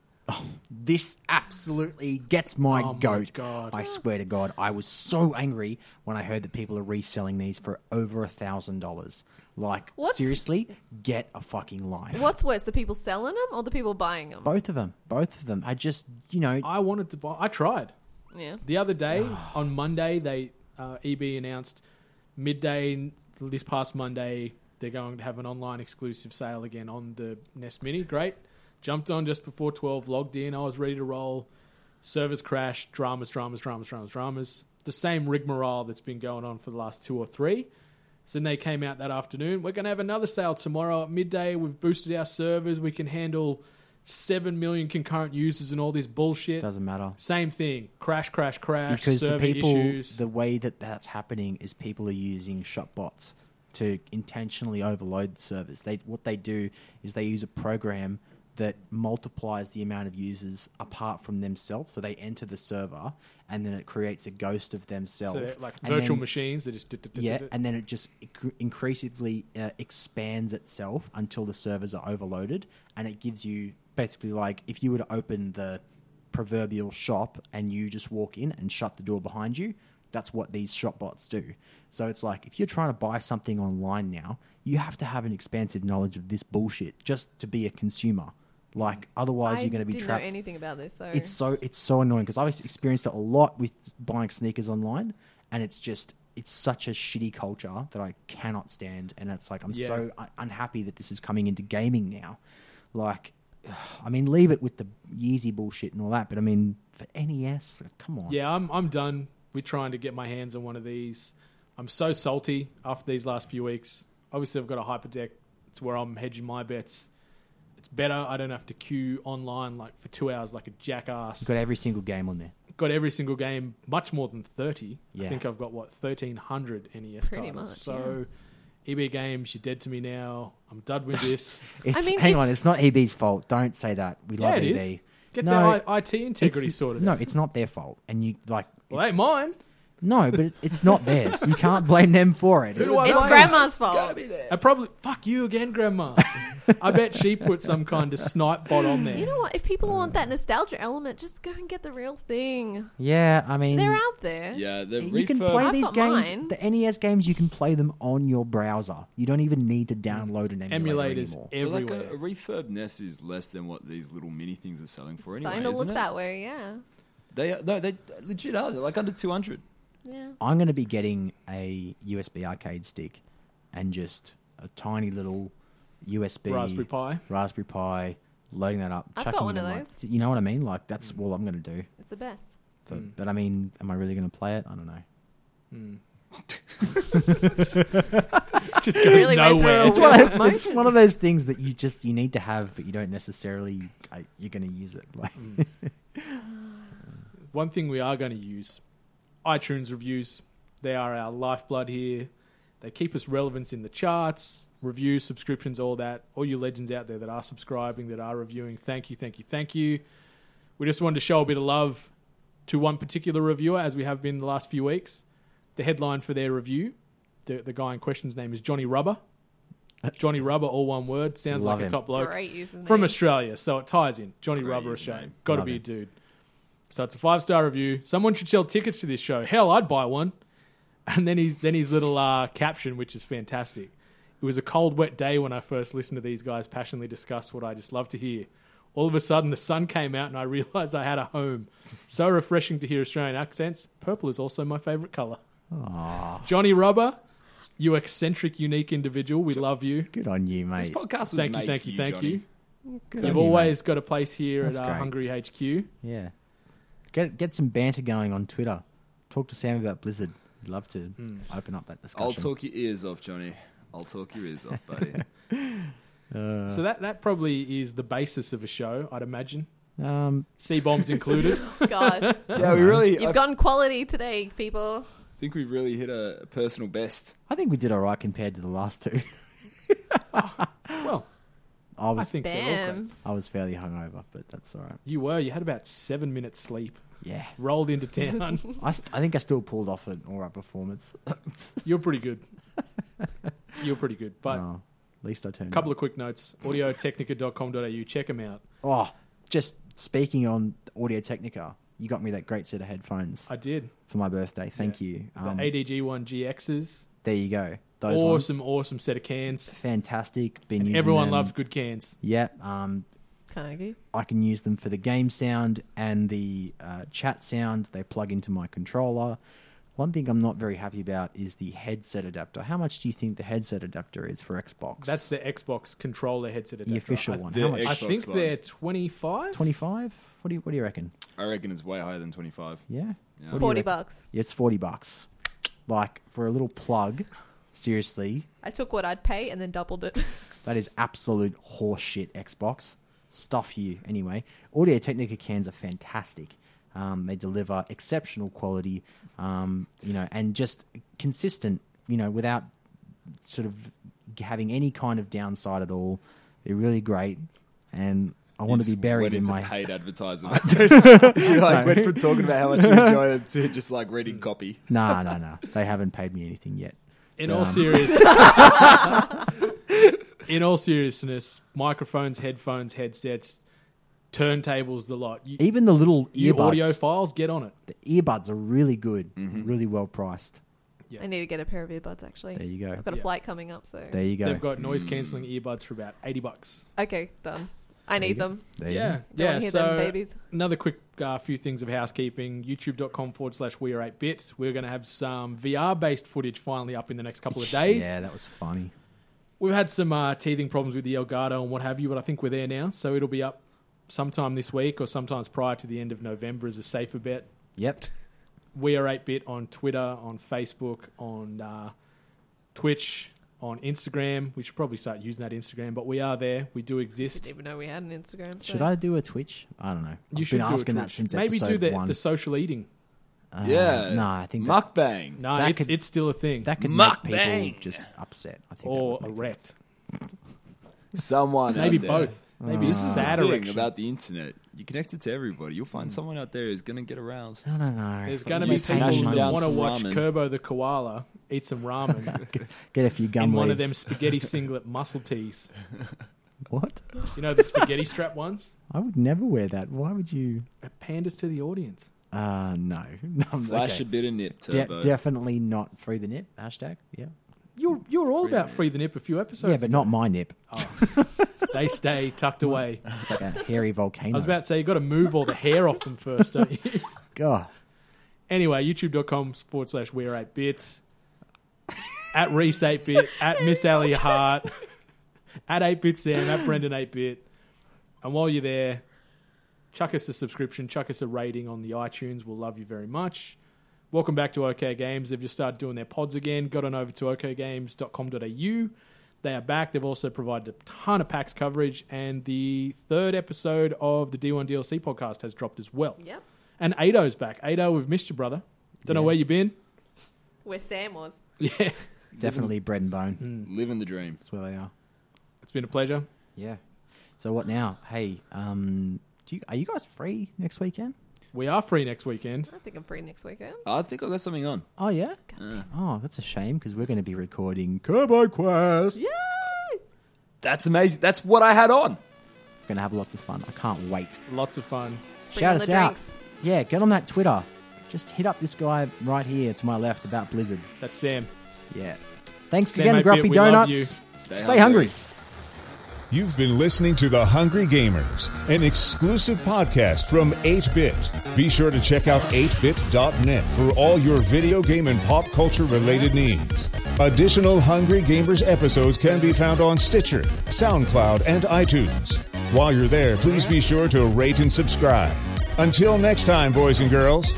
Speaker 8: This absolutely gets my
Speaker 7: Oh my
Speaker 8: goat.
Speaker 7: God.
Speaker 8: I swear to God, I was so angry when I heard that people are reselling these for over a thousand dollars. Like,
Speaker 10: What's-
Speaker 8: seriously, get a fucking life.
Speaker 10: What's worse, the people selling them or the people buying them?
Speaker 8: Both of them, both of them. I just, you know,
Speaker 7: I wanted to buy. I tried.
Speaker 10: Yeah.
Speaker 7: The other day, on Monday, they uh, EB announced midday this past Monday they're going to have an online exclusive sale again on the Nest Mini. Great, jumped on just before twelve, logged in. I was ready to roll. Servers crashed. Dramas, dramas, dramas, dramas, dramas. The same rigmarole that's been going on for the last two or three. So then they came out that afternoon. We're going to have another sale tomorrow at midday. We've boosted our servers. We can handle seven million concurrent users and all this bullshit.
Speaker 8: doesn't matter.
Speaker 7: Same thing. Crash, crash, crash.
Speaker 8: because the
Speaker 7: server
Speaker 8: people,
Speaker 7: issues.
Speaker 8: the way that that's happening is people are using shop bots to intentionally overload the servers. They what they do is they use a program that multiplies the amount of users apart from themselves. So they enter the server, and then it creates a ghost of
Speaker 7: so
Speaker 8: themselves.
Speaker 7: they're like
Speaker 8: And
Speaker 7: virtual
Speaker 8: then-
Speaker 7: machines that just. d- d- d-
Speaker 8: yeah,
Speaker 7: d- d-
Speaker 8: and then it just inc- increasingly uh, expands itself until the servers are overloaded, and it gives you basically like if you were to open the proverbial shop and you just walk in and shut the door behind you. That's what these shop bots do. So it's like if you're trying to buy something online now, you have to have an expansive knowledge of this bullshit just to be a consumer. Like otherwise,
Speaker 10: I
Speaker 8: you're going to be
Speaker 10: didn't
Speaker 8: trapped
Speaker 10: know anything about this, so
Speaker 8: it's so it's so annoying because I've experienced it a lot with buying sneakers online, and it's just it's such a shitty culture that I cannot stand, and it's like I'm
Speaker 7: Yeah.
Speaker 8: so un- unhappy that this is coming into gaming now. Like, I mean, leave it with the Yeezy bullshit and all that, but I mean, for NES, come on,
Speaker 7: Yeah, I'm I'm done with trying to get my hands on one of these. I'm so salty after these last few weeks. Obviously, I've got a hyperdeck. It's where I'm hedging my bets. It's better. I don't have to queue online like for two hours like a jackass.
Speaker 8: got every single game on there.
Speaker 7: Got every single game, much more than thirty. I
Speaker 8: Yeah.
Speaker 7: think I've got what thirteen hundred NES
Speaker 10: Pretty
Speaker 7: titles.
Speaker 10: much,
Speaker 7: so, EB Games, you're dead to me now. I'm done with this.
Speaker 8: *laughs* It's,
Speaker 10: mean,
Speaker 8: hang
Speaker 10: if-
Speaker 8: on, it's not EB's fault. Don't say that. We
Speaker 7: yeah,
Speaker 8: love
Speaker 7: it
Speaker 8: EB.
Speaker 7: is. Get
Speaker 8: No,
Speaker 7: their I- IT integrity
Speaker 8: It's-
Speaker 7: sorted.
Speaker 8: No,
Speaker 7: out.
Speaker 8: it's not their fault, and you like.
Speaker 7: well,
Speaker 8: it's-
Speaker 7: ain't mine.
Speaker 8: No, but it- it's not theirs. You can't blame them for it. It's-
Speaker 7: do I
Speaker 10: it's
Speaker 7: blame?
Speaker 10: grandma's fault.
Speaker 7: I Uh, probably fuck you again,
Speaker 8: *laughs*
Speaker 7: Grandma. I bet she put some kind of snipe bot on there.
Speaker 10: You know what? If people want that nostalgia element, just go and get the real thing.
Speaker 8: Yeah, I mean,
Speaker 10: They're out there.
Speaker 9: Yeah, the
Speaker 8: you can
Speaker 9: refurb-
Speaker 8: play
Speaker 10: I've
Speaker 8: these
Speaker 10: got
Speaker 8: games.
Speaker 10: mine.
Speaker 8: The NES games you can play them on your browser. You don't even need to download an emulator
Speaker 7: emulators
Speaker 8: anymore.
Speaker 9: Well, like
Speaker 7: everywhere.
Speaker 9: a, a refurb NES is less than what these little mini things are selling for anyway.
Speaker 10: Starting to
Speaker 9: isn't
Speaker 10: look
Speaker 9: it?
Speaker 10: that way, yeah.
Speaker 9: They are, no, they legit are. They're like under two hundred.
Speaker 10: Yeah.
Speaker 8: I'm going to be getting a USB arcade stick and just a tiny little USB
Speaker 7: Raspberry Pi.
Speaker 8: Raspberry Pi, loading that up.
Speaker 10: I've got
Speaker 8: chucking
Speaker 10: one
Speaker 8: it
Speaker 10: of
Speaker 8: in my-
Speaker 10: those. Mm.
Speaker 8: you know what I mean? Like that's all I'm going to do.
Speaker 10: It's the best.
Speaker 8: For,
Speaker 10: Mm.
Speaker 8: But I mean, am I really going to play it? I don't
Speaker 10: *laughs*
Speaker 8: know. *laughs*
Speaker 7: Hmm. *laughs* Just goes
Speaker 10: Really went
Speaker 7: nowhere.
Speaker 10: through
Speaker 8: It's one, of,
Speaker 10: Emotion.
Speaker 8: it's one of those things that you just you need to have, but you don't necessarily uh, you're going to use it. Like
Speaker 7: One thing we are going to use iTunes reviews. They are our lifeblood here. They keep us relevance in the charts, reviews, subscriptions, all that. All you legends out there that are subscribing, that are reviewing, thank you, thank you, thank you. We just wanted to show a bit of love to one particular reviewer, as we have been the last few weeks. The headline for their review, the, the guy in question's name is Johnny Rubber.
Speaker 8: *laughs*
Speaker 7: Johnny Rubber, all one word, sounds
Speaker 8: Love
Speaker 7: like a
Speaker 8: him.
Speaker 7: top bloke.
Speaker 10: Great using
Speaker 7: from
Speaker 10: these.
Speaker 7: Australia, so it ties in. Johnny
Speaker 9: Great
Speaker 7: Rubber,
Speaker 9: username.
Speaker 7: Australia. Got to
Speaker 8: Love
Speaker 7: be a
Speaker 8: it.
Speaker 7: dude. So it's a five star review. Someone should sell tickets to this show. Hell, I'd buy one. *laughs* And then his then his little uh, caption, which is fantastic. It was a cold, wet day when I first listened to these guys passionately discuss what I just love to hear. All of a sudden, the sun came out and I *laughs* realized I had a home. So refreshing to hear Australian accents. Purple is also my favorite color. Johnny Rubber, you eccentric, unique individual. We love you.
Speaker 8: good on you, mate.
Speaker 9: This podcast was
Speaker 7: Thank
Speaker 9: made
Speaker 7: you, thank
Speaker 9: for
Speaker 7: you,
Speaker 9: you,
Speaker 7: thank
Speaker 9: Johnny.
Speaker 7: you.
Speaker 8: Good
Speaker 7: You've
Speaker 8: on you, mate.
Speaker 7: always got a place here
Speaker 8: That's
Speaker 7: at uh,
Speaker 8: great.
Speaker 7: Hungry HQ.
Speaker 8: Yeah. Get get some banter going on Twitter. Talk to Sam about Blizzard. I'd love to
Speaker 7: Hmm.
Speaker 8: open up that discussion.
Speaker 9: I'll talk your ears off, Johnny. I'll talk your ears off, *laughs* buddy.
Speaker 8: Uh.
Speaker 7: So that that probably is the basis of a show, I'd imagine.
Speaker 8: Um,
Speaker 7: C bombs
Speaker 8: *laughs*
Speaker 7: included. *laughs*
Speaker 10: God.
Speaker 9: yeah, we really.
Speaker 10: You've
Speaker 9: I
Speaker 10: gotten quality today, people.
Speaker 9: think we really hit a personal best.
Speaker 8: I think we did all right compared to the last two. *laughs*
Speaker 7: well,
Speaker 8: I
Speaker 7: I
Speaker 8: was
Speaker 7: think they're all great.
Speaker 10: Bam.
Speaker 8: I was fairly hungover, but that's all right.
Speaker 7: You were. You had about seven minutes sleep.
Speaker 8: Yeah,
Speaker 7: Rolled into town.
Speaker 8: *laughs* I, st- I think I still pulled off an all right performance.
Speaker 7: You're pretty good. you're pretty good. But
Speaker 8: Oh, at least I
Speaker 7: a
Speaker 8: turned.
Speaker 7: couple
Speaker 8: Couple
Speaker 7: of quick notes. Audiotechnica.com.au. Check them out.
Speaker 8: of oh, just speaking on Audio Technica, you got me that great set of headphones
Speaker 7: I did.
Speaker 8: for my birthday. Thank you.
Speaker 7: The
Speaker 8: Um,
Speaker 7: ADG1 GXs.
Speaker 8: there you go. Those ones,
Speaker 7: Awesome, awesome set of cans.
Speaker 8: fantastic. Been using
Speaker 7: Everyone
Speaker 8: them.
Speaker 7: loves good cans.
Speaker 8: Yeah, um,
Speaker 10: Can I go?
Speaker 8: I can use them for the game sound and the uh, chat sound. They plug into my controller. One thing I'm not very happy about is the headset adapter. How much do you think the headset adapter is for Xbox?
Speaker 7: That's the Xbox controller headset adapter.
Speaker 8: the official
Speaker 7: I-
Speaker 8: one.
Speaker 9: the
Speaker 8: How much?
Speaker 7: I
Speaker 9: Xbox
Speaker 7: think
Speaker 9: one.
Speaker 7: they're 25?
Speaker 8: 25? What do you, what do you reckon?
Speaker 9: I reckon it's way higher than 25.
Speaker 8: Yeah. What do you
Speaker 10: 40
Speaker 8: reckon?
Speaker 10: bucks.
Speaker 8: It's 40 bucks. Like for a little plug, seriously,
Speaker 10: I took what I'd pay and then doubled it. *laughs*
Speaker 8: that is absolute horseshit Xbox. Stuff you anyway. Audio Technica cans are fantastic. Um, they deliver exceptional quality, um, you know, and just consistent, you know, without sort of having any kind of downside at all. They're really great, and I want to be
Speaker 9: went
Speaker 8: buried in
Speaker 9: into
Speaker 8: my
Speaker 9: paid
Speaker 8: *laughs*
Speaker 9: advertising. *laughs* you like went from talking about how much you enjoy it to just like
Speaker 8: Mm.
Speaker 9: reading copy.
Speaker 8: No, no, no. They haven't paid me anything yet.
Speaker 7: In all
Speaker 8: Um. *laughs*
Speaker 7: seriousness, *laughs* in all seriousness, microphones, headphones, headsets, turntables, the lot. You,
Speaker 8: Even the little
Speaker 7: you
Speaker 8: earbuds,
Speaker 7: audio Mm-hmm. files, get on it.
Speaker 8: the earbuds are really good, really well priced.
Speaker 10: I need to get a pair of earbuds actually.
Speaker 8: There you go.
Speaker 10: I've got a
Speaker 7: Yeah.
Speaker 10: flight coming up, so.
Speaker 8: There you go.
Speaker 7: They've got noise cancelling earbuds for about eighty bucks.
Speaker 10: okay, done. I need them.
Speaker 8: There you
Speaker 7: Yeah,
Speaker 10: Don't
Speaker 7: yeah.
Speaker 10: wanna hear
Speaker 7: so
Speaker 10: them babies.
Speaker 7: another quick uh, few things of housekeeping. YouTube.com forward slash We Are Eight Bits. We're going to have some VR based footage finally up in the next couple of days.
Speaker 8: Yeah, that was funny.
Speaker 7: We've had some uh, teething problems with the Elgato and what have you, but I think we're there now. So it'll be up sometime this week or sometimes prior to the end of November is a safer bet.
Speaker 8: Yep.
Speaker 7: We are 8-Bit on Twitter, on Facebook, on uh, Twitch, on Instagram. We should probably start using that Instagram, but we are there. We do
Speaker 10: Didn't
Speaker 7: exist.
Speaker 10: even know we had an Instagram. So.
Speaker 8: Should I do a Twitch? I don't know.
Speaker 7: You
Speaker 8: I've
Speaker 7: should
Speaker 8: been
Speaker 7: do a
Speaker 8: asking that
Speaker 7: Twitch.
Speaker 8: since
Speaker 7: Maybe
Speaker 8: episode
Speaker 7: do the,
Speaker 8: one.
Speaker 7: the social eating.
Speaker 8: Uh,
Speaker 9: yeah.
Speaker 8: No, I think that,
Speaker 9: Mukbang.
Speaker 7: No,
Speaker 8: That
Speaker 7: it's,
Speaker 8: could-
Speaker 7: it's still a thing.
Speaker 8: that could
Speaker 9: Mukbang.
Speaker 8: make people just upset. I think that
Speaker 7: or
Speaker 8: would make-
Speaker 7: erect.
Speaker 9: Someone
Speaker 7: Maybe
Speaker 9: out there.
Speaker 7: both. Maybe
Speaker 8: Uh, Ah.
Speaker 9: This is
Speaker 7: sad
Speaker 9: the thing
Speaker 7: erection.
Speaker 9: about the internet. You connect it to everybody. You'll
Speaker 8: Mm.
Speaker 9: find someone out there who's gonna get aroused.
Speaker 8: I don't know.
Speaker 7: There's
Speaker 8: Probably
Speaker 7: going to be
Speaker 9: You
Speaker 8: some
Speaker 7: people
Speaker 9: smashing
Speaker 8: ramen.
Speaker 7: that
Speaker 9: down
Speaker 7: want to
Speaker 9: some
Speaker 7: watch
Speaker 9: ramen.
Speaker 7: Kerbo the koala eat some
Speaker 8: *laughs*
Speaker 7: ramen
Speaker 8: Get a few gum
Speaker 7: in
Speaker 8: leaves.
Speaker 7: one of them spaghetti singlet muscle tees.
Speaker 8: What?
Speaker 7: You know the spaghetti strap ones?
Speaker 8: I would never wear that. Why would you?
Speaker 7: It panders to the audience.
Speaker 8: Uh, no. *laughs* no I'm-
Speaker 9: Flash
Speaker 8: okay.
Speaker 9: a bit of nip
Speaker 8: De-
Speaker 9: turbo.
Speaker 8: definitely not free the nip. Hashtag. Yeah.
Speaker 7: You're you're all
Speaker 9: Free
Speaker 7: about
Speaker 9: the
Speaker 7: free the nip a few episodes.
Speaker 8: yeah, but not my nip. Oh,
Speaker 7: they stay tucked away. I
Speaker 8: It's like a hairy volcano.
Speaker 7: was about to say you got to move all the hair off them first. Don't you?
Speaker 8: God.
Speaker 7: anyway, YouTube.com forward slash We're Eight Bits at Reese Eight Bit at Miss Ellie Hart at Eight Bit Sam at Brendan Eight Bit. And while you're there, chuck us a subscription, chuck us a rating on the iTunes. We'll love you very much. Welcome back to OK Games. They've just started doing their pods again. Got on over to okgames.com.au. They are back. They've also provided a ton of PAX coverage, and the third episode of the D1 DLC podcast has dropped as well.
Speaker 10: Yep.
Speaker 7: And Ado's back. Ado, we've missed you, brother. Don't know where you've been.
Speaker 10: Where Sam was.
Speaker 7: Yeah.
Speaker 8: Definitely bread and bone.
Speaker 7: Hmm.
Speaker 9: Living the dream.
Speaker 8: That's where they are.
Speaker 7: It's been a pleasure.
Speaker 8: Yeah. So what now? Hey, um, do you, are you guys free next weekend?
Speaker 7: We are free next weekend.
Speaker 10: I think I'm free next weekend.
Speaker 9: I think I got something on.
Speaker 8: Oh yeah.
Speaker 7: Mm.
Speaker 10: God damn.
Speaker 8: Oh, that's a shame because we're going to be recording Kerbo Quest.
Speaker 10: Yay!
Speaker 9: That's amazing. That's what I had on.
Speaker 8: We're going to have lots of fun. I can't wait.
Speaker 7: Lots of fun.
Speaker 10: Bring
Speaker 8: Shout
Speaker 10: on the
Speaker 8: us out.
Speaker 10: drinks.
Speaker 8: Yeah, get on that Twitter. Just hit up this guy right here to my left about Blizzard.
Speaker 7: That's Sam.
Speaker 8: Yeah. Thanks
Speaker 7: Sam
Speaker 8: again,
Speaker 7: Apiot,
Speaker 8: Grumpy
Speaker 7: we love
Speaker 8: Donuts. Stay,
Speaker 9: hungry.
Speaker 8: hungry.
Speaker 4: You've been listening to The Hungry Gamers, an exclusive podcast from 8-Bit. Be sure to check out 8bit.net for all your video game and pop culture related needs. Additional Hungry Gamers episodes can be found on Stitcher, SoundCloud, and iTunes. While you're there, please be sure to rate and subscribe. Until next time, boys and girls,